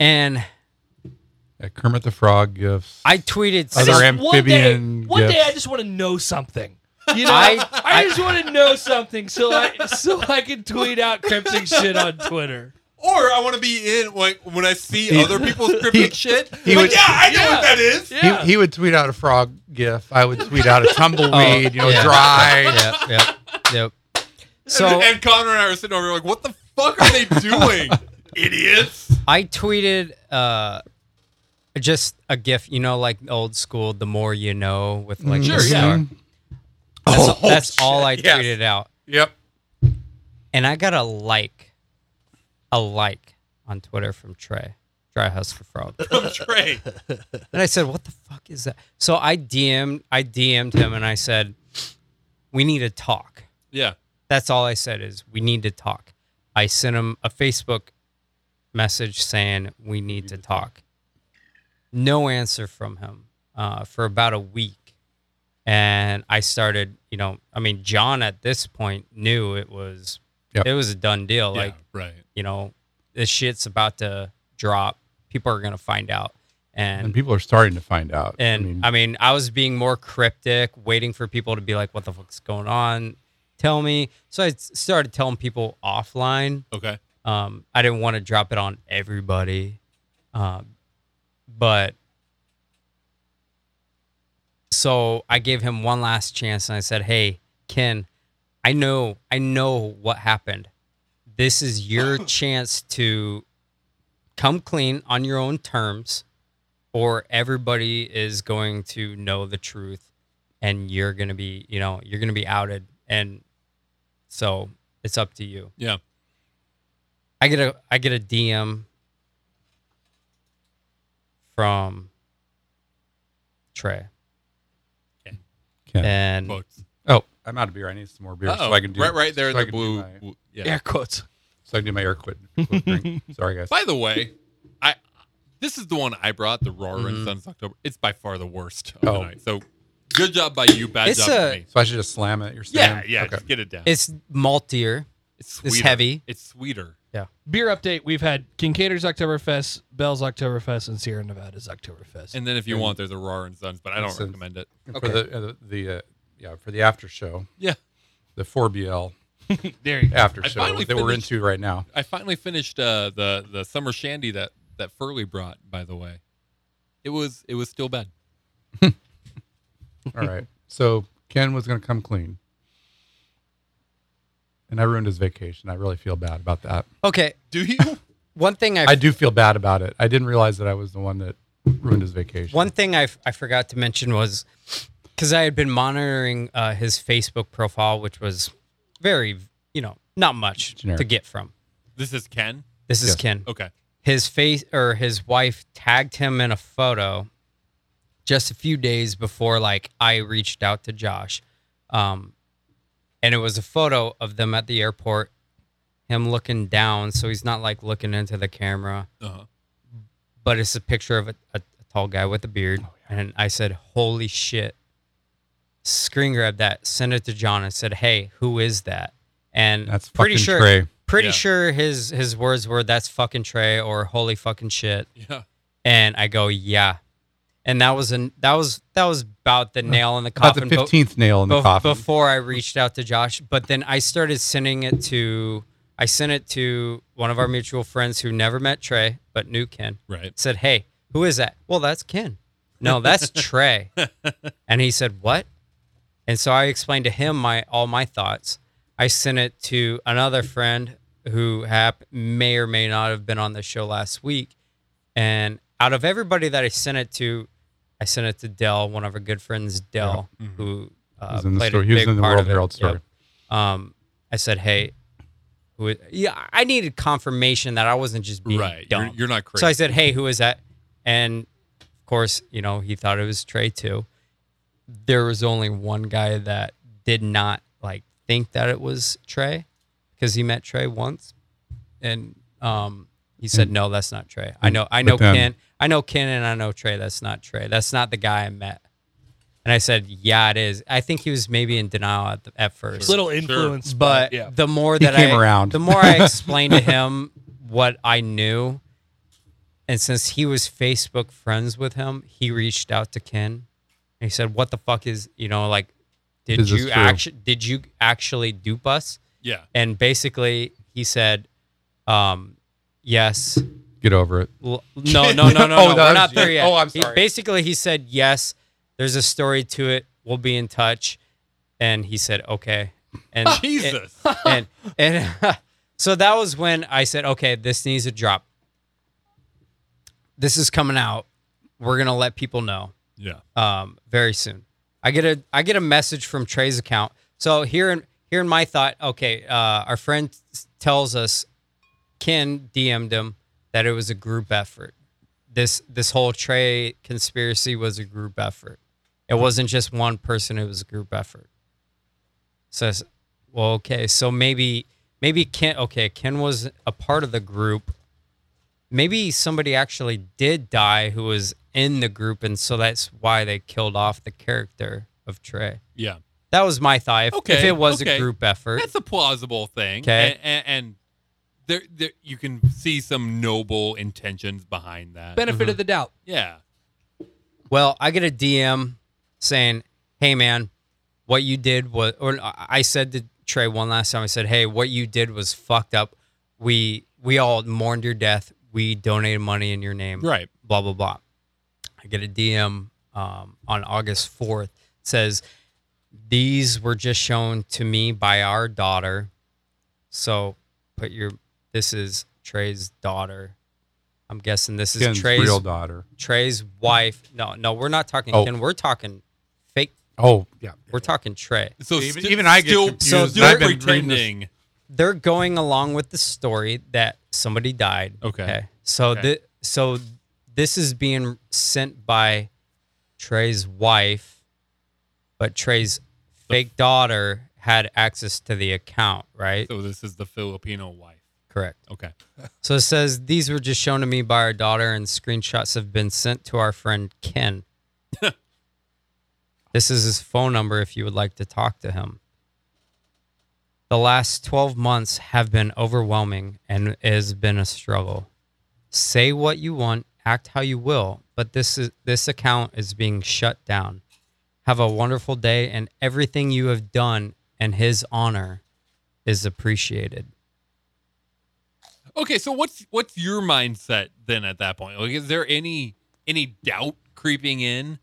[SPEAKER 3] and
[SPEAKER 4] At Kermit the Frog gifts.
[SPEAKER 3] I tweeted
[SPEAKER 4] Other
[SPEAKER 2] Just
[SPEAKER 3] some-
[SPEAKER 4] amphibian
[SPEAKER 2] One day, one day I
[SPEAKER 4] gifts.
[SPEAKER 2] just want to know something. You know,
[SPEAKER 3] I-
[SPEAKER 2] I, just want to know something so I so I can tweet out cryptic shit on Twitter.
[SPEAKER 1] [laughs] Or I want to be in when, when I see other people's cryptic shit.
[SPEAKER 4] he
[SPEAKER 1] like,
[SPEAKER 4] would-
[SPEAKER 1] yeah, I know
[SPEAKER 2] Yeah.
[SPEAKER 1] what that is.
[SPEAKER 2] Yeah.
[SPEAKER 4] he, he would tweet out a frog gif. I would tweet out
[SPEAKER 3] [laughs]
[SPEAKER 4] a tumbleweed,
[SPEAKER 3] Oh,
[SPEAKER 4] you know,
[SPEAKER 3] yeah.
[SPEAKER 4] dry.
[SPEAKER 3] Yep, yep, yep.
[SPEAKER 1] [laughs]
[SPEAKER 3] So
[SPEAKER 1] and, and Connor and I are sitting over here like, what the fuck are they doing, idiots?
[SPEAKER 3] I tweeted uh just a gif, you know, like old school, the more you know with like
[SPEAKER 1] Mm-hmm.
[SPEAKER 2] Sure,
[SPEAKER 3] the
[SPEAKER 2] yeah.
[SPEAKER 3] star. That's,
[SPEAKER 1] Oh,
[SPEAKER 3] that's all I
[SPEAKER 1] shit, yes.
[SPEAKER 3] tweeted out.
[SPEAKER 1] Yep.
[SPEAKER 3] And I got a like, a like on Twitter from Trey, Dry House for
[SPEAKER 1] [laughs]
[SPEAKER 3] Frog.
[SPEAKER 1] From Trey.
[SPEAKER 3] and I said, "What the fuck is that?" So I DM'd, I DM'd him, and I said, "We need to talk."
[SPEAKER 1] Yeah.
[SPEAKER 3] That's all I said is we need to talk. I sent him a Facebook message saying we need to talk. No answer from him uh, for about a week, and I started. You know, I mean, John at this point knew it was
[SPEAKER 4] Yep.
[SPEAKER 3] it was a done deal. Like
[SPEAKER 1] yeah. Right.
[SPEAKER 3] you know, this shit's about to drop. People are gonna find out, and
[SPEAKER 4] And people are starting to find out.
[SPEAKER 3] and
[SPEAKER 4] I mean,
[SPEAKER 3] I mean, I was being more cryptic, waiting for people to be like, "What the fuck's going on? Tell me." So I s- started telling people offline.
[SPEAKER 1] Okay.
[SPEAKER 3] Um, I didn't want to drop it on everybody, um, but so I gave him one last chance, and I said, "Hey, Ken, I know, I know what happened. This is your chance to come clean on your own terms." or everybody is going to know the truth and you're going to be, you know, you're going to be outed and so it's up to you.
[SPEAKER 1] Yeah.
[SPEAKER 3] I get a I get a DM from Trey
[SPEAKER 4] Ken.
[SPEAKER 3] and
[SPEAKER 1] Quotes.
[SPEAKER 4] oh, I'm out of beer. I need some more beer so I can do
[SPEAKER 1] Oh, right, right there in
[SPEAKER 4] so I
[SPEAKER 1] the
[SPEAKER 4] can do
[SPEAKER 1] blue.
[SPEAKER 4] my-
[SPEAKER 1] w- yeah.
[SPEAKER 2] Air quotes.
[SPEAKER 4] so I can do my air quit. [laughs] quit drink. Sorry, guys.
[SPEAKER 1] By the way, I this is the one I brought the Roar
[SPEAKER 3] Mhm.
[SPEAKER 1] and Sons October. It's by far the worst of the
[SPEAKER 4] Oh.
[SPEAKER 1] night. So good job by you, bad
[SPEAKER 3] It's
[SPEAKER 1] job by
[SPEAKER 3] a-
[SPEAKER 1] me.
[SPEAKER 4] So I should just slam it. You're
[SPEAKER 1] Yeah,
[SPEAKER 4] saying?
[SPEAKER 1] yeah.
[SPEAKER 4] Okay.
[SPEAKER 1] Just get it down.
[SPEAKER 3] it's maltier.
[SPEAKER 1] it's
[SPEAKER 3] it's
[SPEAKER 1] sweeter.
[SPEAKER 3] heavy.
[SPEAKER 1] It's sweeter.
[SPEAKER 2] Beer update. We've had Kincaid's Oktoberfest, Bell's Oktoberfest, and Sierra Nevada's Oktoberfest.
[SPEAKER 1] And then if you
[SPEAKER 4] And-
[SPEAKER 1] want, there's a Roar and Sons, but I don't
[SPEAKER 4] Sons.
[SPEAKER 1] recommend it.
[SPEAKER 4] And For the uh, the uh, yeah for the after show,
[SPEAKER 1] Yeah.
[SPEAKER 4] the 4BL
[SPEAKER 2] there you go.
[SPEAKER 4] after
[SPEAKER 1] I
[SPEAKER 4] show that
[SPEAKER 1] finally
[SPEAKER 4] we're
[SPEAKER 1] finished-
[SPEAKER 4] into right now.
[SPEAKER 1] I finally finished uh, the the summer shandy that that Furley brought. By the way, it was it was still bad.
[SPEAKER 4] All right. So Ken was going to come clean. And I ruined his vacation. I really feel bad about that.
[SPEAKER 3] Okay,
[SPEAKER 1] Do you?
[SPEAKER 3] [laughs] one thing I,
[SPEAKER 4] I do feel bad about it. I didn't realize that I was the one that ruined his vacation.
[SPEAKER 3] One thing I, f- I forgot to mention was because I had been monitoring uh, his Facebook profile, which was very, you know, not much
[SPEAKER 4] Generic.
[SPEAKER 3] to get from.
[SPEAKER 1] this is Ken.
[SPEAKER 3] This is
[SPEAKER 4] Yes.
[SPEAKER 3] Ken.
[SPEAKER 1] Okay.
[SPEAKER 3] His face or his wife tagged him in a photo just a few days before, like I reached out to Josh, um, and it was a photo of them at the airport, him looking down, so he's not like looking into the camera
[SPEAKER 1] Uh-huh.
[SPEAKER 3] but it's a picture of a, a, a tall guy with a beard.
[SPEAKER 4] Oh,
[SPEAKER 3] And I said, Holy shit. Screen grab that, send it to John and said, Hey, who is that? And
[SPEAKER 4] That's
[SPEAKER 3] pretty
[SPEAKER 4] fucking
[SPEAKER 3] sure
[SPEAKER 4] Trey.
[SPEAKER 3] pretty
[SPEAKER 1] Yeah.
[SPEAKER 3] sure his his words were "That's fucking Trey" or "Holy fucking shit,"
[SPEAKER 1] Yeah.
[SPEAKER 3] and I go, "Yeah," and that was an that was that was about the nail in the
[SPEAKER 4] About
[SPEAKER 3] coffin.
[SPEAKER 4] the
[SPEAKER 3] but-
[SPEAKER 4] fifteenth nail in the
[SPEAKER 3] bef-
[SPEAKER 4] coffin.
[SPEAKER 3] before I reached out to Josh, but then I started sending it to I sent it to one of our mutual friends who never met Trey but knew Ken.
[SPEAKER 1] Right.
[SPEAKER 3] Said, "Hey, who is that?" Well, that's Ken.
[SPEAKER 1] [laughs]
[SPEAKER 3] No, that's Trey. and he said, "What?" And so I explained to him my all my thoughts. I sent it to another friend who hap- may or may not have been on the show last week. And out of everybody that I sent it to, I sent it to Dell, one of our good friends, Dell,
[SPEAKER 1] Mm-hmm.
[SPEAKER 3] who uh,
[SPEAKER 4] was in the
[SPEAKER 3] played
[SPEAKER 4] story.
[SPEAKER 3] a
[SPEAKER 4] He was
[SPEAKER 3] big
[SPEAKER 4] in the
[SPEAKER 3] part
[SPEAKER 4] World
[SPEAKER 3] of it.
[SPEAKER 4] Herald story.
[SPEAKER 3] Yep. Um, I said, "Hey, who is, yeah, I needed confirmation that I wasn't just being
[SPEAKER 1] Right. You're,
[SPEAKER 3] dumb.
[SPEAKER 1] you're not crazy.
[SPEAKER 3] So I said, "Hey, who is that?" And of course, you know, he thought it was Trey too. There was only one guy that did not like think that it was Trey because he met Trey once, and um, he said, "No, that's not Trey. I know, I
[SPEAKER 4] But
[SPEAKER 3] know
[SPEAKER 4] then-
[SPEAKER 3] Ken, I know Ken, and I know Trey. That's not Trey. That's not the guy I met." And I said, "Yeah, it is. I think he was maybe in denial at, the, at first
[SPEAKER 2] Little influence,
[SPEAKER 3] but
[SPEAKER 2] yeah.
[SPEAKER 3] the more
[SPEAKER 4] He
[SPEAKER 3] that
[SPEAKER 4] came
[SPEAKER 3] I
[SPEAKER 4] around.
[SPEAKER 3] the more
[SPEAKER 4] [laughs]
[SPEAKER 3] I explained to him what I knew, and since he was Facebook friends with him, he reached out to Ken and he said, "What the fuck is you know like? Did
[SPEAKER 4] Is this
[SPEAKER 3] you
[SPEAKER 4] true?
[SPEAKER 3] actually did you actually dupe us?"
[SPEAKER 1] yeah.
[SPEAKER 3] And basically, he said, um, "Yes."
[SPEAKER 4] Get over it.
[SPEAKER 3] L- No, no, no, no,
[SPEAKER 4] [laughs]
[SPEAKER 3] no.
[SPEAKER 4] Oh, that
[SPEAKER 3] We're
[SPEAKER 4] was
[SPEAKER 3] not there
[SPEAKER 4] you.
[SPEAKER 3] yet.
[SPEAKER 4] Oh, I'm
[SPEAKER 3] He-
[SPEAKER 4] sorry.
[SPEAKER 3] basically, he said yes. There's a story to it. We'll be in touch. And he said okay. And
[SPEAKER 1] Jesus.
[SPEAKER 4] Eh.
[SPEAKER 3] and and [laughs] so that was when I said, okay, this needs to drop. This is coming out. We're gonna let people know
[SPEAKER 1] yeah.
[SPEAKER 3] um, very soon. I get a I get a message from Trey's account. So here in here in my thought, okay, uh, our friend s- tells us Ken DM'd him that it was a group effort. This this whole Trey conspiracy was a group effort. It wasn't just one person; it was a group effort. So, I s- well, okay, so maybe maybe Ken. Okay, Ken was a part of the group maybe somebody actually did die who was in the group, and so that's why they killed off the character of Trey.
[SPEAKER 1] Yeah.
[SPEAKER 3] That was my thought. If,
[SPEAKER 1] Okay,
[SPEAKER 3] if it was
[SPEAKER 1] okay.
[SPEAKER 3] a group effort,
[SPEAKER 1] That's a plausible thing.
[SPEAKER 3] 'Kay.
[SPEAKER 1] And, and, and there, there, you can see some noble intentions behind that.
[SPEAKER 2] Benefit of the doubt.
[SPEAKER 1] yeah.
[SPEAKER 3] well, I get a DM saying, "Hey, man, what you did was," or I I said to Trey one last time, I said, "Hey, what you did was fucked up. We we all mourned your death. We donated money in your name.
[SPEAKER 1] Right.
[SPEAKER 3] blah blah blah. I get a DM um, on August fourth says these were just shown to me by our daughter. So put your this is Trey's daughter. I'm guessing this is
[SPEAKER 4] Ken's
[SPEAKER 3] Trey's
[SPEAKER 4] real daughter.
[SPEAKER 3] Trey's wife. No, no, we're not talking
[SPEAKER 4] Oh.
[SPEAKER 3] Ken. We're talking fake.
[SPEAKER 4] Oh yeah.
[SPEAKER 3] We're talking Trey.
[SPEAKER 1] So
[SPEAKER 4] Even-
[SPEAKER 1] sti-
[SPEAKER 4] even I get
[SPEAKER 1] still,
[SPEAKER 4] confused.
[SPEAKER 1] still
[SPEAKER 3] So I've
[SPEAKER 4] been reading this-
[SPEAKER 1] pretending.
[SPEAKER 3] They're going along with the story that somebody died.
[SPEAKER 1] Okay.
[SPEAKER 3] So
[SPEAKER 1] Okay.
[SPEAKER 3] thi- so this is being sent by Trey's wife, but Trey's fake daughter had access to the account, right?
[SPEAKER 1] So this is the Filipino wife.
[SPEAKER 3] Correct.
[SPEAKER 1] Okay.
[SPEAKER 3] So it says these were just shown to me by our daughter, and screenshots have been sent to our friend Ken. this is his phone number if you would like to talk to him. The last 12 months have been overwhelming and it has been a struggle. Say what you want, act how you will, but this is this account is being shut down. Have a wonderful day and everything you have done in his honor is appreciated.
[SPEAKER 1] Okay, so what's what's your mindset then at that point? Like is there any any doubt creeping in?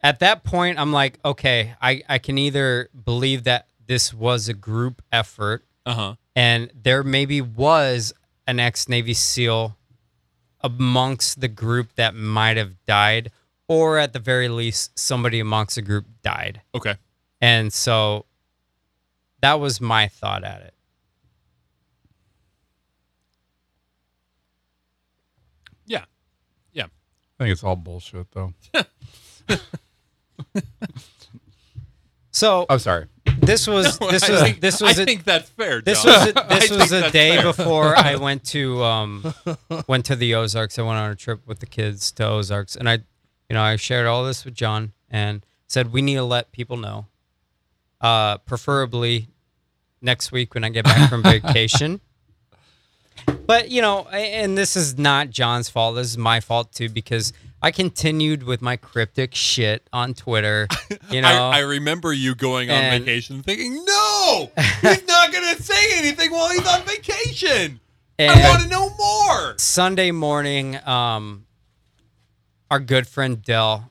[SPEAKER 3] at that point i'm like okay i, I can either believe that this was a group effort
[SPEAKER 1] Uh-huh.
[SPEAKER 3] and there maybe was an ex-navy seal amongst the group that might have died or at the very least somebody amongst the group died
[SPEAKER 1] Okay.
[SPEAKER 3] and so that was my thought at it
[SPEAKER 1] Yeah. [laughs]
[SPEAKER 4] I think it's all bullshit though.
[SPEAKER 3] so
[SPEAKER 4] I'm
[SPEAKER 3] Oh,
[SPEAKER 4] sorry.
[SPEAKER 3] this
[SPEAKER 1] [laughs]
[SPEAKER 3] was
[SPEAKER 1] Well,
[SPEAKER 3] this
[SPEAKER 1] Oh. I
[SPEAKER 3] was
[SPEAKER 1] think,
[SPEAKER 3] this was
[SPEAKER 1] I
[SPEAKER 3] a-
[SPEAKER 1] think that's fair.
[SPEAKER 3] This
[SPEAKER 1] John.
[SPEAKER 3] was
[SPEAKER 1] [laughs]
[SPEAKER 3] a,
[SPEAKER 1] I
[SPEAKER 3] this
[SPEAKER 1] think
[SPEAKER 3] was a
[SPEAKER 1] that's
[SPEAKER 3] day
[SPEAKER 1] fair. [laughs]
[SPEAKER 3] before I went to um went to the Ozarks. I went on a trip with the kids to Ozarks, and I, you know, I shared all this with John and said we need to let people know,
[SPEAKER 1] [laughs]
[SPEAKER 3] uh, preferably next week when I get back from vacation, But you know, a- and this is not John's fault. This is my fault too because I continued with my cryptic shit on Twitter. You
[SPEAKER 1] [laughs]
[SPEAKER 3] know,
[SPEAKER 1] I, I remember you going on
[SPEAKER 3] And-
[SPEAKER 1] vacation thinking, no, he's
[SPEAKER 3] [laughs]
[SPEAKER 1] not going to say anything while he's on vacation.
[SPEAKER 3] and
[SPEAKER 1] I want to know more.
[SPEAKER 3] Sunday morning, um, our good friend Dell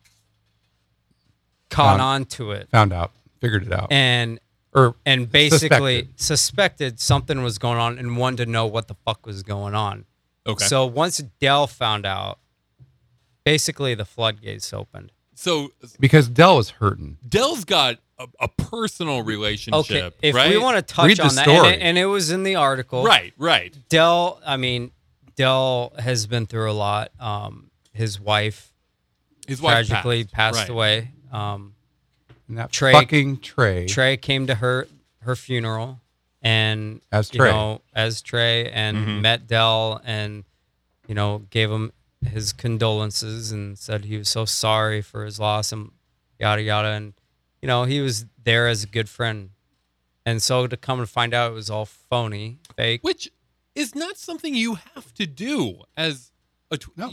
[SPEAKER 3] caught
[SPEAKER 4] Um,
[SPEAKER 3] on to it
[SPEAKER 4] Found out, figured it out,
[SPEAKER 3] and
[SPEAKER 4] or
[SPEAKER 3] and basically suspected. something was going on and wanted to know what the fuck was going on.
[SPEAKER 1] Okay. So,
[SPEAKER 3] So once Dell found out, basically the floodgates opened.
[SPEAKER 1] so
[SPEAKER 4] because Dell was hurting.
[SPEAKER 1] Dell's got a, a personal relationship,
[SPEAKER 3] Okay, if
[SPEAKER 1] right?
[SPEAKER 3] we want to touch
[SPEAKER 4] Read the
[SPEAKER 3] on that, and
[SPEAKER 4] story.
[SPEAKER 3] it, and it was in the article,
[SPEAKER 1] right, right.
[SPEAKER 3] Dell, I mean, Dell has been through a lot. Um, his wife
[SPEAKER 1] His wife
[SPEAKER 3] tragically passed,
[SPEAKER 1] right.
[SPEAKER 3] away. Um,
[SPEAKER 4] And that
[SPEAKER 3] Trey-
[SPEAKER 4] fucking Trey.
[SPEAKER 3] Trey came to her her funeral, and
[SPEAKER 4] As
[SPEAKER 3] you
[SPEAKER 4] Trey.
[SPEAKER 3] know, as Trey, and
[SPEAKER 1] Mhm.
[SPEAKER 3] met Dell, and you know, gave him his condolences and said he was so sorry for his loss and yada yada, and you know, he was there as a good friend. And so to come and find out it was all phony, fake.
[SPEAKER 1] Which is not something you have to do as a. Tw-
[SPEAKER 4] No.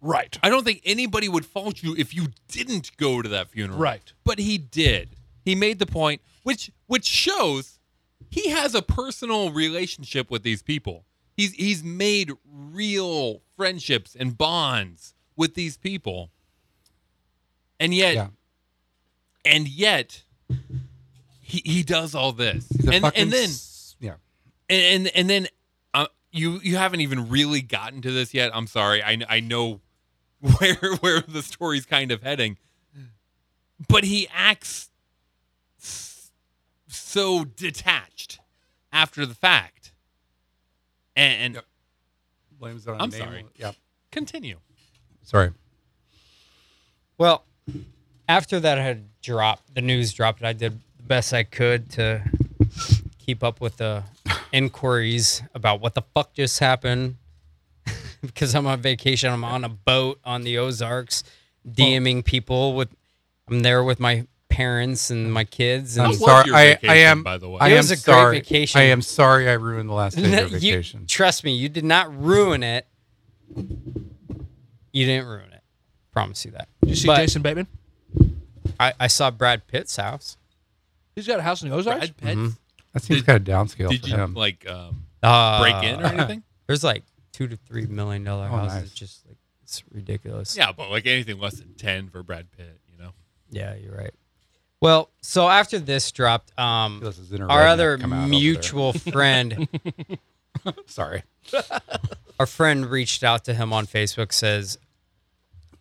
[SPEAKER 2] Right.
[SPEAKER 1] I don't think anybody would fault you if you didn't go to that funeral.
[SPEAKER 2] Right.
[SPEAKER 1] But he did. He made the point, which which shows he has a personal relationship with these people. He's he's made real friendships and bonds with these people. And yet
[SPEAKER 4] Yeah.
[SPEAKER 1] and yet he, he does all this.
[SPEAKER 4] He's a
[SPEAKER 1] And
[SPEAKER 4] fucking
[SPEAKER 1] and then
[SPEAKER 4] s- yeah,
[SPEAKER 1] and and, and then uh, you you haven't even really gotten to this yet. I'm sorry. I I know [laughs] where where the story's kind of heading, but he acts s- so detached after the fact. And, and
[SPEAKER 4] Yep. blames it on.
[SPEAKER 1] I'm
[SPEAKER 4] name.
[SPEAKER 1] sorry.
[SPEAKER 4] Yeah,
[SPEAKER 1] continue.
[SPEAKER 4] sorry.
[SPEAKER 3] Well, after that had dropped, the news dropped. I did the best I could to keep up with the inquiries about what the fuck just happened [laughs] because I'm on vacation. I'm on a boat on the Ozarks, DMing people with. I'm there with my parents and my kids,
[SPEAKER 4] I'm
[SPEAKER 1] I
[SPEAKER 3] and [laughs]
[SPEAKER 1] love
[SPEAKER 4] sorry.
[SPEAKER 1] your
[SPEAKER 4] I,
[SPEAKER 1] vacation,
[SPEAKER 4] I am.
[SPEAKER 1] by the way.
[SPEAKER 4] I
[SPEAKER 3] It
[SPEAKER 4] am
[SPEAKER 3] was a great
[SPEAKER 4] sorry.
[SPEAKER 3] vacation.
[SPEAKER 4] I am sorry. I ruined the last day of
[SPEAKER 3] You-
[SPEAKER 4] your vacation.
[SPEAKER 3] trust me, you did not ruin it. You didn't ruin it. Promise you that.
[SPEAKER 2] Did you see
[SPEAKER 3] But-
[SPEAKER 2] Jason Bateman?
[SPEAKER 3] I, I saw Brad Pitt's house.
[SPEAKER 2] He's got a house in the Ozarks.
[SPEAKER 1] Brad Pitt,
[SPEAKER 4] that seems
[SPEAKER 1] did-
[SPEAKER 4] kind of downscale
[SPEAKER 1] did
[SPEAKER 4] for
[SPEAKER 1] you
[SPEAKER 4] him.
[SPEAKER 1] like um,
[SPEAKER 3] Uh,
[SPEAKER 1] break
[SPEAKER 3] [laughs]
[SPEAKER 1] in or anything?
[SPEAKER 3] There's like two to three million dollar
[SPEAKER 4] Oh,
[SPEAKER 3] houses.
[SPEAKER 4] nice.
[SPEAKER 3] Just like it's ridiculous.
[SPEAKER 1] yeah, but like anything less than ten for Brad Pitt, you know.
[SPEAKER 3] Yeah, you're right. Well, so after this dropped, um,
[SPEAKER 4] This is inner
[SPEAKER 3] our
[SPEAKER 4] redneck
[SPEAKER 3] other
[SPEAKER 4] come out over there. [laughs]
[SPEAKER 3] mutual friend,
[SPEAKER 4] Sorry.
[SPEAKER 3] our friend reached out to him on Facebook. Says,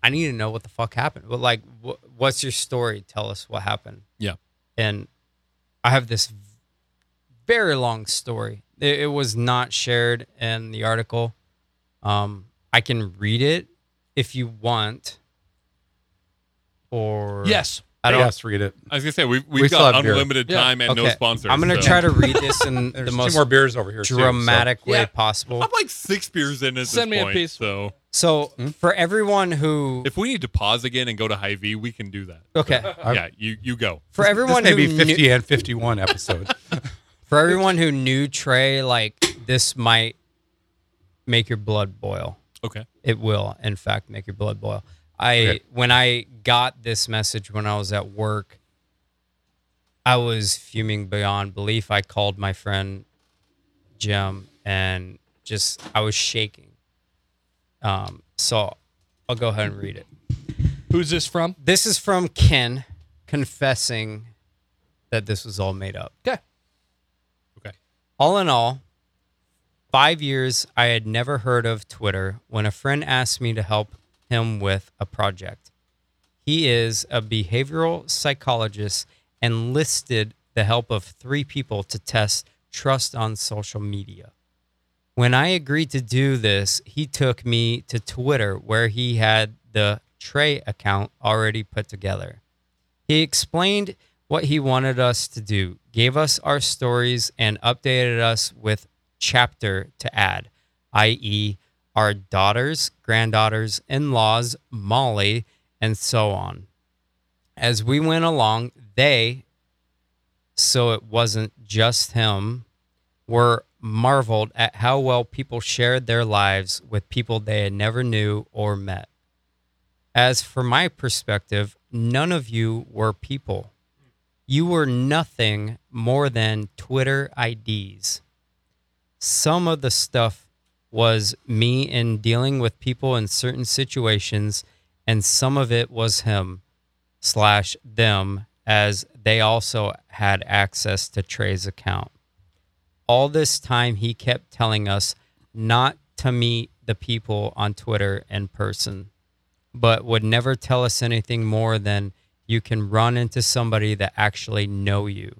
[SPEAKER 3] "I need to know what the fuck happened. Well, like, wh- what's your story? Tell us what happened."
[SPEAKER 1] Yeah.
[SPEAKER 3] and I have this very long story. It, it was not shared in the article. Um, I can read it if you want. Or
[SPEAKER 2] Yes.
[SPEAKER 3] I don't.
[SPEAKER 4] yes, read it.
[SPEAKER 1] I was gonna say we've we've
[SPEAKER 4] We still
[SPEAKER 1] got
[SPEAKER 4] have beer.
[SPEAKER 1] unlimited
[SPEAKER 2] Yeah.
[SPEAKER 1] time and no
[SPEAKER 3] Okay.
[SPEAKER 1] sponsors.
[SPEAKER 3] I'm gonna
[SPEAKER 1] so- [laughs]
[SPEAKER 3] try to read this in
[SPEAKER 4] There's
[SPEAKER 3] the
[SPEAKER 4] two
[SPEAKER 3] most
[SPEAKER 4] more beers over here. too, so-
[SPEAKER 3] dramatic way
[SPEAKER 2] Yeah.
[SPEAKER 3] possible.
[SPEAKER 1] [laughs] I'm like six beers in at this
[SPEAKER 2] Send me a
[SPEAKER 1] point,
[SPEAKER 2] piece.
[SPEAKER 1] So
[SPEAKER 3] So
[SPEAKER 4] Hmm?
[SPEAKER 3] for everyone who,
[SPEAKER 1] if we need to pause again and go to High V, we can do that.
[SPEAKER 3] okay,
[SPEAKER 4] I'm-
[SPEAKER 1] yeah, you you go.
[SPEAKER 3] for everyone
[SPEAKER 4] this
[SPEAKER 3] who
[SPEAKER 4] may be
[SPEAKER 3] knew-
[SPEAKER 4] 50 and
[SPEAKER 3] [laughs]
[SPEAKER 4] 51 episode.
[SPEAKER 3] for everyone who knew Trey, like this might make your blood boil.
[SPEAKER 1] Okay.
[SPEAKER 3] It will, in fact, make your blood boil. I
[SPEAKER 4] Okay.
[SPEAKER 3] when I got this message when I was at work, I was fuming beyond belief. I called my friend Jim and just I was shaking. Um, so I'll go ahead and read it.
[SPEAKER 2] Who's this from?
[SPEAKER 3] This is from Ken confessing that this was all made up.
[SPEAKER 2] Okay.
[SPEAKER 3] All in all, five years I had never heard of Twitter when a friend asked me to help him with a project. He is a behavioral psychologist and listed the help of three people to test trust on social media. When I agreed to do this, he took me to Twitter where he had the Trey account already put together. He explained what he wanted us to do, gave us our stories, and updated us with chapter to add, i.e., our daughters, granddaughters, in laws, Molly, and so on. As we went along, they, so it wasn't just him, were marveled at how well people shared their lives with people they had never knew or met. As for my perspective, none of you were people. You were nothing more than Twitter IDs. Some of the stuff was me in dealing with people in certain situations, and some of it was him slash them as they also had access to Trey's account. All this time, he kept telling us not to meet the people on Twitter in person, but would never tell us anything more than you can run into somebody that actually know you.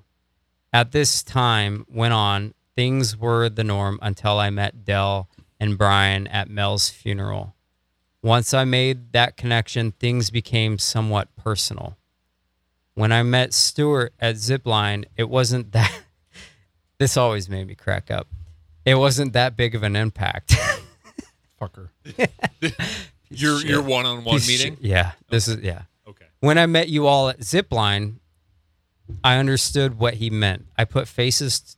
[SPEAKER 3] At this time went on, things were the norm until I met Dell and Brian at Mel's funeral. Once I made that connection, things became somewhat personal. When I met Stuart at Zipline, it wasn't that. [laughs] this always made me crack up. It wasn't that big of an impact. [laughs]
[SPEAKER 5] Fucker.
[SPEAKER 1] Your your one on one meeting.
[SPEAKER 3] Yeah. This is, yeah.
[SPEAKER 1] Okay.
[SPEAKER 3] When I met you all at Zipline, I understood what he meant. I put faces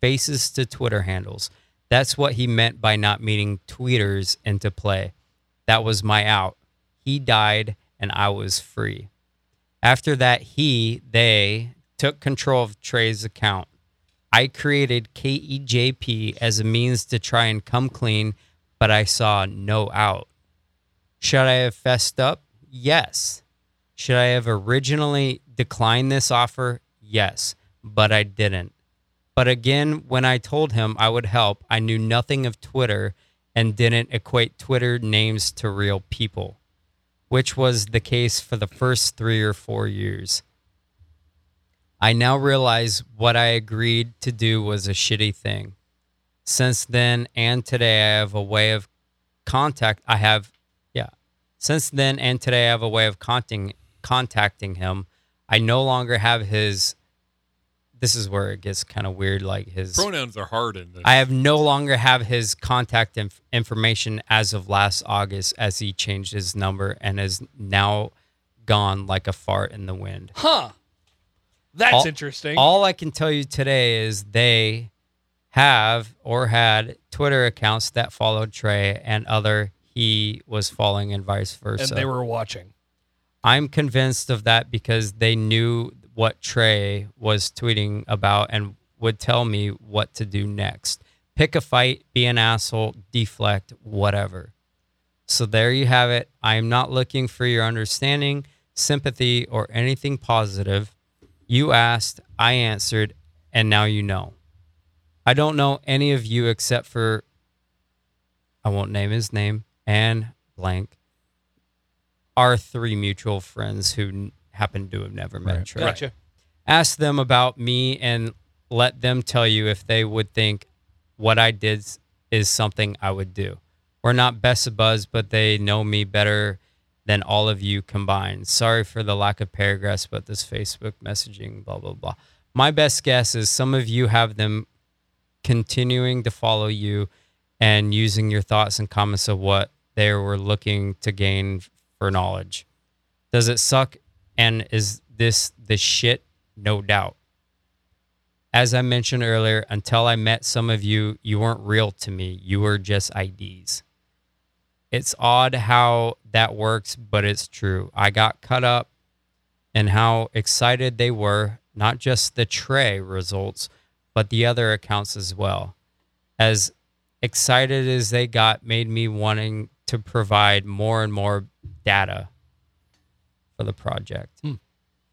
[SPEAKER 3] faces to Twitter handles. That's what he meant by not meeting tweeters into play. That was my out. He died and I was free. After that, he, they took control of Trey's account. I created KEJP as a means to try and come clean, but I saw no out. Should I have fessed up? Yes. Should I have originally declined this offer? Yes, but I didn't. But again, when I told him I would help, I knew nothing of Twitter and didn't equate Twitter names to real people, which was the case for the first three or four years. I now realize what I agreed to do was a shitty thing. Since then and today, I have a way of contact. I have, yeah. Since then and today, I have a way of contacting contacting him. I no longer have his. This is where it gets kind of weird. Like his
[SPEAKER 1] Pronouns are hard in this.
[SPEAKER 3] I have no longer have his contact inf- information as of last August, as he changed his number and is now gone like a fart in the wind.
[SPEAKER 2] Huh. That's
[SPEAKER 3] All-
[SPEAKER 2] interesting.
[SPEAKER 3] All I can tell you today is they have or had Twitter accounts that followed Trey and other he was following and vice versa.
[SPEAKER 2] and they were watching.
[SPEAKER 3] I'm convinced of that because they knew what Trey was tweeting about and would tell me what to do next. Pick a fight, be an asshole, deflect, whatever. So there you have it. I am not looking for your understanding, sympathy, or anything positive. You asked, I answered, and now you know. I don't know any of you except for, I won't name his name, and blank our three mutual friends who n- happen to have never met
[SPEAKER 5] Right.
[SPEAKER 3] Trey. Ask them about me and let them tell you if they would think what I did s- is something I would do. We're not best of buzz, but they know me better than all of you combined. Sorry for the lack of paragraphs, but this Facebook messaging, blah, blah, blah. My best guess is some of you have them continuing to follow you and using your thoughts and comments of what they were looking to gain for knowledge. Does it suck? And is this the shit? No doubt. As I mentioned earlier, until I met some of you, you weren't real to me. You were just IDs. It's odd how that works, but it's true. I got cut up and how excited they were, not just the Trey results, but the other accounts as well. As excited as they got made me wanting to provide more and more data for the project.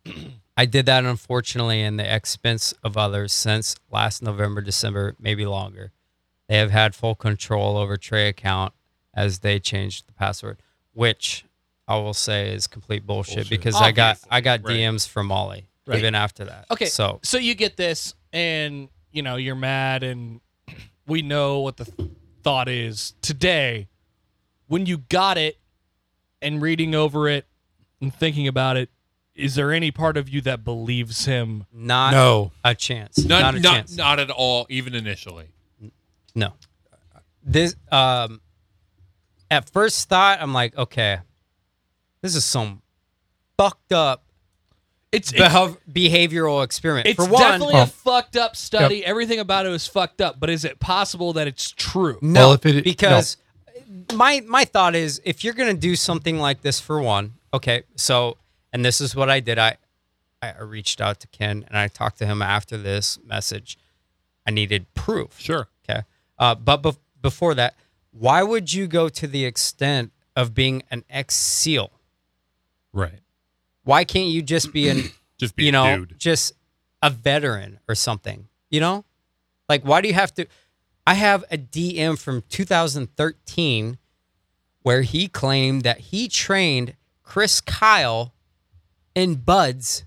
[SPEAKER 3] [clears throat] I did that unfortunately in the expense of others since last November, December, maybe longer. They have had full control over Trey account as they changed the password, which I will say is complete bullshit,
[SPEAKER 1] Bullshit.
[SPEAKER 3] because I got I got
[SPEAKER 1] Right.
[SPEAKER 3] DMs from Molly
[SPEAKER 5] Right.
[SPEAKER 3] even after that.
[SPEAKER 2] Okay.
[SPEAKER 3] so
[SPEAKER 2] So you get this, and you know you're mad, and we know what the th- thought is today. When you got it, and reading over it, and thinking about it, is there any part of you that believes him?
[SPEAKER 3] not
[SPEAKER 4] No,
[SPEAKER 3] a chance.
[SPEAKER 1] not
[SPEAKER 3] not a
[SPEAKER 1] not,
[SPEAKER 3] chance.
[SPEAKER 1] not at all, even initially.
[SPEAKER 3] No. This um at first thought I'm like, okay, this is some fucked up
[SPEAKER 2] It's it's,
[SPEAKER 3] Behav- behavioral experiment.
[SPEAKER 2] it's
[SPEAKER 3] For one,
[SPEAKER 2] definitely a fucked up study. Everything about it was fucked up. But is it possible that it's true?
[SPEAKER 3] No,
[SPEAKER 4] Well, if it-
[SPEAKER 3] because my my thought is if you're gonna do something like this for one, okay, so and this is what I did. I I I reached out to Ken and I talked to him after this message. I needed proof.
[SPEAKER 1] Sure.
[SPEAKER 3] Okay, uh, but bef- before that, why would you go to the extent of being an ex SEAL?
[SPEAKER 1] Right.
[SPEAKER 3] Why can't you just be an
[SPEAKER 1] [clears throat] Just be
[SPEAKER 3] you
[SPEAKER 1] a
[SPEAKER 3] know
[SPEAKER 1] dude.
[SPEAKER 3] just a veteran or something? You know, like why do you have to? I have a DM from 2013 where he claimed that he trained Chris Kyle in Buds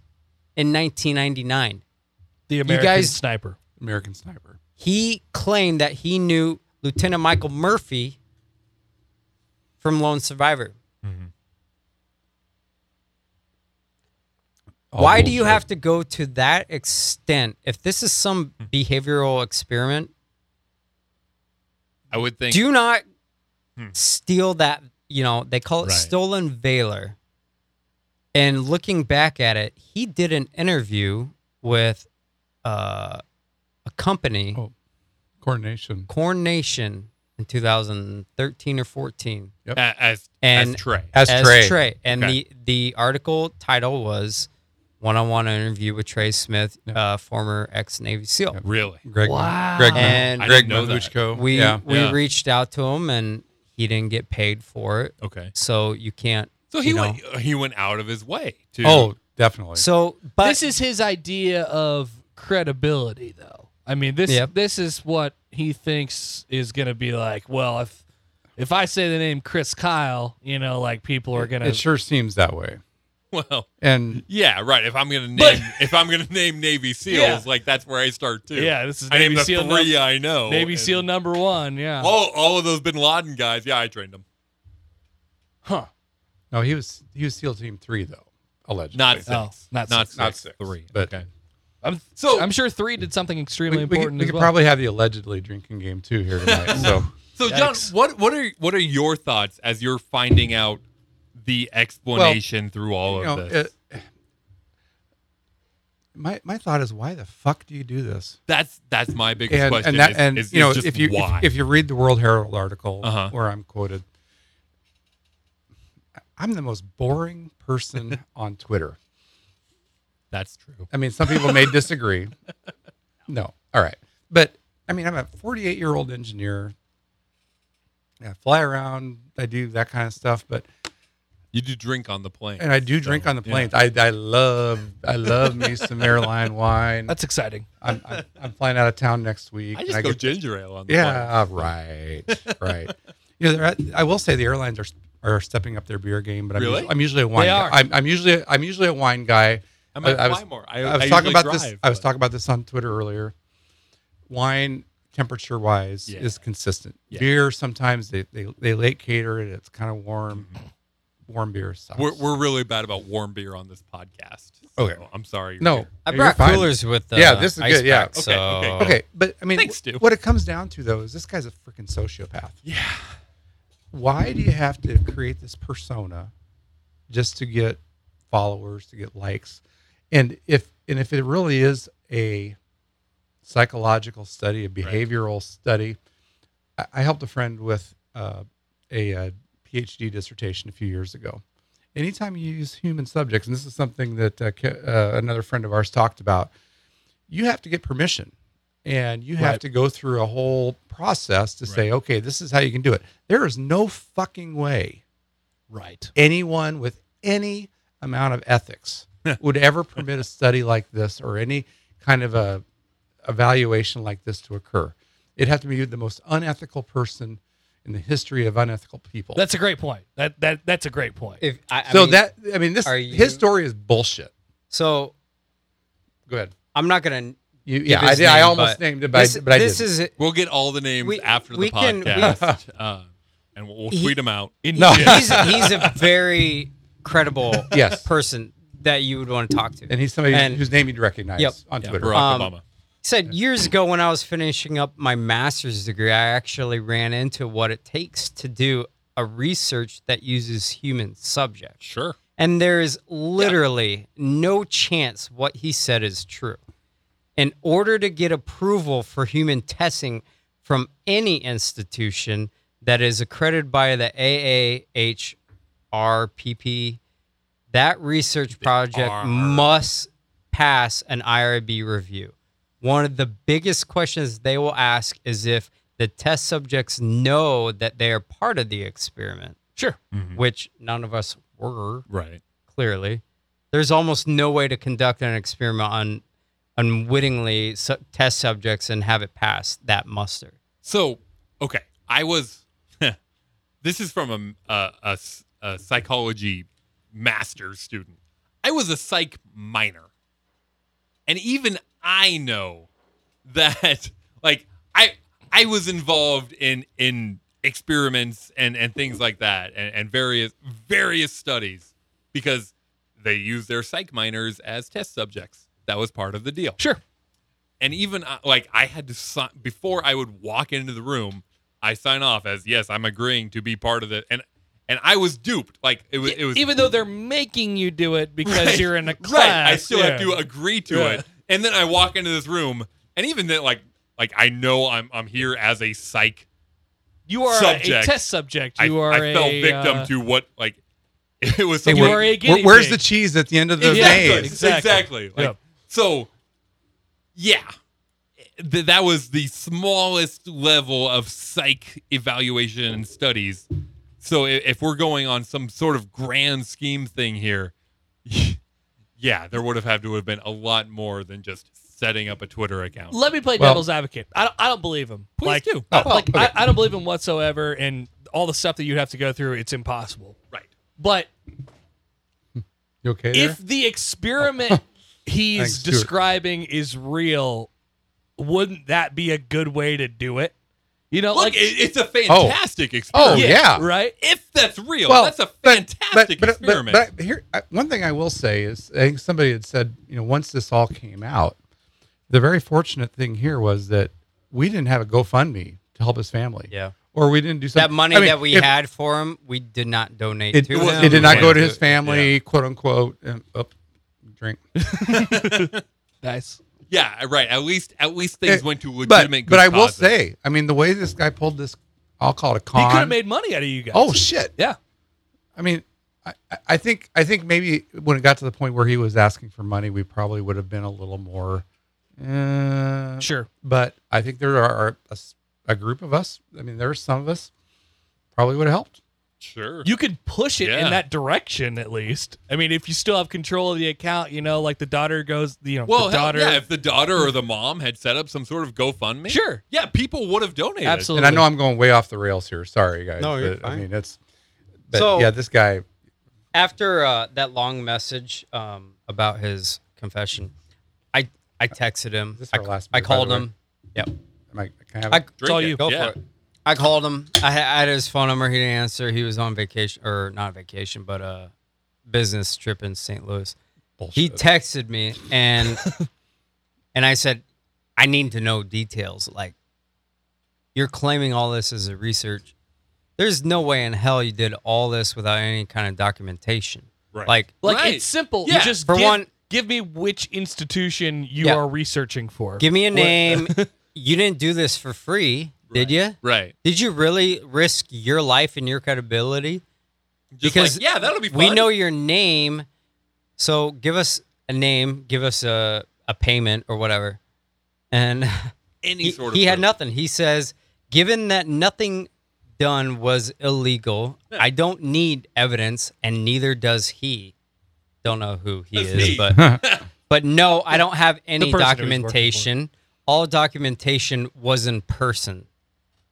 [SPEAKER 3] in 1999.
[SPEAKER 2] The American
[SPEAKER 3] guys-
[SPEAKER 2] sniper.
[SPEAKER 4] American Sniper.
[SPEAKER 3] He claimed that he knew Lieutenant Michael Murphy from Lone Survivor.
[SPEAKER 4] All
[SPEAKER 3] Why
[SPEAKER 1] Oh,
[SPEAKER 3] do you
[SPEAKER 4] bullshit.
[SPEAKER 3] have to go to that extent? If this is some
[SPEAKER 1] Hmm.
[SPEAKER 3] behavioral experiment,
[SPEAKER 1] I would think.
[SPEAKER 3] do not
[SPEAKER 1] Hmm.
[SPEAKER 3] steal that. You know, they call it
[SPEAKER 1] Right.
[SPEAKER 3] stolen valor. And looking back at it, he did an interview with uh, a company,
[SPEAKER 4] Oh. coordination?
[SPEAKER 3] Corn Nation, in 2013 or 14.
[SPEAKER 1] a- as, as
[SPEAKER 3] And
[SPEAKER 1] Trey.
[SPEAKER 4] As,
[SPEAKER 3] Trey. And
[SPEAKER 1] Okay.
[SPEAKER 3] the the article title was "One on One Interview with Trey Smith,
[SPEAKER 4] Yeah.
[SPEAKER 3] uh, former ex Navy SEAL."
[SPEAKER 1] really.
[SPEAKER 4] Greg.
[SPEAKER 2] Wow.
[SPEAKER 4] Greg.
[SPEAKER 3] And- I
[SPEAKER 4] Greg
[SPEAKER 1] didn't know that.
[SPEAKER 4] Muzco.
[SPEAKER 3] We
[SPEAKER 4] yeah.
[SPEAKER 3] we
[SPEAKER 1] Yeah.
[SPEAKER 3] reached out to him and he didn't get paid for it,
[SPEAKER 1] Okay.
[SPEAKER 3] so you can't.
[SPEAKER 1] So he
[SPEAKER 3] you
[SPEAKER 1] went he went out of his way to
[SPEAKER 4] Oh, definitely.
[SPEAKER 3] So, but
[SPEAKER 2] this is his idea of credibility, though. I mean, this
[SPEAKER 3] Yep.
[SPEAKER 2] this is what he thinks is going to be like. Well, if if I say the name Chris Kyle, you know, like people are going
[SPEAKER 4] it sure seems that way.
[SPEAKER 1] well
[SPEAKER 4] And
[SPEAKER 1] yeah right if I'm gonna name
[SPEAKER 2] But-
[SPEAKER 1] if I'm gonna name Navy SEALs
[SPEAKER 2] Yeah.
[SPEAKER 1] like that's where I start too
[SPEAKER 2] Yeah, this is
[SPEAKER 1] I
[SPEAKER 2] Navy
[SPEAKER 1] named the
[SPEAKER 2] SEAL
[SPEAKER 1] three
[SPEAKER 2] num-
[SPEAKER 1] I know
[SPEAKER 2] Navy
[SPEAKER 1] and-
[SPEAKER 2] SEAL number one. Yeah.
[SPEAKER 1] all all of those Bin Laden guys yeah I trained them
[SPEAKER 2] Huh.
[SPEAKER 4] no, he was he was SEAL Team Three though, allegedly.
[SPEAKER 1] not six
[SPEAKER 2] Oh, not
[SPEAKER 1] not
[SPEAKER 2] six.
[SPEAKER 1] six,
[SPEAKER 4] Not six,
[SPEAKER 1] three
[SPEAKER 4] but-
[SPEAKER 1] okay
[SPEAKER 2] I'm,
[SPEAKER 1] so
[SPEAKER 2] I'm sure three did something
[SPEAKER 4] We,
[SPEAKER 2] extremely
[SPEAKER 4] we, could-
[SPEAKER 2] important.
[SPEAKER 4] we
[SPEAKER 2] as
[SPEAKER 4] could
[SPEAKER 2] well.
[SPEAKER 4] probably have the allegedly drinking game too here tonight. so
[SPEAKER 1] [laughs] So John,
[SPEAKER 2] Yikes.
[SPEAKER 1] what what are what are your thoughts as you're finding out the explanation through all
[SPEAKER 4] you
[SPEAKER 1] of
[SPEAKER 4] know, uh,
[SPEAKER 1] this?
[SPEAKER 4] it- my my thought is, why the fuck do you do this?
[SPEAKER 1] that's that's my biggest
[SPEAKER 4] and,
[SPEAKER 1] question.
[SPEAKER 4] and that
[SPEAKER 1] is-
[SPEAKER 4] and
[SPEAKER 1] is-
[SPEAKER 4] you know
[SPEAKER 1] is just
[SPEAKER 4] if you if-
[SPEAKER 1] why.
[SPEAKER 4] If, you read the World Herald article
[SPEAKER 1] Uh-huh.
[SPEAKER 4] where I'm quoted, I'm the most boring person on Twitter.
[SPEAKER 1] that's true.
[SPEAKER 4] I mean, some people may disagree. No, all right, but I mean, I'm a 48 year old engineer. I fly around. I do that kind of stuff, but
[SPEAKER 1] You do drink on the plane.
[SPEAKER 4] and I do drink on the planes. I, I love I love me some airline wine.
[SPEAKER 2] That's exciting.
[SPEAKER 4] I'm, I'm, I'm flying out of town next week.
[SPEAKER 1] I
[SPEAKER 4] and
[SPEAKER 1] just go
[SPEAKER 4] get-
[SPEAKER 1] ginger ale on the plane.
[SPEAKER 4] Yeah, right, right. You know, they're at, I will say the airlines are are stepping up their beer game, but I'm,
[SPEAKER 1] Really?
[SPEAKER 4] usually, I'm usually a wine.
[SPEAKER 2] They are.
[SPEAKER 4] Guy. I'm, I'm usually I'm usually a wine guy.
[SPEAKER 1] I might
[SPEAKER 4] I-
[SPEAKER 1] fly
[SPEAKER 4] I was-
[SPEAKER 1] more. I,
[SPEAKER 4] I was
[SPEAKER 1] I
[SPEAKER 4] talking
[SPEAKER 1] usually
[SPEAKER 4] about this.
[SPEAKER 1] drive,
[SPEAKER 4] I was
[SPEAKER 1] but-
[SPEAKER 4] talking about this on Twitter earlier. Wine temperature wise
[SPEAKER 1] Yeah.
[SPEAKER 4] is consistent.
[SPEAKER 1] Yeah.
[SPEAKER 4] Beer sometimes they, they they late cater it. It's kind of warm. Warm beer sucks.
[SPEAKER 1] Mm-hmm. We're, we're really bad about warm beer on this podcast. So
[SPEAKER 4] Okay.
[SPEAKER 1] I'm sorry. you're
[SPEAKER 4] no.
[SPEAKER 1] here.
[SPEAKER 3] I
[SPEAKER 4] you're
[SPEAKER 3] brought
[SPEAKER 4] fine.
[SPEAKER 3] coolers with uh,
[SPEAKER 4] Yeah, this is
[SPEAKER 3] ice
[SPEAKER 4] good, yeah.
[SPEAKER 3] packs,
[SPEAKER 1] Okay, okay,
[SPEAKER 3] so-
[SPEAKER 4] Okay, but I mean,
[SPEAKER 1] Oh. Thanks, Stu.
[SPEAKER 4] what it comes down to though is this guy's a freaking sociopath.
[SPEAKER 1] Yeah.
[SPEAKER 4] why do you have to create this persona just to get followers to get likes and if and if it really is a psychological study a behavioral study I, I helped a friend with uh, a, uh phd dissertation a few years ago anytime you use human subjects and this is something that uh, Ke- uh, another friend of ours talked about you have to get permission and you have
[SPEAKER 2] Right.
[SPEAKER 4] to go through a whole process to say okay this is how you can do it there is no fucking way
[SPEAKER 2] Right.
[SPEAKER 4] anyone with any amount of ethics would ever permit a study like this or any kind of a evaluation like this to occur. It'd have to be the most unethical person in the history of unethical people.
[SPEAKER 2] That's a great point. That that that's a great point.
[SPEAKER 3] If I, I
[SPEAKER 4] so
[SPEAKER 3] mean,
[SPEAKER 4] that I mean this
[SPEAKER 3] are you-
[SPEAKER 4] his story is bullshit.
[SPEAKER 3] so
[SPEAKER 4] Go ahead.
[SPEAKER 3] I'm not gonna.
[SPEAKER 4] You, yeah,
[SPEAKER 3] his
[SPEAKER 4] I did. I
[SPEAKER 3] name,
[SPEAKER 4] almost
[SPEAKER 3] but
[SPEAKER 4] named it, but,
[SPEAKER 3] this
[SPEAKER 4] I, but I
[SPEAKER 3] this
[SPEAKER 4] didn't.
[SPEAKER 3] is
[SPEAKER 1] We'll get all the names
[SPEAKER 3] We-
[SPEAKER 1] after the
[SPEAKER 3] we can- we-
[SPEAKER 1] podcast. uh, and we'll, we'll
[SPEAKER 3] He-
[SPEAKER 1] tweet them out.
[SPEAKER 4] No.
[SPEAKER 1] Yeah.
[SPEAKER 3] he's he's a very credible
[SPEAKER 4] [laughs] Yes.
[SPEAKER 3] person that you would want to talk to.
[SPEAKER 4] and he's somebody
[SPEAKER 3] and-
[SPEAKER 4] whose name you'd recognize
[SPEAKER 3] Yep.
[SPEAKER 4] on
[SPEAKER 1] Yeah,
[SPEAKER 4] Twitter.
[SPEAKER 1] Barack
[SPEAKER 3] Um,
[SPEAKER 1] Obama.
[SPEAKER 3] said years ago when I was finishing up my master's degree, I actually ran into what it takes to do a research that uses human subjects.
[SPEAKER 1] Sure.
[SPEAKER 3] And there is literally no chance what he said is true. In order to get approval for human testing from any institution that is accredited by the AAHRPP, that research project
[SPEAKER 4] R.
[SPEAKER 3] must pass an IRB review. One of the biggest questions they will ask is if the test subjects know that they are part of the experiment,
[SPEAKER 2] Sure.
[SPEAKER 3] which none of us were
[SPEAKER 1] Right.
[SPEAKER 3] clearly. There's almost no way to conduct an experiment on unwittingly su- test subjects and have it pass that muster.
[SPEAKER 1] So, okay, I was. [laughs] this is from a, a- a s- a psychology master's student. I was a psych minor, and even I know [laughs] that, like, I I was involved in in experiments and and things like that, and, and various various studies because they use their psych minors as test subjects. That was part of the deal
[SPEAKER 2] Sure.
[SPEAKER 1] and even uh, like I had to sign before I would walk into the room. I sign off as yes, I'm agreeing to be part of the and and I was duped. Like it was it was
[SPEAKER 2] E, Even though they're making you do it because
[SPEAKER 1] Right,
[SPEAKER 2] you're in a class.
[SPEAKER 1] right. I still have
[SPEAKER 2] yeah.
[SPEAKER 1] to agree to
[SPEAKER 2] Yeah.
[SPEAKER 1] it, and then I walk into this room, and even then like like I know I'm I'm here as a psych.
[SPEAKER 2] You are a
[SPEAKER 1] subject.
[SPEAKER 2] test subject.
[SPEAKER 1] I,
[SPEAKER 2] You are
[SPEAKER 1] I fell
[SPEAKER 2] a,
[SPEAKER 1] victim
[SPEAKER 2] uh,
[SPEAKER 1] to what like [laughs] it was
[SPEAKER 2] You
[SPEAKER 1] something-
[SPEAKER 2] are a
[SPEAKER 4] Where,
[SPEAKER 2] guinea
[SPEAKER 4] where's
[SPEAKER 2] pig.
[SPEAKER 4] the cheese at the end of the
[SPEAKER 2] Exactly.
[SPEAKER 4] maze?
[SPEAKER 1] Exactly.
[SPEAKER 2] Exactly.
[SPEAKER 1] exactly. Like,
[SPEAKER 2] Yep.
[SPEAKER 1] So, yeah, Th- that was the smallest level of psych evaluation and studies. So, i- if we're going on some sort of grand scheme thing here, [laughs] yeah, there would have had to have been a lot more than just setting up a Twitter account.
[SPEAKER 2] Let me play
[SPEAKER 4] Well-
[SPEAKER 2] devil's advocate. I don't, I don't believe him.
[SPEAKER 1] Please
[SPEAKER 2] like,
[SPEAKER 1] do.
[SPEAKER 2] I,
[SPEAKER 4] Oh,
[SPEAKER 2] like
[SPEAKER 4] okay.
[SPEAKER 2] I, I don't believe him whatsoever, and all the stuff that you have to go through, it's impossible.
[SPEAKER 1] Right.
[SPEAKER 2] But
[SPEAKER 4] You okay there?
[SPEAKER 2] if the experiment
[SPEAKER 4] Thanks,
[SPEAKER 2] he's
[SPEAKER 4] Stuart.
[SPEAKER 2] describing is real, wouldn't that be a good way to do it? You know,
[SPEAKER 1] Look,
[SPEAKER 2] like
[SPEAKER 1] it- it's a fantastic experiment.
[SPEAKER 4] Oh, yeah.
[SPEAKER 2] right.
[SPEAKER 1] If that's real, that's a
[SPEAKER 4] but-
[SPEAKER 1] fantastic
[SPEAKER 4] but, but,
[SPEAKER 1] experiment.
[SPEAKER 4] But, but here, I- one thing I will say is, I think somebody had said, you know, once this all came out, the very fortunate thing here was that we didn't have a GoFundMe to help his family.
[SPEAKER 3] Yeah.
[SPEAKER 4] Or we didn't do something.
[SPEAKER 3] That money
[SPEAKER 4] I mean,
[SPEAKER 3] that we
[SPEAKER 4] if-
[SPEAKER 3] had for him, we did not donate
[SPEAKER 4] it,
[SPEAKER 3] to
[SPEAKER 4] it
[SPEAKER 3] him.
[SPEAKER 1] was-
[SPEAKER 4] did not go to his
[SPEAKER 1] Yeah.
[SPEAKER 4] family, quote unquote. And, oh, drink.
[SPEAKER 2] Nice.
[SPEAKER 1] yeah, right. At least at least things
[SPEAKER 4] It-
[SPEAKER 1] went to
[SPEAKER 4] Eh, But,
[SPEAKER 1] legitimate.
[SPEAKER 4] but
[SPEAKER 1] good
[SPEAKER 4] I will
[SPEAKER 1] causes.
[SPEAKER 4] say, I mean, the way this guy pulled this, I'll call it a
[SPEAKER 2] He
[SPEAKER 4] con.
[SPEAKER 2] could have made money out of you guys.
[SPEAKER 4] oh shit!
[SPEAKER 2] yeah.
[SPEAKER 4] I mean, I, I- I think I think maybe when it got to the point where he was asking for money, we probably would have been a little more. Uh,
[SPEAKER 2] Sure.
[SPEAKER 4] But I think there are a, s- a group of us. I mean, there are some of us probably would have helped.
[SPEAKER 1] sure.
[SPEAKER 2] You could push it
[SPEAKER 1] Yeah.
[SPEAKER 2] in that direction at least. I mean, if you still have control of the account, you know, like the daughter goes, you know, the
[SPEAKER 1] Well, hell,
[SPEAKER 2] daughter.
[SPEAKER 1] yeah, if the daughter or the mom had set up some sort of GoFundMe,
[SPEAKER 2] Sure.
[SPEAKER 1] yeah, people would have donated.
[SPEAKER 2] Absolutely.
[SPEAKER 4] And I know I'm going way off the rails here. Sorry, guys.
[SPEAKER 3] No, you're
[SPEAKER 4] but, I
[SPEAKER 3] fine.
[SPEAKER 4] mean, it's. But
[SPEAKER 3] So-
[SPEAKER 4] yeah, this guy.
[SPEAKER 3] after uh, that long message um, about his confession, I I texted him.
[SPEAKER 4] This is
[SPEAKER 3] I,
[SPEAKER 4] our last
[SPEAKER 3] I
[SPEAKER 4] beer, by the
[SPEAKER 3] called
[SPEAKER 4] way.
[SPEAKER 3] him. Yep.
[SPEAKER 4] Am I, can I have
[SPEAKER 3] I,
[SPEAKER 4] it?
[SPEAKER 1] Drink
[SPEAKER 2] all
[SPEAKER 1] it.
[SPEAKER 2] you.
[SPEAKER 3] Go
[SPEAKER 1] Yeah.
[SPEAKER 3] for it. I called him. I had I had his phone number. He didn't answer. He was on vacation or not vacation, but a business trip in St. Louis. He texted me
[SPEAKER 1] [laughs]
[SPEAKER 3] and and I said, I need to know details. Like you're claiming all this as a research. There's no way in hell you did all this without any kind of documentation.
[SPEAKER 1] Right.
[SPEAKER 3] Like
[SPEAKER 2] like
[SPEAKER 1] Right.
[SPEAKER 2] it's simple.
[SPEAKER 1] Yeah.
[SPEAKER 2] You just
[SPEAKER 3] For
[SPEAKER 2] give,
[SPEAKER 3] one-
[SPEAKER 2] give me which institution you
[SPEAKER 3] Yeah.
[SPEAKER 2] are researching for.
[SPEAKER 3] Give me
[SPEAKER 1] [laughs]
[SPEAKER 3] a name. you didn't do this for free, did you?
[SPEAKER 1] Right.
[SPEAKER 3] Did you really risk your life and your credibility?
[SPEAKER 1] Just
[SPEAKER 3] because
[SPEAKER 1] like, yeah, that'll be fun.
[SPEAKER 3] We know your name, so give us a name, give us a, a payment or whatever. And [laughs]
[SPEAKER 1] any
[SPEAKER 3] he,
[SPEAKER 1] sort of
[SPEAKER 3] he had
[SPEAKER 1] proof.
[SPEAKER 3] nothing. He says, given that nothing done was illegal, I don't need evidence, and neither does he. Don't know who he
[SPEAKER 1] That's
[SPEAKER 3] is,
[SPEAKER 1] me.
[SPEAKER 3] but but no, I don't have
[SPEAKER 2] person
[SPEAKER 3] any
[SPEAKER 2] who was working for him.
[SPEAKER 3] documentation. All documentation was in person.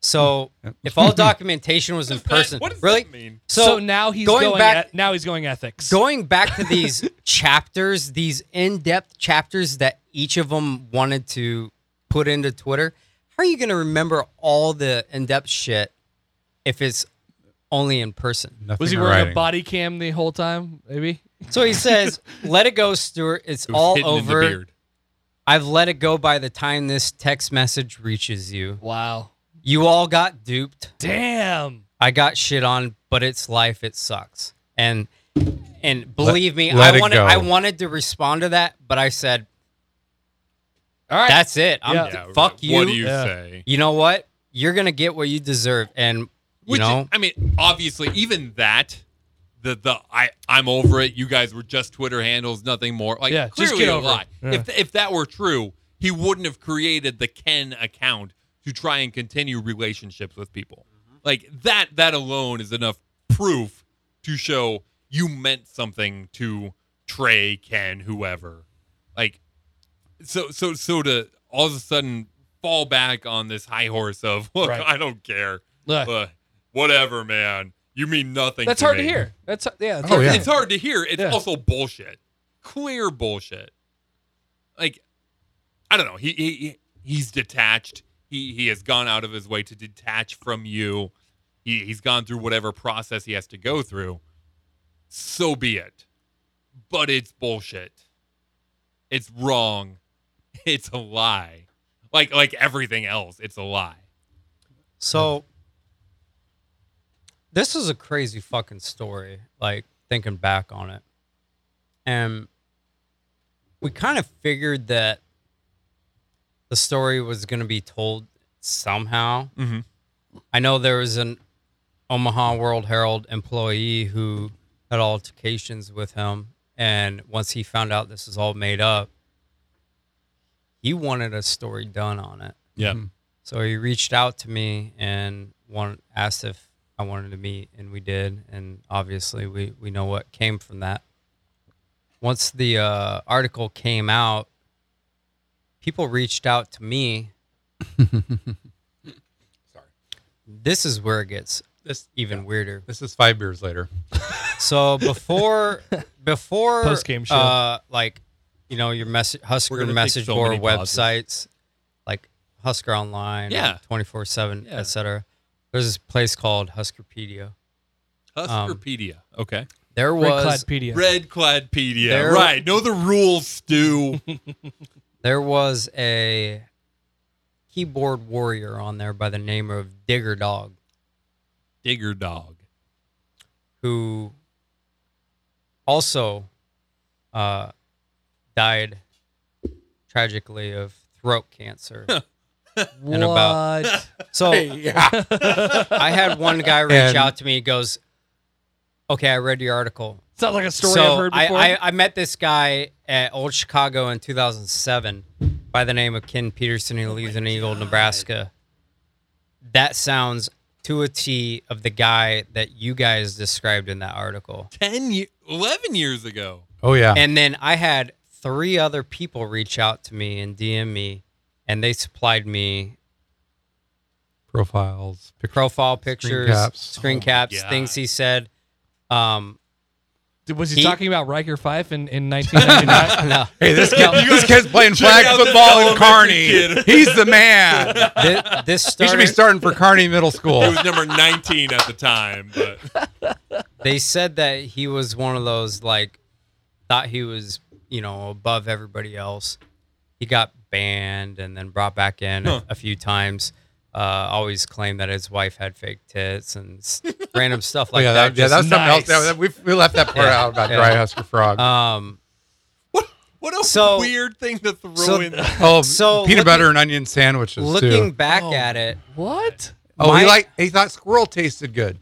[SPEAKER 3] So
[SPEAKER 4] Yep.
[SPEAKER 3] if all documentation was in
[SPEAKER 1] What does that-
[SPEAKER 3] person,
[SPEAKER 1] what does
[SPEAKER 3] really?
[SPEAKER 1] that mean?
[SPEAKER 2] so, now he's going,
[SPEAKER 3] going back-
[SPEAKER 2] eth- now he's going ethics.
[SPEAKER 3] [laughs] going back to these chapters, these in-depth chapters that each of them wanted to put into Twitter. How are you going to remember all the in-depth shit if it's only in person?
[SPEAKER 4] Nothing
[SPEAKER 2] was he
[SPEAKER 4] in
[SPEAKER 2] wearing
[SPEAKER 4] writing.
[SPEAKER 2] a body cam the whole time? Maybe.
[SPEAKER 3] So he says, "Let it go, Stuart. It's
[SPEAKER 1] It was
[SPEAKER 3] all
[SPEAKER 1] hidden in the
[SPEAKER 3] over.
[SPEAKER 1] beard.
[SPEAKER 3] I've let it go by the time this text message reaches you.
[SPEAKER 2] Wow.
[SPEAKER 3] You all got duped.
[SPEAKER 2] Damn.
[SPEAKER 3] I got shit on, but it's life. It sucks." And And believe me,
[SPEAKER 4] let
[SPEAKER 3] I
[SPEAKER 4] it
[SPEAKER 3] wanted
[SPEAKER 4] go.
[SPEAKER 3] I wanted to respond to that, but I said
[SPEAKER 2] All right.
[SPEAKER 3] that's it. I'm
[SPEAKER 2] Yeah.
[SPEAKER 3] fuck you.
[SPEAKER 1] What do you
[SPEAKER 2] Yeah.
[SPEAKER 1] say?
[SPEAKER 3] You know what? You're gonna get what you deserve, and you
[SPEAKER 1] Which
[SPEAKER 3] know
[SPEAKER 1] I mean, obviously, even that, the the I I'm over it. You guys were just Twitter handles, nothing more. Like
[SPEAKER 2] Yeah, just
[SPEAKER 1] clearly
[SPEAKER 2] get
[SPEAKER 1] a
[SPEAKER 2] over it.
[SPEAKER 1] lie.
[SPEAKER 2] Yeah.
[SPEAKER 1] If if that were true, he wouldn't have created the Ken account to try and continue relationships with people. Like that that alone is enough proof to show you meant something to Trey, Ken, whoever. Like so so so to all of a sudden fall back on this high horse of [laughs] look,
[SPEAKER 2] Right.
[SPEAKER 1] I don't care.
[SPEAKER 2] Look,
[SPEAKER 1] But whatever, man. You mean nothing.
[SPEAKER 2] that's
[SPEAKER 1] to
[SPEAKER 2] hard to
[SPEAKER 1] me.
[SPEAKER 2] hear. That's yeah. That's
[SPEAKER 4] Oh,
[SPEAKER 2] hard to
[SPEAKER 4] yeah.
[SPEAKER 2] hear.
[SPEAKER 1] It's hard to hear. It's
[SPEAKER 2] Yeah.
[SPEAKER 1] also bullshit. Clear bullshit. Like, I don't know. He, he he- he's detached. He he has gone out of his way to detach from you. He he's gone through whatever process he has to go through. So be it. But it's bullshit. It's wrong. [laughs] It's a lie. Like like everything else, it's a lie.
[SPEAKER 3] So this is a crazy fucking story, like thinking back on it. And we kind of figured that the story was going to be told somehow.
[SPEAKER 1] Mhm.
[SPEAKER 3] I know there was an Omaha World Herald employee who had altercations with him. And once he found out this is all made up, he wanted a story done on it.
[SPEAKER 1] Yeah.
[SPEAKER 3] So he reached out to me and want, asked if I wanted to meet, and we did. And obviously, we, we know what came from that. Once the uh, article came out, people reached out to me.
[SPEAKER 4] Sorry.
[SPEAKER 3] This is where it gets
[SPEAKER 4] This
[SPEAKER 3] even weirder.
[SPEAKER 4] this is five beers later.
[SPEAKER 2] [laughs]
[SPEAKER 3] So before before
[SPEAKER 2] Post-game show.
[SPEAKER 3] uh, like you know your message
[SPEAKER 1] We're
[SPEAKER 3] Husker
[SPEAKER 1] gonna take
[SPEAKER 3] message
[SPEAKER 1] so
[SPEAKER 3] board
[SPEAKER 1] many pauses.
[SPEAKER 3] websites like Husker Online,
[SPEAKER 1] Yeah.
[SPEAKER 3] twenty four seven,
[SPEAKER 1] Yeah.
[SPEAKER 3] etc. There's this place called Huskerpedia.
[SPEAKER 1] Huskerpedia. okay.
[SPEAKER 3] There
[SPEAKER 2] Red
[SPEAKER 3] was
[SPEAKER 2] Cladpedia.
[SPEAKER 1] Red Cladpedia.
[SPEAKER 3] There-
[SPEAKER 1] right. Know the rules, Stu.
[SPEAKER 3] there was a keyboard warrior on there by the name of Digger Dog
[SPEAKER 1] Digger dog.
[SPEAKER 3] who also uh, died tragically of throat cancer.
[SPEAKER 2] What?
[SPEAKER 3] and about-
[SPEAKER 2] [laughs]
[SPEAKER 3] So
[SPEAKER 4] yeah.
[SPEAKER 3] [laughs] I had one guy reach
[SPEAKER 4] And-
[SPEAKER 3] out to me. He goes, "Okay, I read your article.
[SPEAKER 2] Sounds like a story
[SPEAKER 3] so
[SPEAKER 2] I've heard
[SPEAKER 3] I,
[SPEAKER 2] before.
[SPEAKER 3] I I met this guy at Old Chicago in 2007 by the name of Ken Peterson. He lives in Eagle, Nebraska. That sounds to a T of the guy that you guys described in that article.
[SPEAKER 1] 10 ye- 11 years ago.
[SPEAKER 4] Oh yeah.
[SPEAKER 3] And then I had three other people reach out to me and DM me, and they supplied me
[SPEAKER 4] Profiles. Pictures.
[SPEAKER 3] profile pictures,
[SPEAKER 4] caps.
[SPEAKER 3] screen
[SPEAKER 1] Oh my
[SPEAKER 3] caps
[SPEAKER 1] God.
[SPEAKER 3] things he said. Um,
[SPEAKER 2] Did- was he,
[SPEAKER 3] he-
[SPEAKER 2] talking about Riker Fife in,
[SPEAKER 3] [laughs]
[SPEAKER 2] in 1999?
[SPEAKER 3] no.
[SPEAKER 4] Hey, this kid, this kid's playing flag
[SPEAKER 1] out this
[SPEAKER 4] football in
[SPEAKER 1] elementary
[SPEAKER 4] Kearney.
[SPEAKER 1] kid.
[SPEAKER 4] [laughs] He's the man.
[SPEAKER 3] This, this
[SPEAKER 4] [laughs] He should be
[SPEAKER 3] started,
[SPEAKER 4] starting for Kearney Middle
[SPEAKER 1] It [laughs]
[SPEAKER 4] School.
[SPEAKER 1] was number 19 at the time, but
[SPEAKER 3] they said that he was one of those like thought he was you know above everybody else. He got banned and then brought back in a,
[SPEAKER 1] Huh.
[SPEAKER 3] a few times. Uh, always claimed that his wife had fake tits and s- random stuff
[SPEAKER 4] Oh,
[SPEAKER 3] like
[SPEAKER 4] yeah,
[SPEAKER 3] that.
[SPEAKER 4] that, yeah,
[SPEAKER 3] just-
[SPEAKER 4] that's something else.
[SPEAKER 2] nice.
[SPEAKER 4] That, we, we left that part
[SPEAKER 3] Yeah.
[SPEAKER 4] out about
[SPEAKER 3] Yeah.
[SPEAKER 4] dry husker frog.
[SPEAKER 3] um,
[SPEAKER 1] what what a
[SPEAKER 3] So-
[SPEAKER 1] weird thing to throw
[SPEAKER 3] so-
[SPEAKER 1] in.
[SPEAKER 4] oh,
[SPEAKER 3] so
[SPEAKER 4] peanut
[SPEAKER 3] looking-
[SPEAKER 4] butter and onion sandwiches
[SPEAKER 3] looking
[SPEAKER 4] too.
[SPEAKER 3] back
[SPEAKER 2] Oh.
[SPEAKER 3] at it,
[SPEAKER 2] what?
[SPEAKER 4] Oh,
[SPEAKER 3] my-
[SPEAKER 4] he like he thought squirrel tasted good.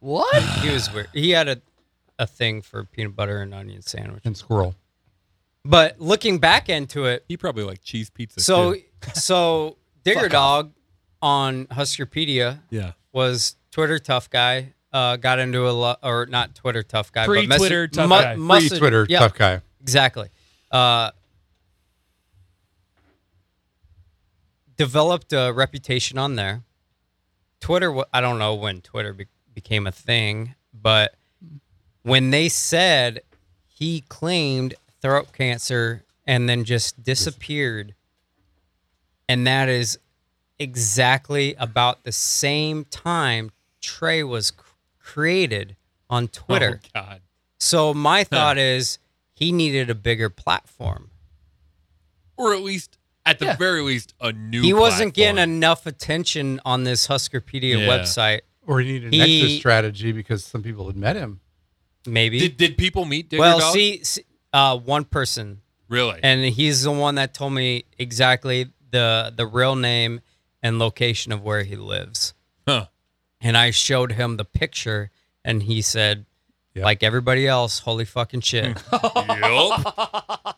[SPEAKER 2] What?
[SPEAKER 3] he was weird. He had a a thing for peanut butter and onion sandwich.
[SPEAKER 4] And squirrel.
[SPEAKER 3] But looking back into it,
[SPEAKER 1] He probably liked cheese pizza.
[SPEAKER 3] so
[SPEAKER 1] too.
[SPEAKER 3] so Digger Dog on Huskerpedia
[SPEAKER 1] yeah.
[SPEAKER 3] was Twitter tough guy. Uh, got into a lot, or not Twitter tough guy, but messa-
[SPEAKER 2] Pre-Twitter tough guy.
[SPEAKER 4] Free
[SPEAKER 3] messa-
[SPEAKER 4] Twitter
[SPEAKER 3] yeah,
[SPEAKER 4] tough guy.
[SPEAKER 3] Exactly. Uh, developed a reputation on there. Twitter, wa- I don't know when Twitter be- became a thing, but when they said he claimed throat cancer and then just disappeared, and that is exactly about the same time Trey was c- created on Twitter.
[SPEAKER 1] Oh, God.
[SPEAKER 3] So my thought is he needed a bigger platform.
[SPEAKER 1] Or at least, at the
[SPEAKER 2] Yeah.
[SPEAKER 1] very least, a new
[SPEAKER 3] he wasn't getting
[SPEAKER 1] platform.
[SPEAKER 3] enough attention on this Huskerpedia
[SPEAKER 1] Yeah.
[SPEAKER 3] website.
[SPEAKER 4] Or he needed an
[SPEAKER 3] He-
[SPEAKER 4] extra strategy because some people had met him.
[SPEAKER 3] maybe.
[SPEAKER 1] Did, did people meet Digger
[SPEAKER 3] well,
[SPEAKER 1] Dog?
[SPEAKER 3] see, see uh, one person, [laughs]
[SPEAKER 1] really?
[SPEAKER 3] and he's the one that told me exactly the the real name and location of where he lives.
[SPEAKER 1] Huh.
[SPEAKER 3] And I showed him the picture, and he said,
[SPEAKER 4] Yeah.
[SPEAKER 3] like everybody else, holy fucking
[SPEAKER 1] [laughs]
[SPEAKER 3] shit.
[SPEAKER 1] Yup.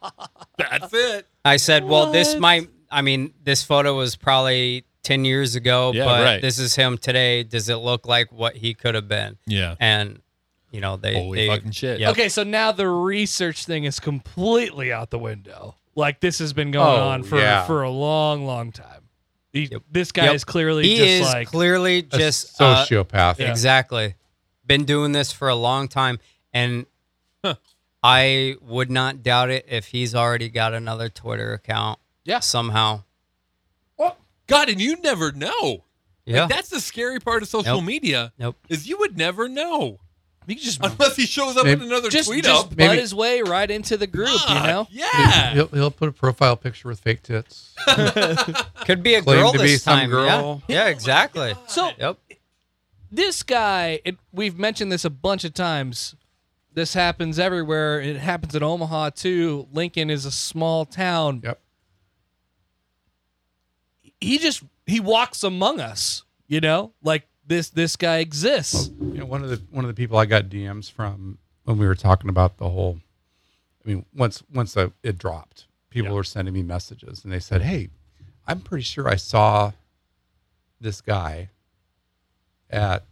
[SPEAKER 1] That's it.
[SPEAKER 3] I said, well, this
[SPEAKER 2] What?
[SPEAKER 3] might, I mean, this photo was probably 10 years ago,
[SPEAKER 1] Yeah,
[SPEAKER 3] but
[SPEAKER 1] right.
[SPEAKER 3] this is him today. Does it look like what he could have been?
[SPEAKER 1] Yeah.
[SPEAKER 3] And, you know, they,
[SPEAKER 1] Holy
[SPEAKER 3] they
[SPEAKER 1] fucking shit.
[SPEAKER 3] Yep.
[SPEAKER 2] Okay, so now the research thing is completely out the window. Like this has been going
[SPEAKER 4] Oh,
[SPEAKER 2] on for
[SPEAKER 4] yeah.
[SPEAKER 2] for a long, long time. He,
[SPEAKER 3] Yep.
[SPEAKER 2] This guy
[SPEAKER 3] Yep.
[SPEAKER 2] is clearly
[SPEAKER 3] he
[SPEAKER 2] just
[SPEAKER 3] is
[SPEAKER 2] like
[SPEAKER 3] clearly
[SPEAKER 4] A
[SPEAKER 3] just uh,
[SPEAKER 4] sociopath.
[SPEAKER 2] Yeah.
[SPEAKER 3] Exactly. Been doing this for a long time, and I would not doubt it if he's already got another Twitter account.
[SPEAKER 2] Yeah.
[SPEAKER 3] Somehow.
[SPEAKER 1] God, and you never know.
[SPEAKER 3] Yeah.
[SPEAKER 1] That's the scary part of social
[SPEAKER 3] Nope.
[SPEAKER 1] media
[SPEAKER 3] nope.
[SPEAKER 1] is you would never know
[SPEAKER 2] he could just
[SPEAKER 1] unless he shows up
[SPEAKER 4] Maybe-
[SPEAKER 1] in another
[SPEAKER 2] just,
[SPEAKER 1] tweet
[SPEAKER 2] just
[SPEAKER 1] up.
[SPEAKER 2] butt
[SPEAKER 4] Maybe- Ah,
[SPEAKER 2] his way right into the group,
[SPEAKER 1] Fuck,
[SPEAKER 2] you know?
[SPEAKER 1] Yeah.
[SPEAKER 4] He'll, he'll put a profile picture with fake tits.
[SPEAKER 3] Could be a
[SPEAKER 4] Claim
[SPEAKER 3] girl
[SPEAKER 4] to be
[SPEAKER 3] this
[SPEAKER 4] some
[SPEAKER 3] time.
[SPEAKER 4] girl.
[SPEAKER 3] Yeah. yeah exactly.
[SPEAKER 2] So
[SPEAKER 3] Yep.
[SPEAKER 2] this guy, it, we've mentioned this a bunch of times. This happens everywhere. It happens in Omaha too. Lincoln is a small town.
[SPEAKER 4] Yep.
[SPEAKER 2] He just he walks among us, you know? Like this this guy exists.
[SPEAKER 4] You know, one of the one of the people I got DMs from when we were talking about the whole. I mean, once once I, it dropped, people were sending me messages, and they said, "Hey, I'm pretty sure I saw this guy at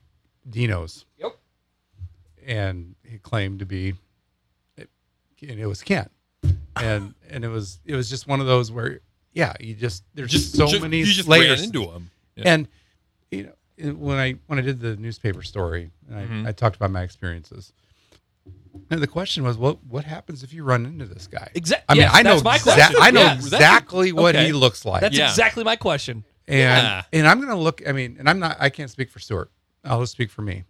[SPEAKER 4] Dino's."
[SPEAKER 2] Yep.
[SPEAKER 4] And he claimed to be, it, and it was Ken, and and it was it was just one of those where, yeah, you just there's just, so many
[SPEAKER 1] you just
[SPEAKER 4] layers
[SPEAKER 1] ran into him. Yeah.
[SPEAKER 4] and you know it- when i when i did the newspaper story and I,
[SPEAKER 2] Mm-hmm.
[SPEAKER 4] I talked about my experiences and the question was what what happens if you run into this guy
[SPEAKER 2] Exactly.
[SPEAKER 4] i mean i know
[SPEAKER 2] that's my
[SPEAKER 4] exac-
[SPEAKER 2] question.
[SPEAKER 4] i know
[SPEAKER 2] Yes.
[SPEAKER 4] exactly what
[SPEAKER 2] okay.
[SPEAKER 4] he looks like
[SPEAKER 2] That's
[SPEAKER 1] Yeah.
[SPEAKER 2] exactly my question.
[SPEAKER 4] and
[SPEAKER 1] Yeah.
[SPEAKER 4] and i'm gonna look i mean and i'm not i can't speak for stuart i'll just speak for me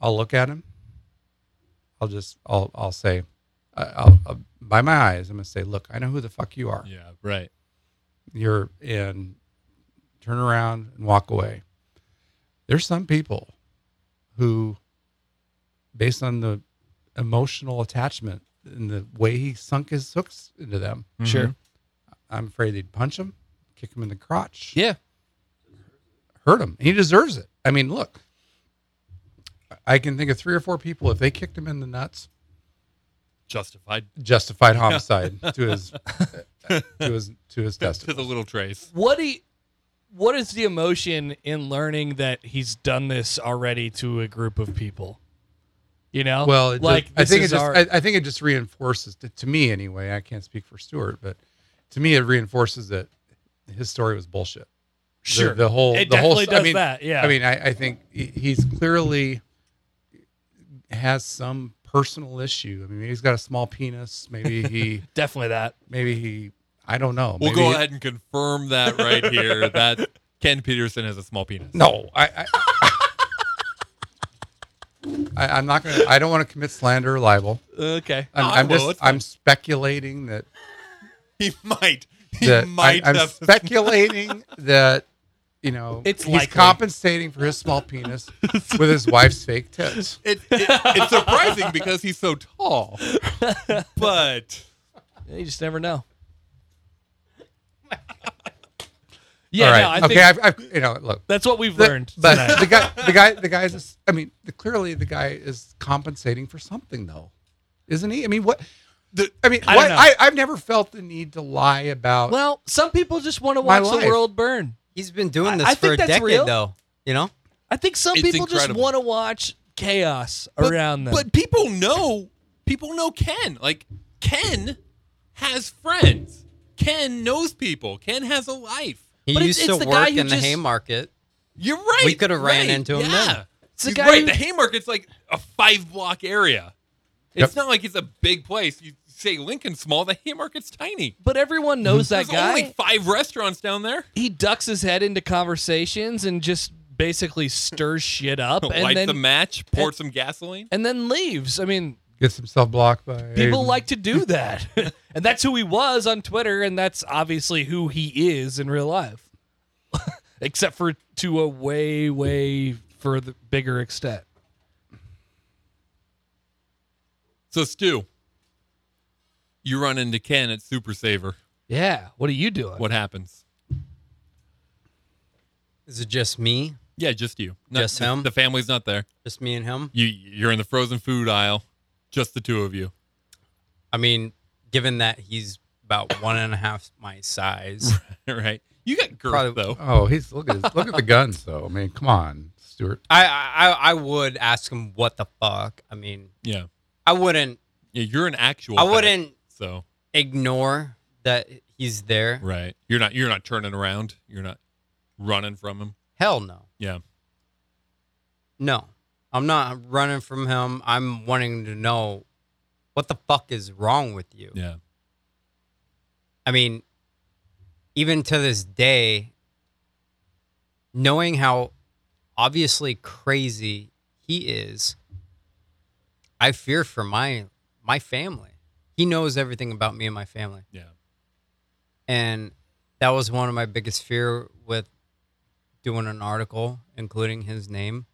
[SPEAKER 4] i'll look at him i'll just i'll i'll say I- I'll, I'll by my eyes i'm gonna say look i know who the fuck you are
[SPEAKER 1] Yeah, right.
[SPEAKER 4] you're and turn around and walk away. There's some people who, based on the emotional attachment and the way he sunk his hooks into them,
[SPEAKER 2] Mm-hmm. Sure.
[SPEAKER 4] I'm afraid they'd punch him, kick him in the crotch,
[SPEAKER 2] Yeah.
[SPEAKER 4] hurt him. He deserves it. I mean, look, I can think of three or four people if they kicked him in the nuts,
[SPEAKER 1] Justified
[SPEAKER 4] justified homicide to
[SPEAKER 2] [laughs]
[SPEAKER 4] his to his to his
[SPEAKER 1] to
[SPEAKER 4] testicles.
[SPEAKER 1] the little trace.
[SPEAKER 2] What do you, what is the emotion in learning that he's done this already to a group of people? You know?
[SPEAKER 4] Well, it
[SPEAKER 2] like
[SPEAKER 4] just- I
[SPEAKER 2] this
[SPEAKER 4] think it
[SPEAKER 2] is
[SPEAKER 4] just,
[SPEAKER 2] our-
[SPEAKER 4] I, I think it just reinforces to, to me anyway. I can't speak for Stuart, but to me it reinforces that his story was bullshit. The-
[SPEAKER 2] sure.
[SPEAKER 4] the, whole
[SPEAKER 2] it
[SPEAKER 4] the whole.
[SPEAKER 2] definitely
[SPEAKER 4] s-
[SPEAKER 2] does
[SPEAKER 4] I mean,
[SPEAKER 2] that. Yeah.
[SPEAKER 4] I mean, I, I think he- he's clearly has some personal issue. I mean, maybe he's got a small penis. Maybe
[SPEAKER 2] [laughs]
[SPEAKER 4] he,
[SPEAKER 2] definitely that.
[SPEAKER 4] maybe he, I don't know.
[SPEAKER 1] We'll
[SPEAKER 4] Maybe
[SPEAKER 1] go
[SPEAKER 4] he-
[SPEAKER 1] ahead and confirm that right [laughs] here that Ken Peterson has a small penis.
[SPEAKER 4] No, I. I [laughs] I, I'm not gonna. I don't want to commit slander or libel.
[SPEAKER 2] Okay.
[SPEAKER 4] I'm,
[SPEAKER 1] No, I
[SPEAKER 4] I'm
[SPEAKER 1] will.
[SPEAKER 4] just.
[SPEAKER 1] It's fine.
[SPEAKER 4] I'm speculating that
[SPEAKER 1] He might. He
[SPEAKER 4] that
[SPEAKER 1] might
[SPEAKER 4] I, am
[SPEAKER 1] have [laughs]
[SPEAKER 4] speculating that you know
[SPEAKER 2] It's
[SPEAKER 4] he's
[SPEAKER 2] likely.
[SPEAKER 4] compensating for his small penis with his wife's fake tits.
[SPEAKER 1] it, it, it's surprising because he's so tall. But
[SPEAKER 2] You just never
[SPEAKER 4] [laughs]
[SPEAKER 2] know. Yeah,
[SPEAKER 4] All right.
[SPEAKER 2] no, I
[SPEAKER 4] okay.
[SPEAKER 2] think
[SPEAKER 4] I've, I've, you know, look.
[SPEAKER 2] that's what we've
[SPEAKER 4] the-
[SPEAKER 2] learned.
[SPEAKER 4] but [laughs]
[SPEAKER 2] tonight.
[SPEAKER 4] the guy, the guy, the guy's. is- I mean, the, clearly the guy is compensating for something, though, isn't he? I mean, what? The, I mean,
[SPEAKER 2] I don't
[SPEAKER 4] what?
[SPEAKER 2] know.
[SPEAKER 4] I, I've never felt the need to lie about.
[SPEAKER 2] well, some people just want to
[SPEAKER 4] My
[SPEAKER 2] watch the
[SPEAKER 4] life.
[SPEAKER 2] world burn.
[SPEAKER 3] He's been doing
[SPEAKER 2] I-
[SPEAKER 3] this
[SPEAKER 2] I
[SPEAKER 3] for
[SPEAKER 2] think
[SPEAKER 3] a
[SPEAKER 2] that's
[SPEAKER 3] decade,
[SPEAKER 2] real.
[SPEAKER 3] though. You know?
[SPEAKER 2] I think some
[SPEAKER 1] It's
[SPEAKER 2] people just
[SPEAKER 1] incredible.
[SPEAKER 2] want to watch chaos
[SPEAKER 1] but-
[SPEAKER 2] around them.
[SPEAKER 1] But people know. People know Ken. Like Ken has friends. Ken knows people. Ken has a life.
[SPEAKER 3] He
[SPEAKER 2] But it's-
[SPEAKER 3] used to
[SPEAKER 2] it's the guy
[SPEAKER 3] work
[SPEAKER 2] who
[SPEAKER 3] in the
[SPEAKER 2] just-
[SPEAKER 3] Haymarket.
[SPEAKER 1] You're right.
[SPEAKER 3] We could have ran
[SPEAKER 1] right,
[SPEAKER 3] into him
[SPEAKER 1] yeah.
[SPEAKER 3] then.
[SPEAKER 2] It's the
[SPEAKER 1] He's
[SPEAKER 2] guy
[SPEAKER 1] right.
[SPEAKER 2] who-
[SPEAKER 1] The Haymarket's like a five block area. It's not like it's a big place. You say Lincoln's small, the Haymarket's tiny.
[SPEAKER 2] but everyone knows that
[SPEAKER 1] There's
[SPEAKER 2] guy.
[SPEAKER 1] only five restaurants down there. [laughs]
[SPEAKER 2] he ducks his head into conversations and just basically stirs shit
[SPEAKER 1] [laughs]
[SPEAKER 2] up
[SPEAKER 1] Light
[SPEAKER 2] and
[SPEAKER 1] the
[SPEAKER 2] then
[SPEAKER 1] match, pour some gasoline.
[SPEAKER 2] and then leaves. I mean,
[SPEAKER 4] Gets himself blocked by
[SPEAKER 2] people like to do that.
[SPEAKER 1] [laughs]
[SPEAKER 2] and that's who he was on Twitter and that's obviously who he is in real life. [laughs] Except for to a way way further bigger extent.
[SPEAKER 1] So Stu, you run into Ken at Super Saver.
[SPEAKER 2] Yeah. What are you doing?
[SPEAKER 1] What happens?
[SPEAKER 3] Is it just me?
[SPEAKER 1] Yeah, just you.
[SPEAKER 3] Just
[SPEAKER 1] the-
[SPEAKER 3] him?
[SPEAKER 1] The family's not there.
[SPEAKER 3] Just me and him?
[SPEAKER 1] You you're in the frozen food aisle. Just the two of you. [laughs]
[SPEAKER 3] I mean, given that he's about one and a half
[SPEAKER 2] [laughs]
[SPEAKER 3] my size,
[SPEAKER 1] right. You got girth
[SPEAKER 3] Probably-
[SPEAKER 1] though.
[SPEAKER 4] Oh, he's look at his, look at the guns though. I mean, come on, Stuart.
[SPEAKER 3] I, I I would ask him what the fuck. I mean,
[SPEAKER 1] Yeah.
[SPEAKER 3] I wouldn't.
[SPEAKER 1] Yeah, you're an actual
[SPEAKER 3] I
[SPEAKER 1] vet,
[SPEAKER 3] wouldn't
[SPEAKER 1] so
[SPEAKER 3] ignore that he's there.
[SPEAKER 1] right. You're not you're not turning around. You're not running from him.
[SPEAKER 3] Hell no.
[SPEAKER 1] Yeah.
[SPEAKER 3] No, I'm not running from him. I'm wanting to know what the fuck is wrong with you.
[SPEAKER 1] Yeah.
[SPEAKER 3] I mean, even to this day, knowing how obviously crazy he is, I fear for my my family. He knows everything about me and my family.
[SPEAKER 1] Yeah.
[SPEAKER 3] And that was one of my biggest fear with doing an article, including his name,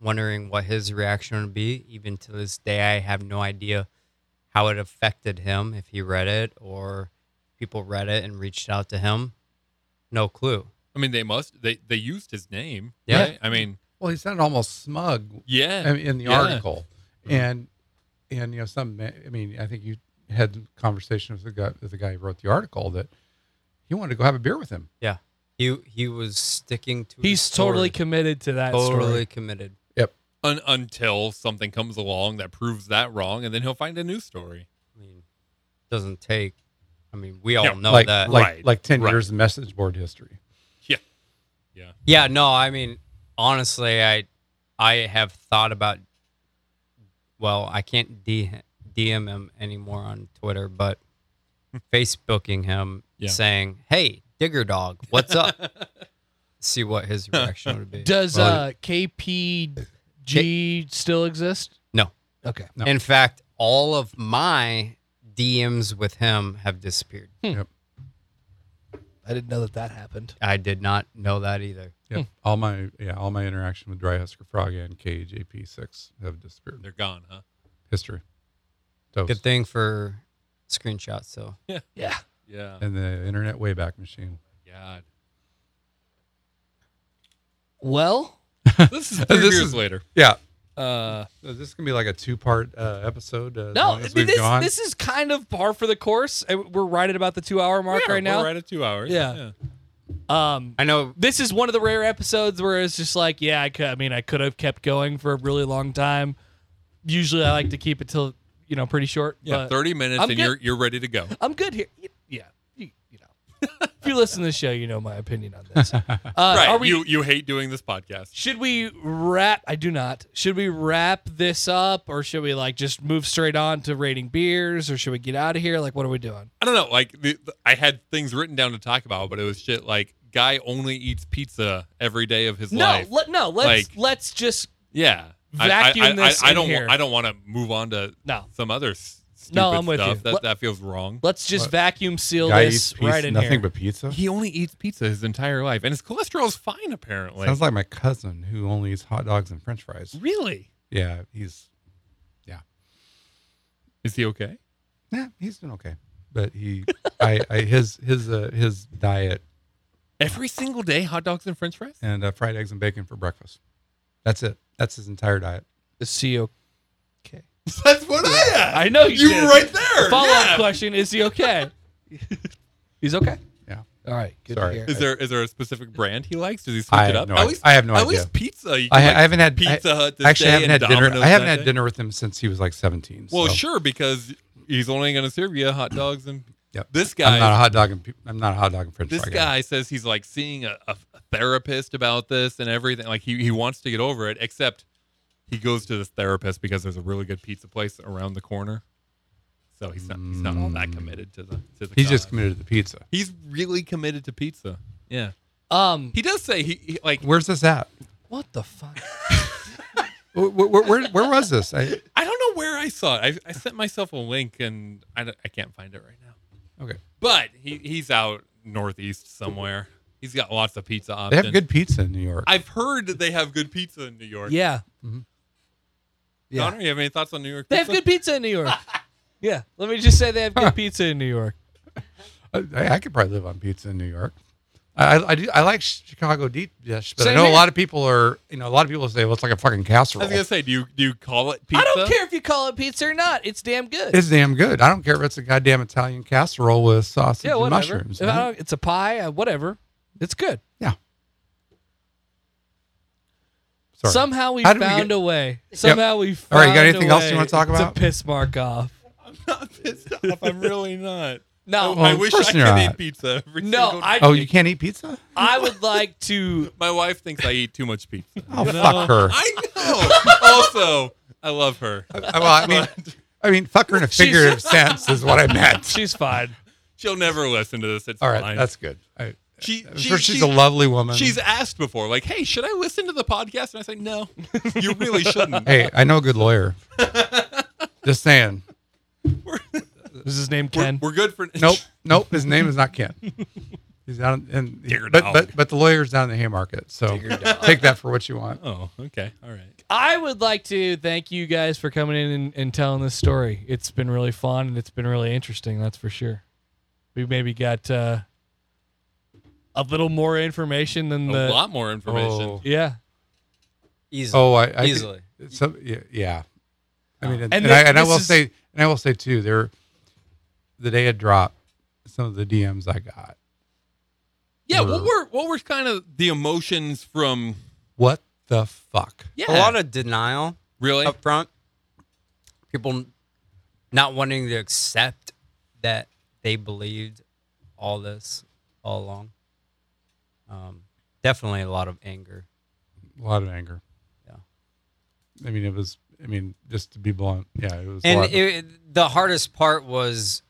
[SPEAKER 3] wondering what his reaction would be. Even to this day, I have no idea how it affected him, if he read it or people read it and reached out to him. No clue.
[SPEAKER 1] I mean they must they they used his name.
[SPEAKER 3] Yeah.
[SPEAKER 1] right? I mean,
[SPEAKER 4] Well, he sounded almost smug
[SPEAKER 1] yeah.
[SPEAKER 4] I mean, in the
[SPEAKER 1] Yeah. Mm-hmm.
[SPEAKER 4] article, and and you know some. ma- I mean, I think you had the conversation with the guy, with the guy who wrote the article that he wanted to go have a beer with him.
[SPEAKER 3] He he was sticking to.
[SPEAKER 2] He's
[SPEAKER 3] his
[SPEAKER 2] totally
[SPEAKER 3] story.
[SPEAKER 2] committed to that
[SPEAKER 3] totally
[SPEAKER 2] story.
[SPEAKER 3] committed.
[SPEAKER 1] Un- until something comes along that proves that wrong and then he'll find a new story.
[SPEAKER 3] I mean, doesn't take. I mean, we all
[SPEAKER 1] Yeah,
[SPEAKER 3] know
[SPEAKER 4] like
[SPEAKER 3] that.
[SPEAKER 4] like
[SPEAKER 1] Right.
[SPEAKER 4] like ten
[SPEAKER 1] Right.
[SPEAKER 4] years of message board history.
[SPEAKER 3] Yeah, no, I mean, honestly, I I have thought about. Well, I can't D, DM him anymore on Twitter,
[SPEAKER 2] [laughs]
[SPEAKER 3] but Facebooking him
[SPEAKER 1] Yeah.
[SPEAKER 3] saying, "Hey, Digger Dog, what's
[SPEAKER 2] [laughs]
[SPEAKER 3] up?" See what his reaction would be.
[SPEAKER 2] Does
[SPEAKER 4] Well,
[SPEAKER 2] uh, KPG still exist?
[SPEAKER 3] No.
[SPEAKER 2] Okay.
[SPEAKER 4] No.
[SPEAKER 3] In fact, all of my DMs with him have disappeared.
[SPEAKER 4] Hmm.
[SPEAKER 2] I didn't know that that happened.
[SPEAKER 3] I did not know that either.
[SPEAKER 4] Yep.
[SPEAKER 1] Hmm.
[SPEAKER 4] All my yeah, all my interaction with Dry Husker Frog and KJP six have disappeared.
[SPEAKER 1] They're gone, huh?
[SPEAKER 4] history. Toast.
[SPEAKER 3] Good thing for screenshots, so
[SPEAKER 2] Yeah.
[SPEAKER 1] Yeah.
[SPEAKER 4] and the internet wayback machine.
[SPEAKER 1] God.
[SPEAKER 2] Well,
[SPEAKER 1] This is three
[SPEAKER 4] This
[SPEAKER 1] years
[SPEAKER 4] is-
[SPEAKER 1] later.
[SPEAKER 4] Yeah.
[SPEAKER 2] uh,
[SPEAKER 4] So this is gonna be like a two part uh, episode. Uh, as
[SPEAKER 2] no,
[SPEAKER 4] long
[SPEAKER 2] I
[SPEAKER 4] as
[SPEAKER 2] mean,
[SPEAKER 4] we've
[SPEAKER 2] this,
[SPEAKER 4] gone.
[SPEAKER 2] this is kind of par for the course. Uh, We're right at about the two hour mark
[SPEAKER 1] Yeah,
[SPEAKER 2] right now.
[SPEAKER 1] We're right at two hours.
[SPEAKER 2] Yeah. Um,
[SPEAKER 3] I know.
[SPEAKER 2] this is one of the rare episodes where it's just like, yeah, I, could, I mean, I could have kept going for a really long time. Usually, I like to keep it till you know pretty short.
[SPEAKER 1] Yeah.
[SPEAKER 2] but
[SPEAKER 1] Thirty minutes
[SPEAKER 2] I'm
[SPEAKER 1] and
[SPEAKER 2] good.
[SPEAKER 1] you're you're ready to go.
[SPEAKER 2] I'm good here. Y- Yeah, you, you know, if you listen to the show, you know my opinion on
[SPEAKER 1] [laughs]
[SPEAKER 2] this. Uh, Are
[SPEAKER 1] right.
[SPEAKER 2] we?
[SPEAKER 1] you you hate doing this podcast.
[SPEAKER 2] should we wrap? I do not. Should we wrap this up, or should we like just move straight on to rating beers, or should we get out of here? Like, what are we doing?
[SPEAKER 1] I don't know. Like the, the- I had things written down to talk about, but it was shit like guy only eats pizza every day of his life.
[SPEAKER 2] No, let no. Let's
[SPEAKER 1] Like-
[SPEAKER 2] let's just
[SPEAKER 1] yeah,
[SPEAKER 2] Vacuum
[SPEAKER 1] I, I, I,
[SPEAKER 2] this
[SPEAKER 1] I, I
[SPEAKER 2] in
[SPEAKER 1] don't.
[SPEAKER 2] here.
[SPEAKER 1] I don't want to move on to
[SPEAKER 2] no.
[SPEAKER 1] some other s- stupid
[SPEAKER 2] No, I'm with
[SPEAKER 1] stuff
[SPEAKER 2] you.
[SPEAKER 1] that
[SPEAKER 2] Let-
[SPEAKER 1] that feels wrong.
[SPEAKER 2] Let's just
[SPEAKER 4] What?
[SPEAKER 2] vacuum seal
[SPEAKER 4] Guy eats
[SPEAKER 2] this
[SPEAKER 4] pizza,
[SPEAKER 2] right in
[SPEAKER 4] nothing
[SPEAKER 2] here.
[SPEAKER 4] but pizza.
[SPEAKER 1] He only eats pizza his entire life, and his cholesterol's fine apparently.
[SPEAKER 4] Sounds like my cousin who only eats hot dogs and French fries.
[SPEAKER 1] really?
[SPEAKER 4] Yeah, he's
[SPEAKER 1] Is he okay?
[SPEAKER 4] Nah, he's been okay. But
[SPEAKER 1] [laughs]
[SPEAKER 4] he, I, I his his uh, his diet
[SPEAKER 1] Every single day, hot dogs and French fries.
[SPEAKER 4] and uh, fried eggs and bacon for breakfast. That's it. That's his entire diet.
[SPEAKER 2] Is he okay?
[SPEAKER 1] [laughs] That's what I had.
[SPEAKER 2] I know you.
[SPEAKER 1] you
[SPEAKER 2] did.
[SPEAKER 1] were right there.
[SPEAKER 2] Follow up
[SPEAKER 1] yeah.
[SPEAKER 2] question: Is he [laughs] okay? He's okay.
[SPEAKER 4] Yeah.
[SPEAKER 2] All right. Good
[SPEAKER 4] Sorry.
[SPEAKER 2] to hear.
[SPEAKER 1] Is there is there a specific brand he likes? Does he switch
[SPEAKER 4] I
[SPEAKER 1] it
[SPEAKER 4] have
[SPEAKER 1] up?
[SPEAKER 4] no
[SPEAKER 1] at
[SPEAKER 4] idea.
[SPEAKER 1] least,
[SPEAKER 4] I have no
[SPEAKER 1] at
[SPEAKER 4] idea.
[SPEAKER 1] least pizza. You can,
[SPEAKER 4] I, ha- I
[SPEAKER 1] like,
[SPEAKER 4] haven't had I-
[SPEAKER 1] Pizza Hut. This
[SPEAKER 4] I actually
[SPEAKER 1] day
[SPEAKER 4] haven't
[SPEAKER 1] and
[SPEAKER 4] had dinner.
[SPEAKER 1] Domino's
[SPEAKER 4] I haven't
[SPEAKER 1] that
[SPEAKER 4] had
[SPEAKER 1] day.
[SPEAKER 4] dinner with him since he was like seventeen.
[SPEAKER 1] Well,
[SPEAKER 4] so
[SPEAKER 1] sure, because he's only going to serve you hot dogs and
[SPEAKER 4] Yep.
[SPEAKER 1] this
[SPEAKER 4] I'm not a
[SPEAKER 1] guy.
[SPEAKER 4] hot dog and pe- I'm not a hot dog and French
[SPEAKER 1] This
[SPEAKER 4] fry
[SPEAKER 1] guy says he's like seeing a, a therapist about this and everything. Like he, he wants to get over it, except he goes to this therapist because there's a really good pizza place around the corner. So he's not he's not all that committed to the to the.
[SPEAKER 4] He's just
[SPEAKER 1] cause.
[SPEAKER 4] committed to the pizza.
[SPEAKER 1] he's really committed to pizza. Yeah,
[SPEAKER 2] Um.
[SPEAKER 1] he does say he, he like
[SPEAKER 4] Where's this at?
[SPEAKER 2] What the fuck?
[SPEAKER 4] Where where, where, where was this? I,
[SPEAKER 1] I don't know where I saw it. I, I sent myself a link and I, don't- I can't find it right now.
[SPEAKER 4] okay,
[SPEAKER 1] But he, he's out northeast somewhere. He's got lots of pizza
[SPEAKER 4] they
[SPEAKER 1] options.
[SPEAKER 4] have good pizza in New York.
[SPEAKER 1] I've heard that they have good pizza in New York.
[SPEAKER 2] yeah. Yeah.
[SPEAKER 1] Connor, you have any thoughts on New York?
[SPEAKER 2] They have
[SPEAKER 1] pizza?
[SPEAKER 2] good pizza in New [laughs] York. yeah, let me just say they have
[SPEAKER 4] Huh.
[SPEAKER 2] good pizza in New York.
[SPEAKER 4] Uh, I, I could probably live on pizza in New York. I, I, do, I like Chicago deep dish, but
[SPEAKER 2] Same
[SPEAKER 4] I know
[SPEAKER 2] here.
[SPEAKER 4] a lot of people are, you know, a lot of people say, well, it's like a fucking
[SPEAKER 1] I
[SPEAKER 4] casserole.
[SPEAKER 1] was gonna say, do you do you call it pizza?
[SPEAKER 2] I don't care if you call it pizza or not. It's damn good.
[SPEAKER 4] It's damn good. I don't care if it's a goddamn Italian casserole with sausage
[SPEAKER 2] yeah,
[SPEAKER 4] and
[SPEAKER 2] whatever.
[SPEAKER 4] mushrooms.
[SPEAKER 2] If I
[SPEAKER 4] man.
[SPEAKER 2] don't- it's a pie, uh, whatever. It's good.
[SPEAKER 4] Sorry.
[SPEAKER 2] Somehow we
[SPEAKER 4] How did we
[SPEAKER 2] found
[SPEAKER 4] get-
[SPEAKER 2] a way. Somehow we found
[SPEAKER 4] All right, you got anything
[SPEAKER 2] a
[SPEAKER 4] else you
[SPEAKER 2] way
[SPEAKER 4] wanna talk about?
[SPEAKER 2] To piss Mark off.
[SPEAKER 1] I'm not pissed off. I'm really not.
[SPEAKER 2] No,
[SPEAKER 4] Well,
[SPEAKER 1] I
[SPEAKER 4] of
[SPEAKER 1] wish I
[SPEAKER 4] course
[SPEAKER 1] could
[SPEAKER 4] you're
[SPEAKER 1] eat
[SPEAKER 4] not.
[SPEAKER 1] pizza. Every
[SPEAKER 2] no.
[SPEAKER 1] single
[SPEAKER 2] I,
[SPEAKER 4] oh, you can't eat pizza?
[SPEAKER 2] I would like to.
[SPEAKER 1] My wife thinks I eat too much pizza.
[SPEAKER 2] [laughs]
[SPEAKER 4] Oh, fuck her.
[SPEAKER 1] I know. [laughs] also, I love her.
[SPEAKER 4] I- well, I mean, I mean, fuck her in a figurative sense is what I
[SPEAKER 2] [laughs]
[SPEAKER 4] meant.
[SPEAKER 2] She's fine.
[SPEAKER 1] She'll never listen to this. It's
[SPEAKER 4] All right,
[SPEAKER 1] fine.
[SPEAKER 4] that's good. I,
[SPEAKER 1] she,
[SPEAKER 4] I'm
[SPEAKER 1] she,
[SPEAKER 4] sure
[SPEAKER 1] she-
[SPEAKER 4] she's a lovely woman.
[SPEAKER 1] she's asked before, like, hey, should I listen to the podcast? And I say, no, you really
[SPEAKER 4] [laughs]
[SPEAKER 1] shouldn't.
[SPEAKER 4] hey, I know a
[SPEAKER 2] [laughs]
[SPEAKER 4] good lawyer. Just saying.
[SPEAKER 2] Is his name
[SPEAKER 1] We're,
[SPEAKER 2] Ken?
[SPEAKER 1] we're good for
[SPEAKER 4] Nope, nope. His name is not Ken. He's down in,
[SPEAKER 1] Dear
[SPEAKER 4] but,
[SPEAKER 1] dog.
[SPEAKER 4] but but the lawyer's down in the Haymarket, so take that for what you want.
[SPEAKER 1] [laughs] Oh, okay. All right.
[SPEAKER 2] I would like to thank you guys for coming in and, and telling this story. It's been really fun and it's been really interesting, that's for sure. We maybe got uh, a little more information than
[SPEAKER 1] A
[SPEAKER 2] the
[SPEAKER 1] lot more information.
[SPEAKER 4] Oh.
[SPEAKER 2] yeah.
[SPEAKER 3] Easily.
[SPEAKER 4] Oh, I, I
[SPEAKER 3] Easily.
[SPEAKER 4] could- so, yeah, yeah. I mean, and,
[SPEAKER 2] And
[SPEAKER 4] and I,
[SPEAKER 2] thi-
[SPEAKER 4] and I
[SPEAKER 2] this
[SPEAKER 4] will
[SPEAKER 2] is-
[SPEAKER 4] say, and I will say too, there, the day it dropped, some of the DMs I got.
[SPEAKER 1] Yeah,
[SPEAKER 4] Or-
[SPEAKER 1] what were what were kind of the emotions from?
[SPEAKER 4] What the fuck?
[SPEAKER 1] Yeah,
[SPEAKER 3] A lot of denial
[SPEAKER 1] really.
[SPEAKER 3] up front. People not wanting to accept that they believed all this all along. Um, definitely a lot of anger.
[SPEAKER 4] A lot of anger.
[SPEAKER 3] Yeah.
[SPEAKER 4] I mean, it was. I mean, just to be blunt, yeah, it was. a
[SPEAKER 3] and
[SPEAKER 4] lot of-
[SPEAKER 3] it, the hardest part was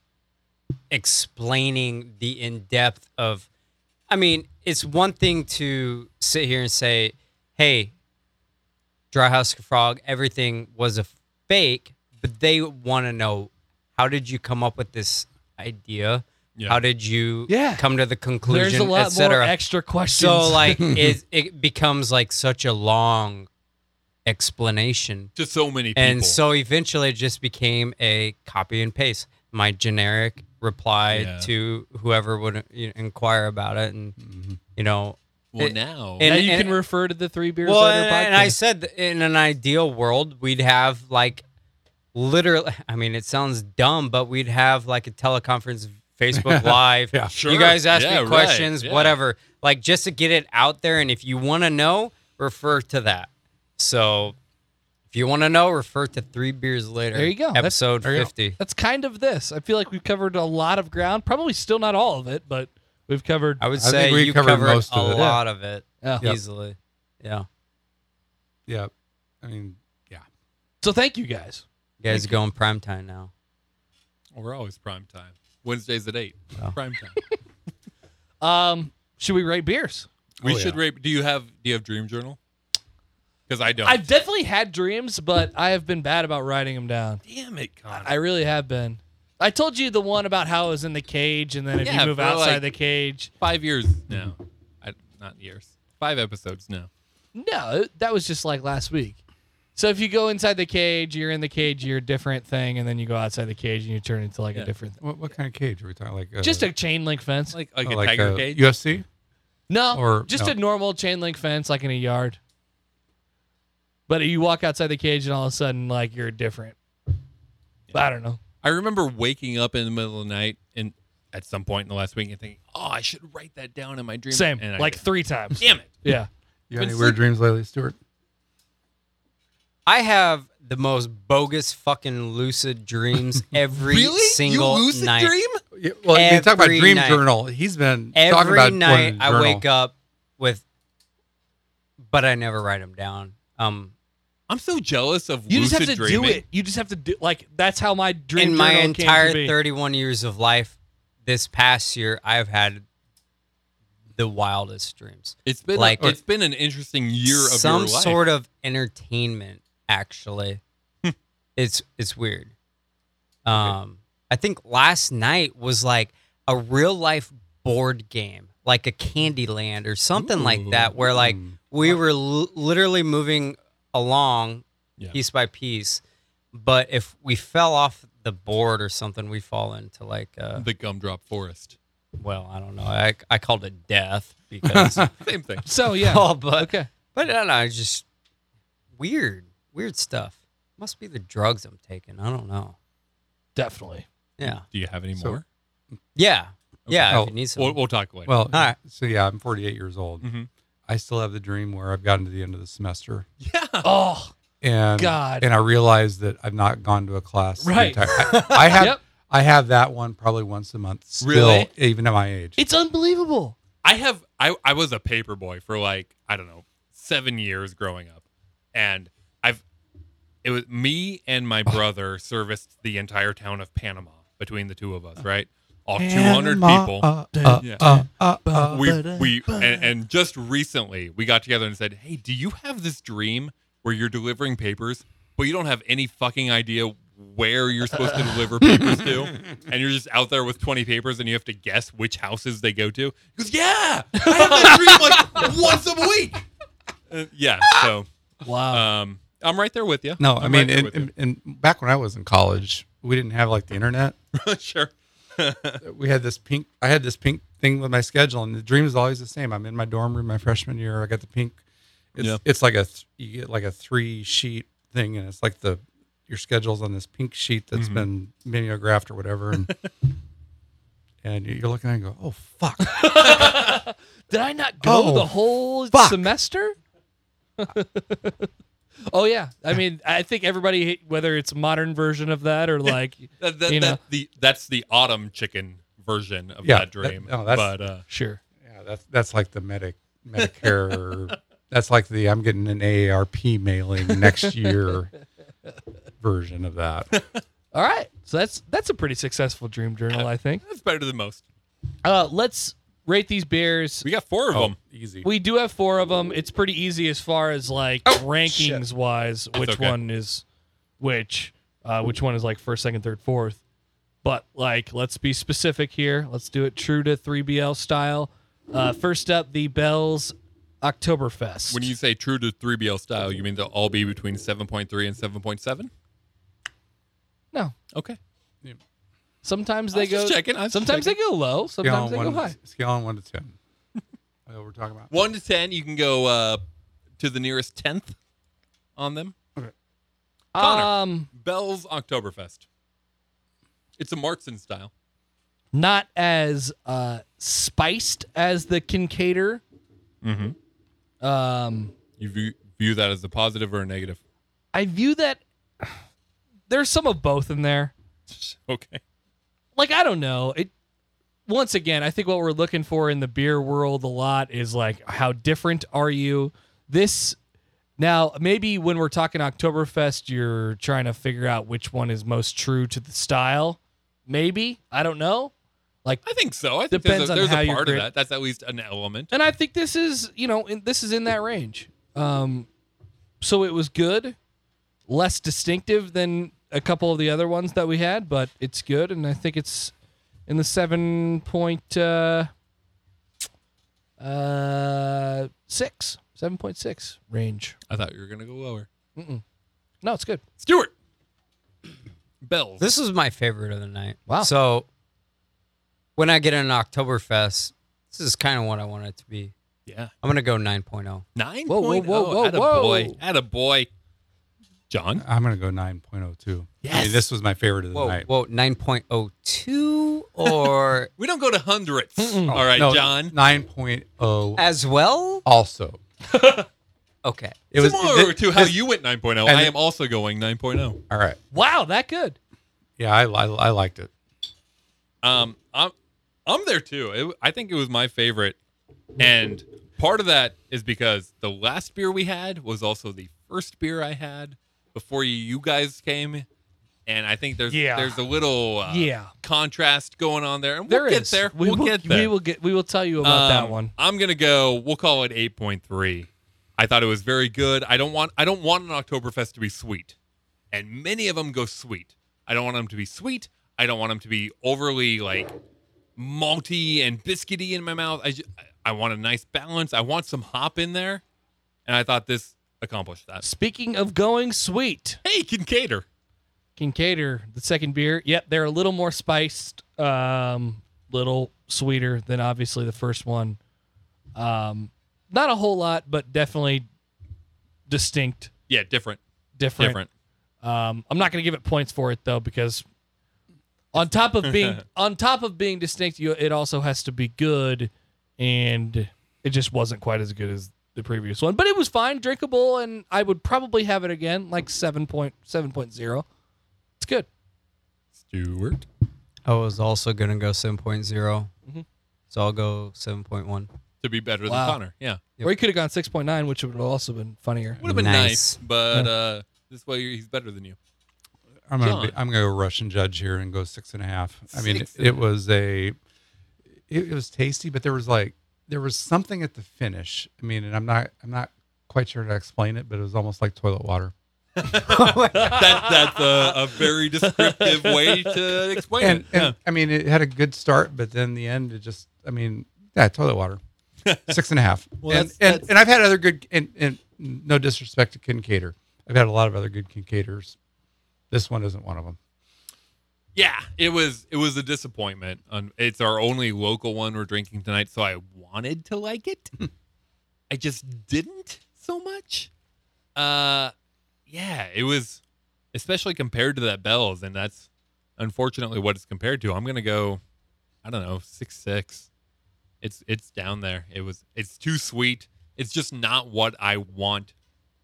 [SPEAKER 3] explaining the in-depth of i mean it's one thing to sit here and say hey dry husker frog everything was a fake but they want to know how did you come up with this idea
[SPEAKER 1] Yeah.
[SPEAKER 3] how did you
[SPEAKER 2] Yeah.
[SPEAKER 3] come to the conclusion
[SPEAKER 2] There's a lot more
[SPEAKER 3] etc
[SPEAKER 2] extra questions.
[SPEAKER 3] so like it, it becomes like such a long explanation
[SPEAKER 1] to so many people.
[SPEAKER 3] and so eventually it just became a copy and paste. My generic reply
[SPEAKER 1] Yeah.
[SPEAKER 3] to whoever would you know, inquire about it. And,
[SPEAKER 1] Mm-hmm.
[SPEAKER 3] you know,
[SPEAKER 1] well,
[SPEAKER 3] it-
[SPEAKER 1] now
[SPEAKER 2] now
[SPEAKER 3] and-
[SPEAKER 2] you
[SPEAKER 3] and-
[SPEAKER 2] can refer to the three beers
[SPEAKER 3] well,
[SPEAKER 2] later
[SPEAKER 3] and,
[SPEAKER 2] podcast.
[SPEAKER 3] and I said that in an ideal world, we'd have like literally, [laughs] I mean, it sounds dumb, but we'd have like a teleconference, Facebook Live.
[SPEAKER 4] Yeah.
[SPEAKER 1] Sure.
[SPEAKER 3] You guys ask
[SPEAKER 1] Yeah,
[SPEAKER 3] me
[SPEAKER 1] right.
[SPEAKER 3] questions,
[SPEAKER 1] Yeah.
[SPEAKER 3] whatever. Like just to get it out there. And if you want to know, refer to that. So if you want to know, refer to Three Beers Later.
[SPEAKER 2] There you go. That's-
[SPEAKER 3] Episode
[SPEAKER 4] there you go.
[SPEAKER 3] 50.
[SPEAKER 2] that's kind of this. I feel like we've covered a lot of ground. Probably still not all of it, but we've covered.
[SPEAKER 3] I would
[SPEAKER 4] I
[SPEAKER 3] say
[SPEAKER 4] think we
[SPEAKER 3] you
[SPEAKER 4] covered
[SPEAKER 3] covered,
[SPEAKER 4] most
[SPEAKER 3] a
[SPEAKER 4] of it.
[SPEAKER 3] lot of it
[SPEAKER 2] Yeah.
[SPEAKER 3] easily. Yeah.
[SPEAKER 4] yeah. I mean, yeah.
[SPEAKER 2] So thank you guys.
[SPEAKER 3] You guys going prime time now.
[SPEAKER 1] we're always prime time. Wednesdays at eight.
[SPEAKER 3] Oh.
[SPEAKER 1] Prime time.
[SPEAKER 2] Um, should we rate beers?
[SPEAKER 1] We
[SPEAKER 4] Oh,
[SPEAKER 1] should
[SPEAKER 4] yeah.
[SPEAKER 1] rape. Do you have Do you have Dream Journal? Because I don't.
[SPEAKER 2] I've definitely had dreams, but I have been bad about writing them down.
[SPEAKER 1] Damn it, Connor.
[SPEAKER 2] I really have been. I told you the one about how I was in the cage, and then if
[SPEAKER 1] Yeah,
[SPEAKER 2] you move
[SPEAKER 1] for,
[SPEAKER 2] outside
[SPEAKER 1] like-
[SPEAKER 2] the cage.
[SPEAKER 1] Five years now. I, not years. Five episodes now.
[SPEAKER 2] No, that was just like last week. So if you go inside the cage, you're in the cage, you're a different thing, and then you go outside the cage and you turn into like
[SPEAKER 1] Yeah.
[SPEAKER 2] a different thing.
[SPEAKER 4] What, what kind of cage are we talking? Like uh,
[SPEAKER 2] Just a chain link fence.
[SPEAKER 1] Like like
[SPEAKER 4] oh,
[SPEAKER 1] a tiger
[SPEAKER 4] uh,
[SPEAKER 1] cage.
[SPEAKER 4] UFC.
[SPEAKER 2] no,
[SPEAKER 4] or-
[SPEAKER 2] just
[SPEAKER 4] no.
[SPEAKER 2] a normal chain link fence, like in a yard. But you walk outside the cage, and all of a sudden, like you're different. I don't know.
[SPEAKER 1] I remember waking up in the middle of the night and at some point in the last week and thinking, oh, I should write that down in my dream.
[SPEAKER 2] Same,
[SPEAKER 1] And I
[SPEAKER 2] like
[SPEAKER 1] didn't.
[SPEAKER 2] three
[SPEAKER 1] [laughs]
[SPEAKER 2] times.
[SPEAKER 1] damn it.
[SPEAKER 2] Yeah.
[SPEAKER 4] You
[SPEAKER 1] Been
[SPEAKER 4] had any weird
[SPEAKER 1] sleep-
[SPEAKER 4] dreams lately, Stuart?
[SPEAKER 3] I have the most bogus fucking lucid dreams
[SPEAKER 2] [laughs]
[SPEAKER 3] every single night.
[SPEAKER 4] Yeah, well, you talk about
[SPEAKER 3] Every
[SPEAKER 4] Dream
[SPEAKER 3] night.
[SPEAKER 4] Journal. He's been talking
[SPEAKER 3] Every
[SPEAKER 4] about
[SPEAKER 3] night I wake up with, but I never write them down. Um,
[SPEAKER 1] I'm so jealous of
[SPEAKER 2] You just
[SPEAKER 1] lucid
[SPEAKER 2] have to
[SPEAKER 1] dreaming.
[SPEAKER 2] do it. You just have to do like that's how my dream
[SPEAKER 3] in my
[SPEAKER 2] journal came to
[SPEAKER 3] entire
[SPEAKER 2] be.
[SPEAKER 3] 31 years of life, this past year, I've had the wildest dreams.
[SPEAKER 1] It's been like
[SPEAKER 3] Like-
[SPEAKER 1] it's been an interesting year of
[SPEAKER 3] some
[SPEAKER 1] your life.
[SPEAKER 3] sort of entertainment actually
[SPEAKER 1] Hmm.
[SPEAKER 3] it's it's weird um i think last night was like a real life board game like a
[SPEAKER 1] Hmm.
[SPEAKER 4] Mm.
[SPEAKER 3] candyland or something like that where like we were l- literally moving along
[SPEAKER 1] Yeah.
[SPEAKER 3] piece by piece. But if we fell off the board or something, we fall into like uh,
[SPEAKER 1] the gumdrop forest.
[SPEAKER 3] well, I don't know. I, I called it death
[SPEAKER 1] [laughs]
[SPEAKER 3] because
[SPEAKER 1] Same thing.
[SPEAKER 2] So yeah.
[SPEAKER 3] oh, but
[SPEAKER 2] okay.
[SPEAKER 3] but I don't know. It's just weird, weird stuff. Must be the drugs I'm taking. I don't know.
[SPEAKER 2] Definitely.
[SPEAKER 3] Yeah,
[SPEAKER 1] Do you have any
[SPEAKER 4] So-
[SPEAKER 1] more?
[SPEAKER 3] yeah, yeah.
[SPEAKER 4] Oh,
[SPEAKER 3] if you need some,
[SPEAKER 1] We'll, we'll talk later.
[SPEAKER 4] Well,
[SPEAKER 3] right.
[SPEAKER 4] so yeah, I'm 48 years old.
[SPEAKER 1] Mhm.
[SPEAKER 4] I still have the dream where I've gotten to the end of the semester
[SPEAKER 1] [laughs] yeah.
[SPEAKER 2] Oh
[SPEAKER 4] and
[SPEAKER 2] God.
[SPEAKER 4] and I realized that I've not gone to a class. the
[SPEAKER 2] Right.
[SPEAKER 4] entire- I,
[SPEAKER 1] [laughs]
[SPEAKER 4] I have
[SPEAKER 2] Yep.
[SPEAKER 4] I have that one probably once a month. Still,
[SPEAKER 1] Really?
[SPEAKER 4] Even at my age.
[SPEAKER 2] It's unbelievable.
[SPEAKER 1] I have I, I was a paper boy for like, I don't know, seven years growing up. And I've it was me and
[SPEAKER 4] Oh.
[SPEAKER 1] my brother serviced the entire town of Panama between the two of
[SPEAKER 4] Oh.
[SPEAKER 1] us, right? All two hundred people.
[SPEAKER 4] Uh, uh,
[SPEAKER 1] Yeah.
[SPEAKER 4] uh, uh, uh.
[SPEAKER 1] we we and, and just recently we got together and said, "Hey, do you have this dream where you're delivering papers, but you don't have any fucking idea where you're supposed to deliver papers to, and you're just out there with 20 papers and you have to guess which houses they go to?" He goes, "Yeah, I have that dream like once a week." Uh, yeah, so
[SPEAKER 2] Wow.
[SPEAKER 1] um, I'm right there with you.
[SPEAKER 4] No,
[SPEAKER 1] I'm
[SPEAKER 4] I mean,
[SPEAKER 1] right there
[SPEAKER 4] and,
[SPEAKER 1] with
[SPEAKER 4] and, and back when I was in college, we didn't have like the internet.
[SPEAKER 1] you. [laughs] sure.
[SPEAKER 4] We had this pink. I had this pink thing with my schedule, and the dream is always the same. I'm in my dorm room my freshman year. I got the pink. It's,
[SPEAKER 1] Yeah.
[SPEAKER 4] it's like a th- you get like a three sheet thing, and it's like the your schedule's on this pink sheet that's
[SPEAKER 1] Mhm.
[SPEAKER 4] been mimeographed or whatever, and and you're looking at it and go, oh fuck,
[SPEAKER 2] [laughs] Did I not go
[SPEAKER 4] oh,
[SPEAKER 2] the whole
[SPEAKER 4] fuck.
[SPEAKER 2] semester? [laughs] oh yeah. I mean, I think everybody, whether it's a modern version of that or like,
[SPEAKER 1] That, that,
[SPEAKER 2] You know.
[SPEAKER 1] that, the, that's the autumn chicken version of
[SPEAKER 4] Yeah,
[SPEAKER 1] that
[SPEAKER 4] that-
[SPEAKER 1] dream.
[SPEAKER 4] no, that's-
[SPEAKER 1] but uh,
[SPEAKER 2] sure.
[SPEAKER 4] yeah, that's that's like the medic Medicare. that's like the I'm getting an AARP mailing next year version of that.
[SPEAKER 2] All right. So that's that's a pretty successful dream journal, I think.
[SPEAKER 1] that's better than most.
[SPEAKER 2] [laughs] Uh, let's rate these beers.
[SPEAKER 1] We got
[SPEAKER 4] Oh.
[SPEAKER 1] four of them.
[SPEAKER 4] Easy.
[SPEAKER 2] We do have four of them. It's pretty easy as far as like rankings wise, which
[SPEAKER 1] okay.
[SPEAKER 2] one is which, uh, which one is like first, second, third, fourth. But like, let's be specific here. Let's do it true to 3BL style. Uh, first up, the Bells Oktoberfest.
[SPEAKER 1] When you say true to 3BL style, you mean they'll all be between 7.3 and 7.7?
[SPEAKER 2] no,
[SPEAKER 1] Okay.
[SPEAKER 2] sometimes
[SPEAKER 1] I
[SPEAKER 2] they
[SPEAKER 1] was just
[SPEAKER 2] go.
[SPEAKER 1] checking, I was just
[SPEAKER 2] Sometimes they go low. Sometimes they
[SPEAKER 4] one
[SPEAKER 2] go
[SPEAKER 4] to-
[SPEAKER 2] high.
[SPEAKER 4] Scale on one to ten. That's what we're talking about.
[SPEAKER 1] 1 to 10, you can go uh, to the nearest 10th on them. Connor.
[SPEAKER 2] Um,
[SPEAKER 1] Bell's Oktoberfest. It's a Martzen style.
[SPEAKER 2] not as uh spiced as the Kincaider.
[SPEAKER 1] Mm-hmm.
[SPEAKER 2] Um,
[SPEAKER 1] You view, view that as a positive or a negative?
[SPEAKER 2] I view that there's some of both in there.
[SPEAKER 1] [laughs] Okay.
[SPEAKER 2] Like I don't know. It once again, I think what we're looking for in the beer world a lot is like how different are you? This now maybe when we're talking Oktoberfest, you're trying to figure out which one is most true to the style. Maybe I don't know. Like
[SPEAKER 1] I think so. I think
[SPEAKER 2] Depends
[SPEAKER 1] there's a,
[SPEAKER 2] on
[SPEAKER 1] there's
[SPEAKER 2] how
[SPEAKER 1] a
[SPEAKER 2] you're
[SPEAKER 1] part of
[SPEAKER 2] grit-
[SPEAKER 1] that. That's at least an element.
[SPEAKER 2] and I think this is you know in, this is in that range. Um, so it was good, less distinctive than a couple of the other ones that we had, but it's good, and I think it's in the seven point uh, uh, six, seven point six range.
[SPEAKER 1] I thought you were going to go lower.
[SPEAKER 2] No, it's good.
[SPEAKER 1] Stuart. Bell's.
[SPEAKER 3] This was my favorite of the night.
[SPEAKER 2] Wow.
[SPEAKER 3] So when I get an Oktoberfest, this is kind of what I want it to be.
[SPEAKER 1] yeah.
[SPEAKER 3] I'm going to go oh. 9.0.
[SPEAKER 1] 9.0.
[SPEAKER 2] Whoa, whoa, whoa,
[SPEAKER 1] oh,
[SPEAKER 2] whoa, whoa.
[SPEAKER 1] Attaboy. Attaboy. John?
[SPEAKER 4] I'm gonna go nine point oh two. I
[SPEAKER 1] Yes.
[SPEAKER 4] mean, this was my favorite of the
[SPEAKER 3] Whoa,
[SPEAKER 4] night.
[SPEAKER 3] whoa, 9.02
[SPEAKER 4] [laughs]
[SPEAKER 3] or
[SPEAKER 1] We don't go to hundredths. All right, John.
[SPEAKER 4] Nine point oh.
[SPEAKER 3] as well?
[SPEAKER 4] Also,
[SPEAKER 3] Okay.
[SPEAKER 4] it was
[SPEAKER 1] Similar
[SPEAKER 4] thi-
[SPEAKER 1] to how
[SPEAKER 4] this-
[SPEAKER 1] you went 9.0,
[SPEAKER 4] and
[SPEAKER 1] I
[SPEAKER 4] the-
[SPEAKER 1] am also going oh. 9.0.
[SPEAKER 4] All right.
[SPEAKER 2] Wow, that good.
[SPEAKER 4] Yeah, I, I, I liked it.
[SPEAKER 1] Um, I'm I'm there too. It, I think it was my favorite, and part of that is because the last beer we had was also the first beer I had before you, you guys came, and I think there's
[SPEAKER 2] Yeah.
[SPEAKER 1] there's a little uh,
[SPEAKER 2] Yeah.
[SPEAKER 1] contrast going on there, and
[SPEAKER 2] There
[SPEAKER 1] we'll
[SPEAKER 2] is.
[SPEAKER 1] get there.
[SPEAKER 2] We
[SPEAKER 1] will
[SPEAKER 2] will
[SPEAKER 1] get there.
[SPEAKER 2] We will get. We will tell you about that
[SPEAKER 1] Um,
[SPEAKER 2] one.
[SPEAKER 1] I'm gonna go. We'll call it 8.3. I thought it was very good. I don't want. I don't want an Oktoberfest to be sweet, and many of them go sweet. I don't want them to be sweet. I don't want them to be overly like malty and biscuity in my mouth. I ju- I want a nice balance. I want some hop in there, and I thought this accomplish that.
[SPEAKER 2] Speaking of going sweet,
[SPEAKER 1] Hey, Kincaidor.
[SPEAKER 2] Kincaider, the second beer. Yep, they're a little more spiced, um, little sweeter than obviously the first one. Um, not a whole lot, but definitely distinct,
[SPEAKER 1] Yeah, different,
[SPEAKER 2] different.
[SPEAKER 1] different.
[SPEAKER 2] Um, I'm not going to give it points for it though because on top of being on top of being distinct, you, it also has to be good, and it just wasn't quite as good as the previous one. But it was fine, drinkable, and I would probably have it again, like 7.7.0. It's good.
[SPEAKER 1] Stewart.
[SPEAKER 3] I was also gonna go 7.0,
[SPEAKER 4] Mm-hmm.
[SPEAKER 2] Mhm.
[SPEAKER 3] so I'll go 7.1.
[SPEAKER 1] To be better
[SPEAKER 2] Wow.
[SPEAKER 1] than Connor. Yeah.
[SPEAKER 3] Yep.
[SPEAKER 2] Or he could have gone 6.9, which would have also been funnier.
[SPEAKER 1] Would have been nice,
[SPEAKER 3] Nice.
[SPEAKER 1] but uh, this way he's better than you.
[SPEAKER 4] I'm gonna, be,
[SPEAKER 1] John.
[SPEAKER 4] I'm gonna go Russian judge here and go six and a half. I mean,
[SPEAKER 1] Six and a
[SPEAKER 4] it was a, it, it was tasty, but there was like there was something at the finish. I mean, and I'm not I'm not quite sure how to explain it, but it was almost like toilet water.
[SPEAKER 1] That, that's a, a very descriptive way to explain
[SPEAKER 4] And,
[SPEAKER 1] it.
[SPEAKER 4] and I mean, it had a good start, but then the end, it just I mean, yeah,
[SPEAKER 1] [laughs]
[SPEAKER 4] toilet water, six and a half.
[SPEAKER 1] Well,
[SPEAKER 4] and
[SPEAKER 1] that's-
[SPEAKER 4] and,
[SPEAKER 1] that's-
[SPEAKER 4] and I've had other good and, and no disrespect to Kincaider, I've had a lot of other good Kincaiders. This one isn't one of them.
[SPEAKER 1] yeah, it was it was a disappointment. Um, It's our only local one we're drinking tonight, so I wanted to like it. I just didn't so much. Uh, yeah, it was especially compared to that Bell's, and that's unfortunately what it's compared to. I'm gonna go, I don't know, six six. It's it's down there. It was it's too sweet. It's just not what I want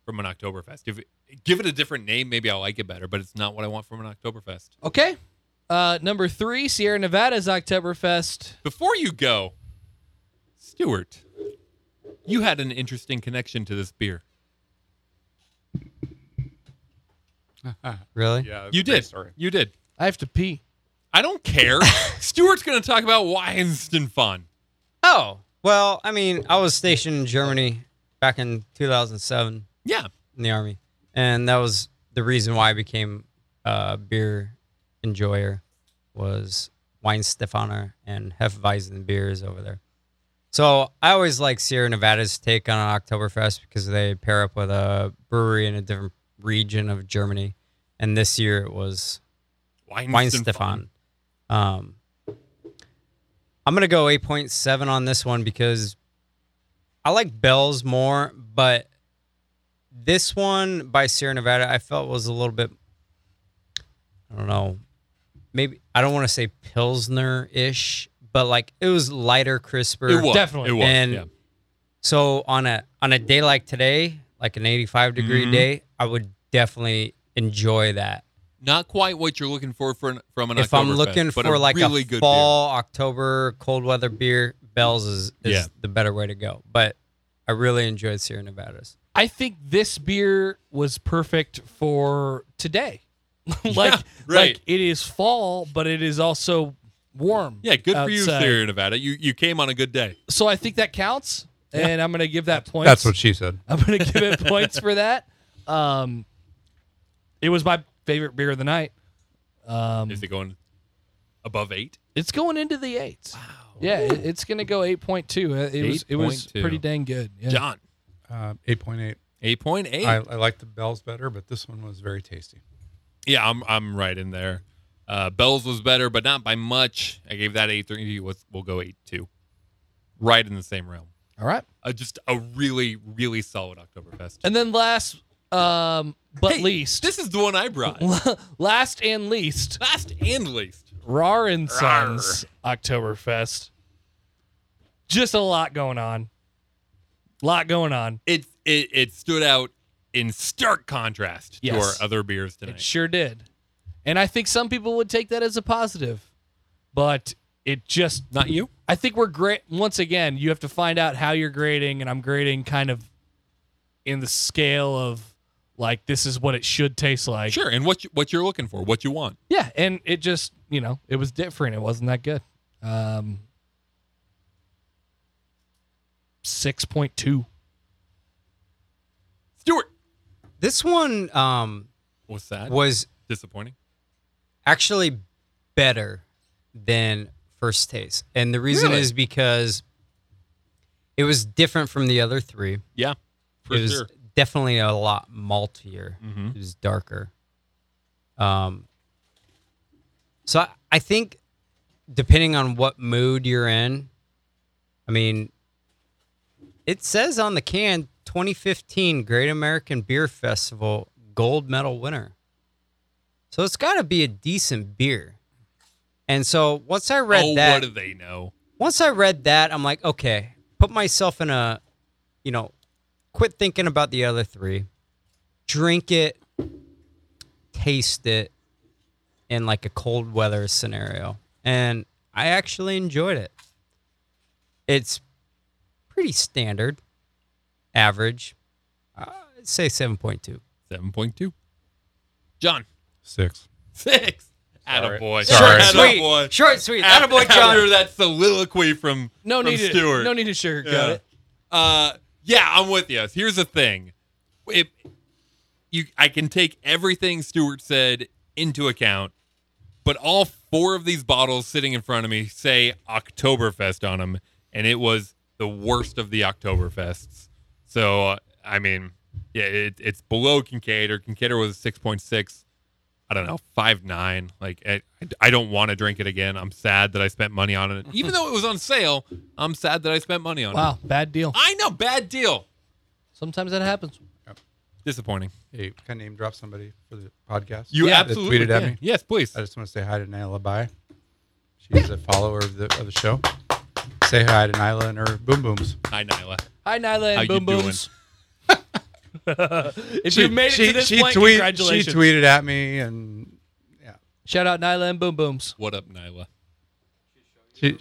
[SPEAKER 1] from an Oktoberfest. If it, give it a different name, maybe I'll like it better. But it's not what I want from an Oktoberfest.
[SPEAKER 2] Okay. Uh, number three, Sierra Nevada's Oktoberfest.
[SPEAKER 1] Before you go, Stuart, you had an interesting connection to this beer.
[SPEAKER 3] Really?
[SPEAKER 4] Yeah,
[SPEAKER 1] You did.
[SPEAKER 4] Sorry.
[SPEAKER 1] You did.
[SPEAKER 2] I have to pee.
[SPEAKER 1] I don't care. Stuart's going to talk about Weihenstephan.
[SPEAKER 3] Oh, well, I mean, I was stationed in Germany back in 2007
[SPEAKER 1] Yeah.
[SPEAKER 3] in the army, and that was the reason why I became a beer enjoyer was Weinstefaner and Hefeweizen beers over there. So I always like Sierra Nevada's take on an Oktoberfest because they pair up with a brewery in a different region of Germany, and this year it was Weinstefan. Um, I'm gonna go 8.7 on this one because I like Bell's more, but this one by Sierra Nevada I felt was a little bit, I don't know, maybe I don't want to say Pilsner ish, but like it was lighter, crisper.
[SPEAKER 1] It was.
[SPEAKER 2] Definitely.
[SPEAKER 1] It was.
[SPEAKER 3] And
[SPEAKER 1] yeah.
[SPEAKER 3] So on a on a day like today, like an 85 degree
[SPEAKER 1] Mhm.
[SPEAKER 3] day, I would definitely enjoy that
[SPEAKER 1] Not quite what you're looking for, for an- from an
[SPEAKER 3] if I'm
[SPEAKER 1] Oktoberfest,
[SPEAKER 3] looking
[SPEAKER 1] but
[SPEAKER 3] for like
[SPEAKER 1] really
[SPEAKER 3] a
[SPEAKER 1] good
[SPEAKER 3] fall, October, cold weather beer, Bell's is, is
[SPEAKER 1] Yeah.
[SPEAKER 3] the better way to go. But I really enjoyed Sierra Nevada's.
[SPEAKER 2] I think this beer was perfect for today. [laughs] like,
[SPEAKER 1] Yeah, right.
[SPEAKER 2] like it is fall, but it is also warm.
[SPEAKER 1] beer. Yeah, good for you,
[SPEAKER 2] outside.
[SPEAKER 1] Sierra Nevada. You you came on a good day.
[SPEAKER 2] So I think that counts, and I'm going to give that points.
[SPEAKER 4] That's what she said.
[SPEAKER 2] [laughs] I'm going to give
[SPEAKER 1] [laughs]
[SPEAKER 2] it points for that. Um, it was my favorite beer of the night. Um,
[SPEAKER 1] Is it going above eight?
[SPEAKER 2] it's going into the eights. Wow. Yeah, it, it's going to go 8.2. Uh, It was it was
[SPEAKER 1] 8.2.
[SPEAKER 2] pretty dang good. Yeah.
[SPEAKER 1] John,
[SPEAKER 4] Uh, 8.8.
[SPEAKER 1] 8.8.
[SPEAKER 4] I, I like the bells better, but this one was very tasty.
[SPEAKER 1] Yeah, I'm I'm right in there. Uh, Bell's was better, but not by much. I gave that eight three. We'll we'll go eight two, right in the same realm.
[SPEAKER 2] All right.
[SPEAKER 1] Uh, just a really really solid Oktoberfest.
[SPEAKER 2] And then last um but
[SPEAKER 1] Hey,
[SPEAKER 2] least
[SPEAKER 1] this is the one I brought.
[SPEAKER 2] [laughs] last and least
[SPEAKER 1] Last and least.
[SPEAKER 2] Rar and Sons Oktoberfest. Just a lot going on. Lot going on.
[SPEAKER 1] It it it stood out in stark contrast
[SPEAKER 2] Yes.
[SPEAKER 1] to our other beers
[SPEAKER 2] It
[SPEAKER 1] tonight.
[SPEAKER 2] sure did. And I think some people would take that as a positive. But it just
[SPEAKER 1] not you.
[SPEAKER 2] I think we're great once again, you have to find out how you're grading, and I'm grading kind of in the scale of like this is what it should taste like.
[SPEAKER 1] Sure, and what you, what you're looking for, what you want.
[SPEAKER 2] Yeah, and it just you know it was different. It wasn't that good. Um, six point two.
[SPEAKER 1] Stuart,
[SPEAKER 3] This one um,
[SPEAKER 1] what's that?
[SPEAKER 3] was
[SPEAKER 1] Disappointing.
[SPEAKER 3] actually better than first taste, and the reason
[SPEAKER 1] Really?
[SPEAKER 3] is because it was different from the other three.
[SPEAKER 1] Yeah, for
[SPEAKER 3] it was
[SPEAKER 1] sure.
[SPEAKER 3] definitely a lot maltier.
[SPEAKER 1] Mhm.
[SPEAKER 3] It was darker. Um, so I, I think depending on what mood you're in, I mean, it says on the can 2015 Great American Beer Festival gold medal winner. So it's got to be a decent beer. And so once I read
[SPEAKER 1] oh, what
[SPEAKER 3] that,
[SPEAKER 1] do they know?
[SPEAKER 3] once I read that, I'm like, okay, put myself in a, you know, quit thinking about the other three, drink it, taste it in like a cold weather scenario. And I actually enjoyed it. It's pretty standard, average. I'd say 7.2.
[SPEAKER 1] Seven point two. John
[SPEAKER 4] Six.
[SPEAKER 1] six. Attaboy.
[SPEAKER 4] Sorry.
[SPEAKER 1] Attaboy.
[SPEAKER 3] Sweet. Short, and sweet.
[SPEAKER 1] After, [laughs]
[SPEAKER 3] Attaboy, John.
[SPEAKER 1] after that soliloquy from
[SPEAKER 2] No
[SPEAKER 1] from
[SPEAKER 2] need to.
[SPEAKER 1] Stewart.
[SPEAKER 2] No need to sugarcoat
[SPEAKER 1] yeah.
[SPEAKER 2] it.
[SPEAKER 1] Uh, yeah, I'm with you. Here's the thing. If you I can take everything Stewart said into account, but all four of these bottles sitting in front of me say Oktoberfest on them, and it was the worst of the Oktoberfests. So, uh, I mean, yeah, it, it's below Kincaid, or Kincaid was a 6.6. I don't know, five nine. Like I, I don't want to drink it again. I'm sad that I spent money on it, even though it was on sale. I'm sad that I spent money on it.
[SPEAKER 2] Wow, bad deal.
[SPEAKER 1] I know, bad deal.
[SPEAKER 2] Sometimes that happens.
[SPEAKER 1] Disappointing.
[SPEAKER 4] Hey, can I name drop somebody for the podcast?
[SPEAKER 1] You
[SPEAKER 4] That
[SPEAKER 1] absolutely
[SPEAKER 4] tweeted at
[SPEAKER 1] can.
[SPEAKER 4] me.
[SPEAKER 1] Yes, please.
[SPEAKER 4] I just want to say hi to Nyla Bai. She's a follower of the of the show. Say hi to Nyla and her boom booms.
[SPEAKER 1] Hi, Nyla.
[SPEAKER 2] Hi, Nyla and
[SPEAKER 1] How you
[SPEAKER 2] Boom
[SPEAKER 1] doing?
[SPEAKER 2] Booms. if you made it to this point,
[SPEAKER 4] tweet-
[SPEAKER 2] congratulations.
[SPEAKER 4] She tweeted at me and
[SPEAKER 2] Shout out Nyla and Boom Booms.
[SPEAKER 1] What up, Nyla?
[SPEAKER 4] she,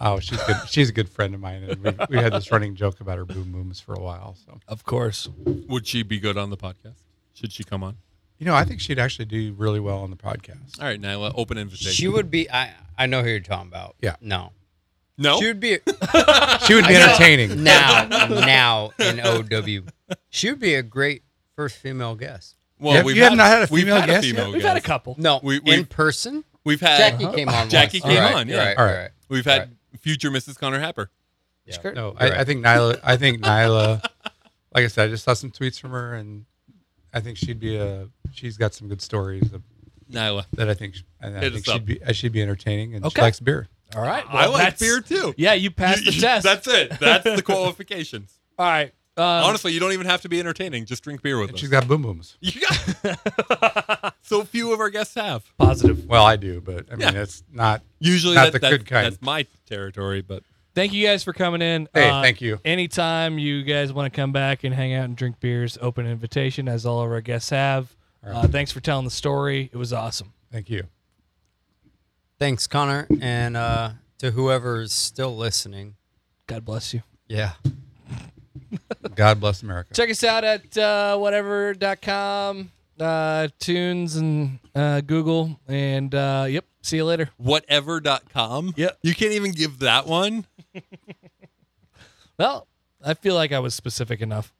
[SPEAKER 4] oh, she's good. She's a good friend of mine, and we, we had this running joke about her boom booms for a while. So
[SPEAKER 2] Of course.
[SPEAKER 1] Would she be good on the podcast? Should she come on?
[SPEAKER 4] you know, I think she'd actually do really well on the podcast.
[SPEAKER 1] All right, Nyla. Open invitation.
[SPEAKER 3] She would be, I, I know who you're talking about.
[SPEAKER 4] Yeah.
[SPEAKER 3] No.
[SPEAKER 1] no.
[SPEAKER 3] She would be,
[SPEAKER 4] She would be entertaining.
[SPEAKER 3] now, now in OW. She would be a great first female guest.
[SPEAKER 1] well,
[SPEAKER 4] Yeah,
[SPEAKER 1] we've
[SPEAKER 4] you have not had a
[SPEAKER 1] we've
[SPEAKER 4] female
[SPEAKER 1] had
[SPEAKER 4] guest
[SPEAKER 1] female
[SPEAKER 4] yet?
[SPEAKER 2] We've had a
[SPEAKER 1] guest.
[SPEAKER 2] couple.
[SPEAKER 3] No,
[SPEAKER 1] We- we-
[SPEAKER 3] in person.
[SPEAKER 1] We've had
[SPEAKER 3] Jackie came on.
[SPEAKER 1] Jackie
[SPEAKER 3] once.
[SPEAKER 1] came
[SPEAKER 3] All right,
[SPEAKER 1] on,
[SPEAKER 3] all
[SPEAKER 1] yeah.
[SPEAKER 3] right,
[SPEAKER 4] All
[SPEAKER 3] Uh-huh. all
[SPEAKER 4] right.
[SPEAKER 3] right.
[SPEAKER 1] We've had future Mrs. Connor Happer.
[SPEAKER 3] Yeah.
[SPEAKER 2] Skirt.
[SPEAKER 4] No,
[SPEAKER 3] Right.
[SPEAKER 4] I, I think Nyla. I think Nyla. like I said, I just saw some tweets from her, and I think she'd be a. She's got some good stories of-
[SPEAKER 1] Nyla.
[SPEAKER 4] that I think. I, I
[SPEAKER 1] Hit us
[SPEAKER 4] think
[SPEAKER 1] up.
[SPEAKER 4] she'd be. I should be entertaining, and
[SPEAKER 2] Okay.
[SPEAKER 4] she likes beer.
[SPEAKER 2] All right.
[SPEAKER 1] I
[SPEAKER 2] well,
[SPEAKER 1] like
[SPEAKER 2] that's-
[SPEAKER 1] beer too.
[SPEAKER 2] Yeah, you passed
[SPEAKER 1] You-
[SPEAKER 2] the
[SPEAKER 1] you-
[SPEAKER 2] test.
[SPEAKER 1] That's it. That's the qualifications.
[SPEAKER 2] All right. Um,
[SPEAKER 1] Honestly, you don't even have to be entertaining. Just drink beer with
[SPEAKER 4] And
[SPEAKER 1] us.
[SPEAKER 4] she's got boom booms.
[SPEAKER 1] [laughs] You got- so few of our guests have.
[SPEAKER 2] positive.
[SPEAKER 4] Well, I do, but I mean,
[SPEAKER 1] Yeah.
[SPEAKER 4] it's not.
[SPEAKER 1] Usually,
[SPEAKER 4] Not
[SPEAKER 1] that,
[SPEAKER 4] the
[SPEAKER 1] that-
[SPEAKER 4] good kind.
[SPEAKER 1] That's my territory, but
[SPEAKER 2] Thank you guys for coming in.
[SPEAKER 4] Hey,
[SPEAKER 2] Uh,
[SPEAKER 4] thank you.
[SPEAKER 2] Anytime you guys want to come back and hang out and drink beers, open invitation, as all of our guests have. Uh, thanks for telling the story. It was awesome.
[SPEAKER 4] Thank you.
[SPEAKER 3] Thanks, Connor, and uh, to whoever's still listening.
[SPEAKER 2] God bless you.
[SPEAKER 3] Yeah.
[SPEAKER 4] God bless America.
[SPEAKER 2] Check us out at uh, whatever.com, uh, tunes, and uh, Google. And uh, yep, see you later.
[SPEAKER 1] whatever.com.
[SPEAKER 2] Yep.
[SPEAKER 1] You can't even give that one.
[SPEAKER 2] Well, I feel like I was specific enough.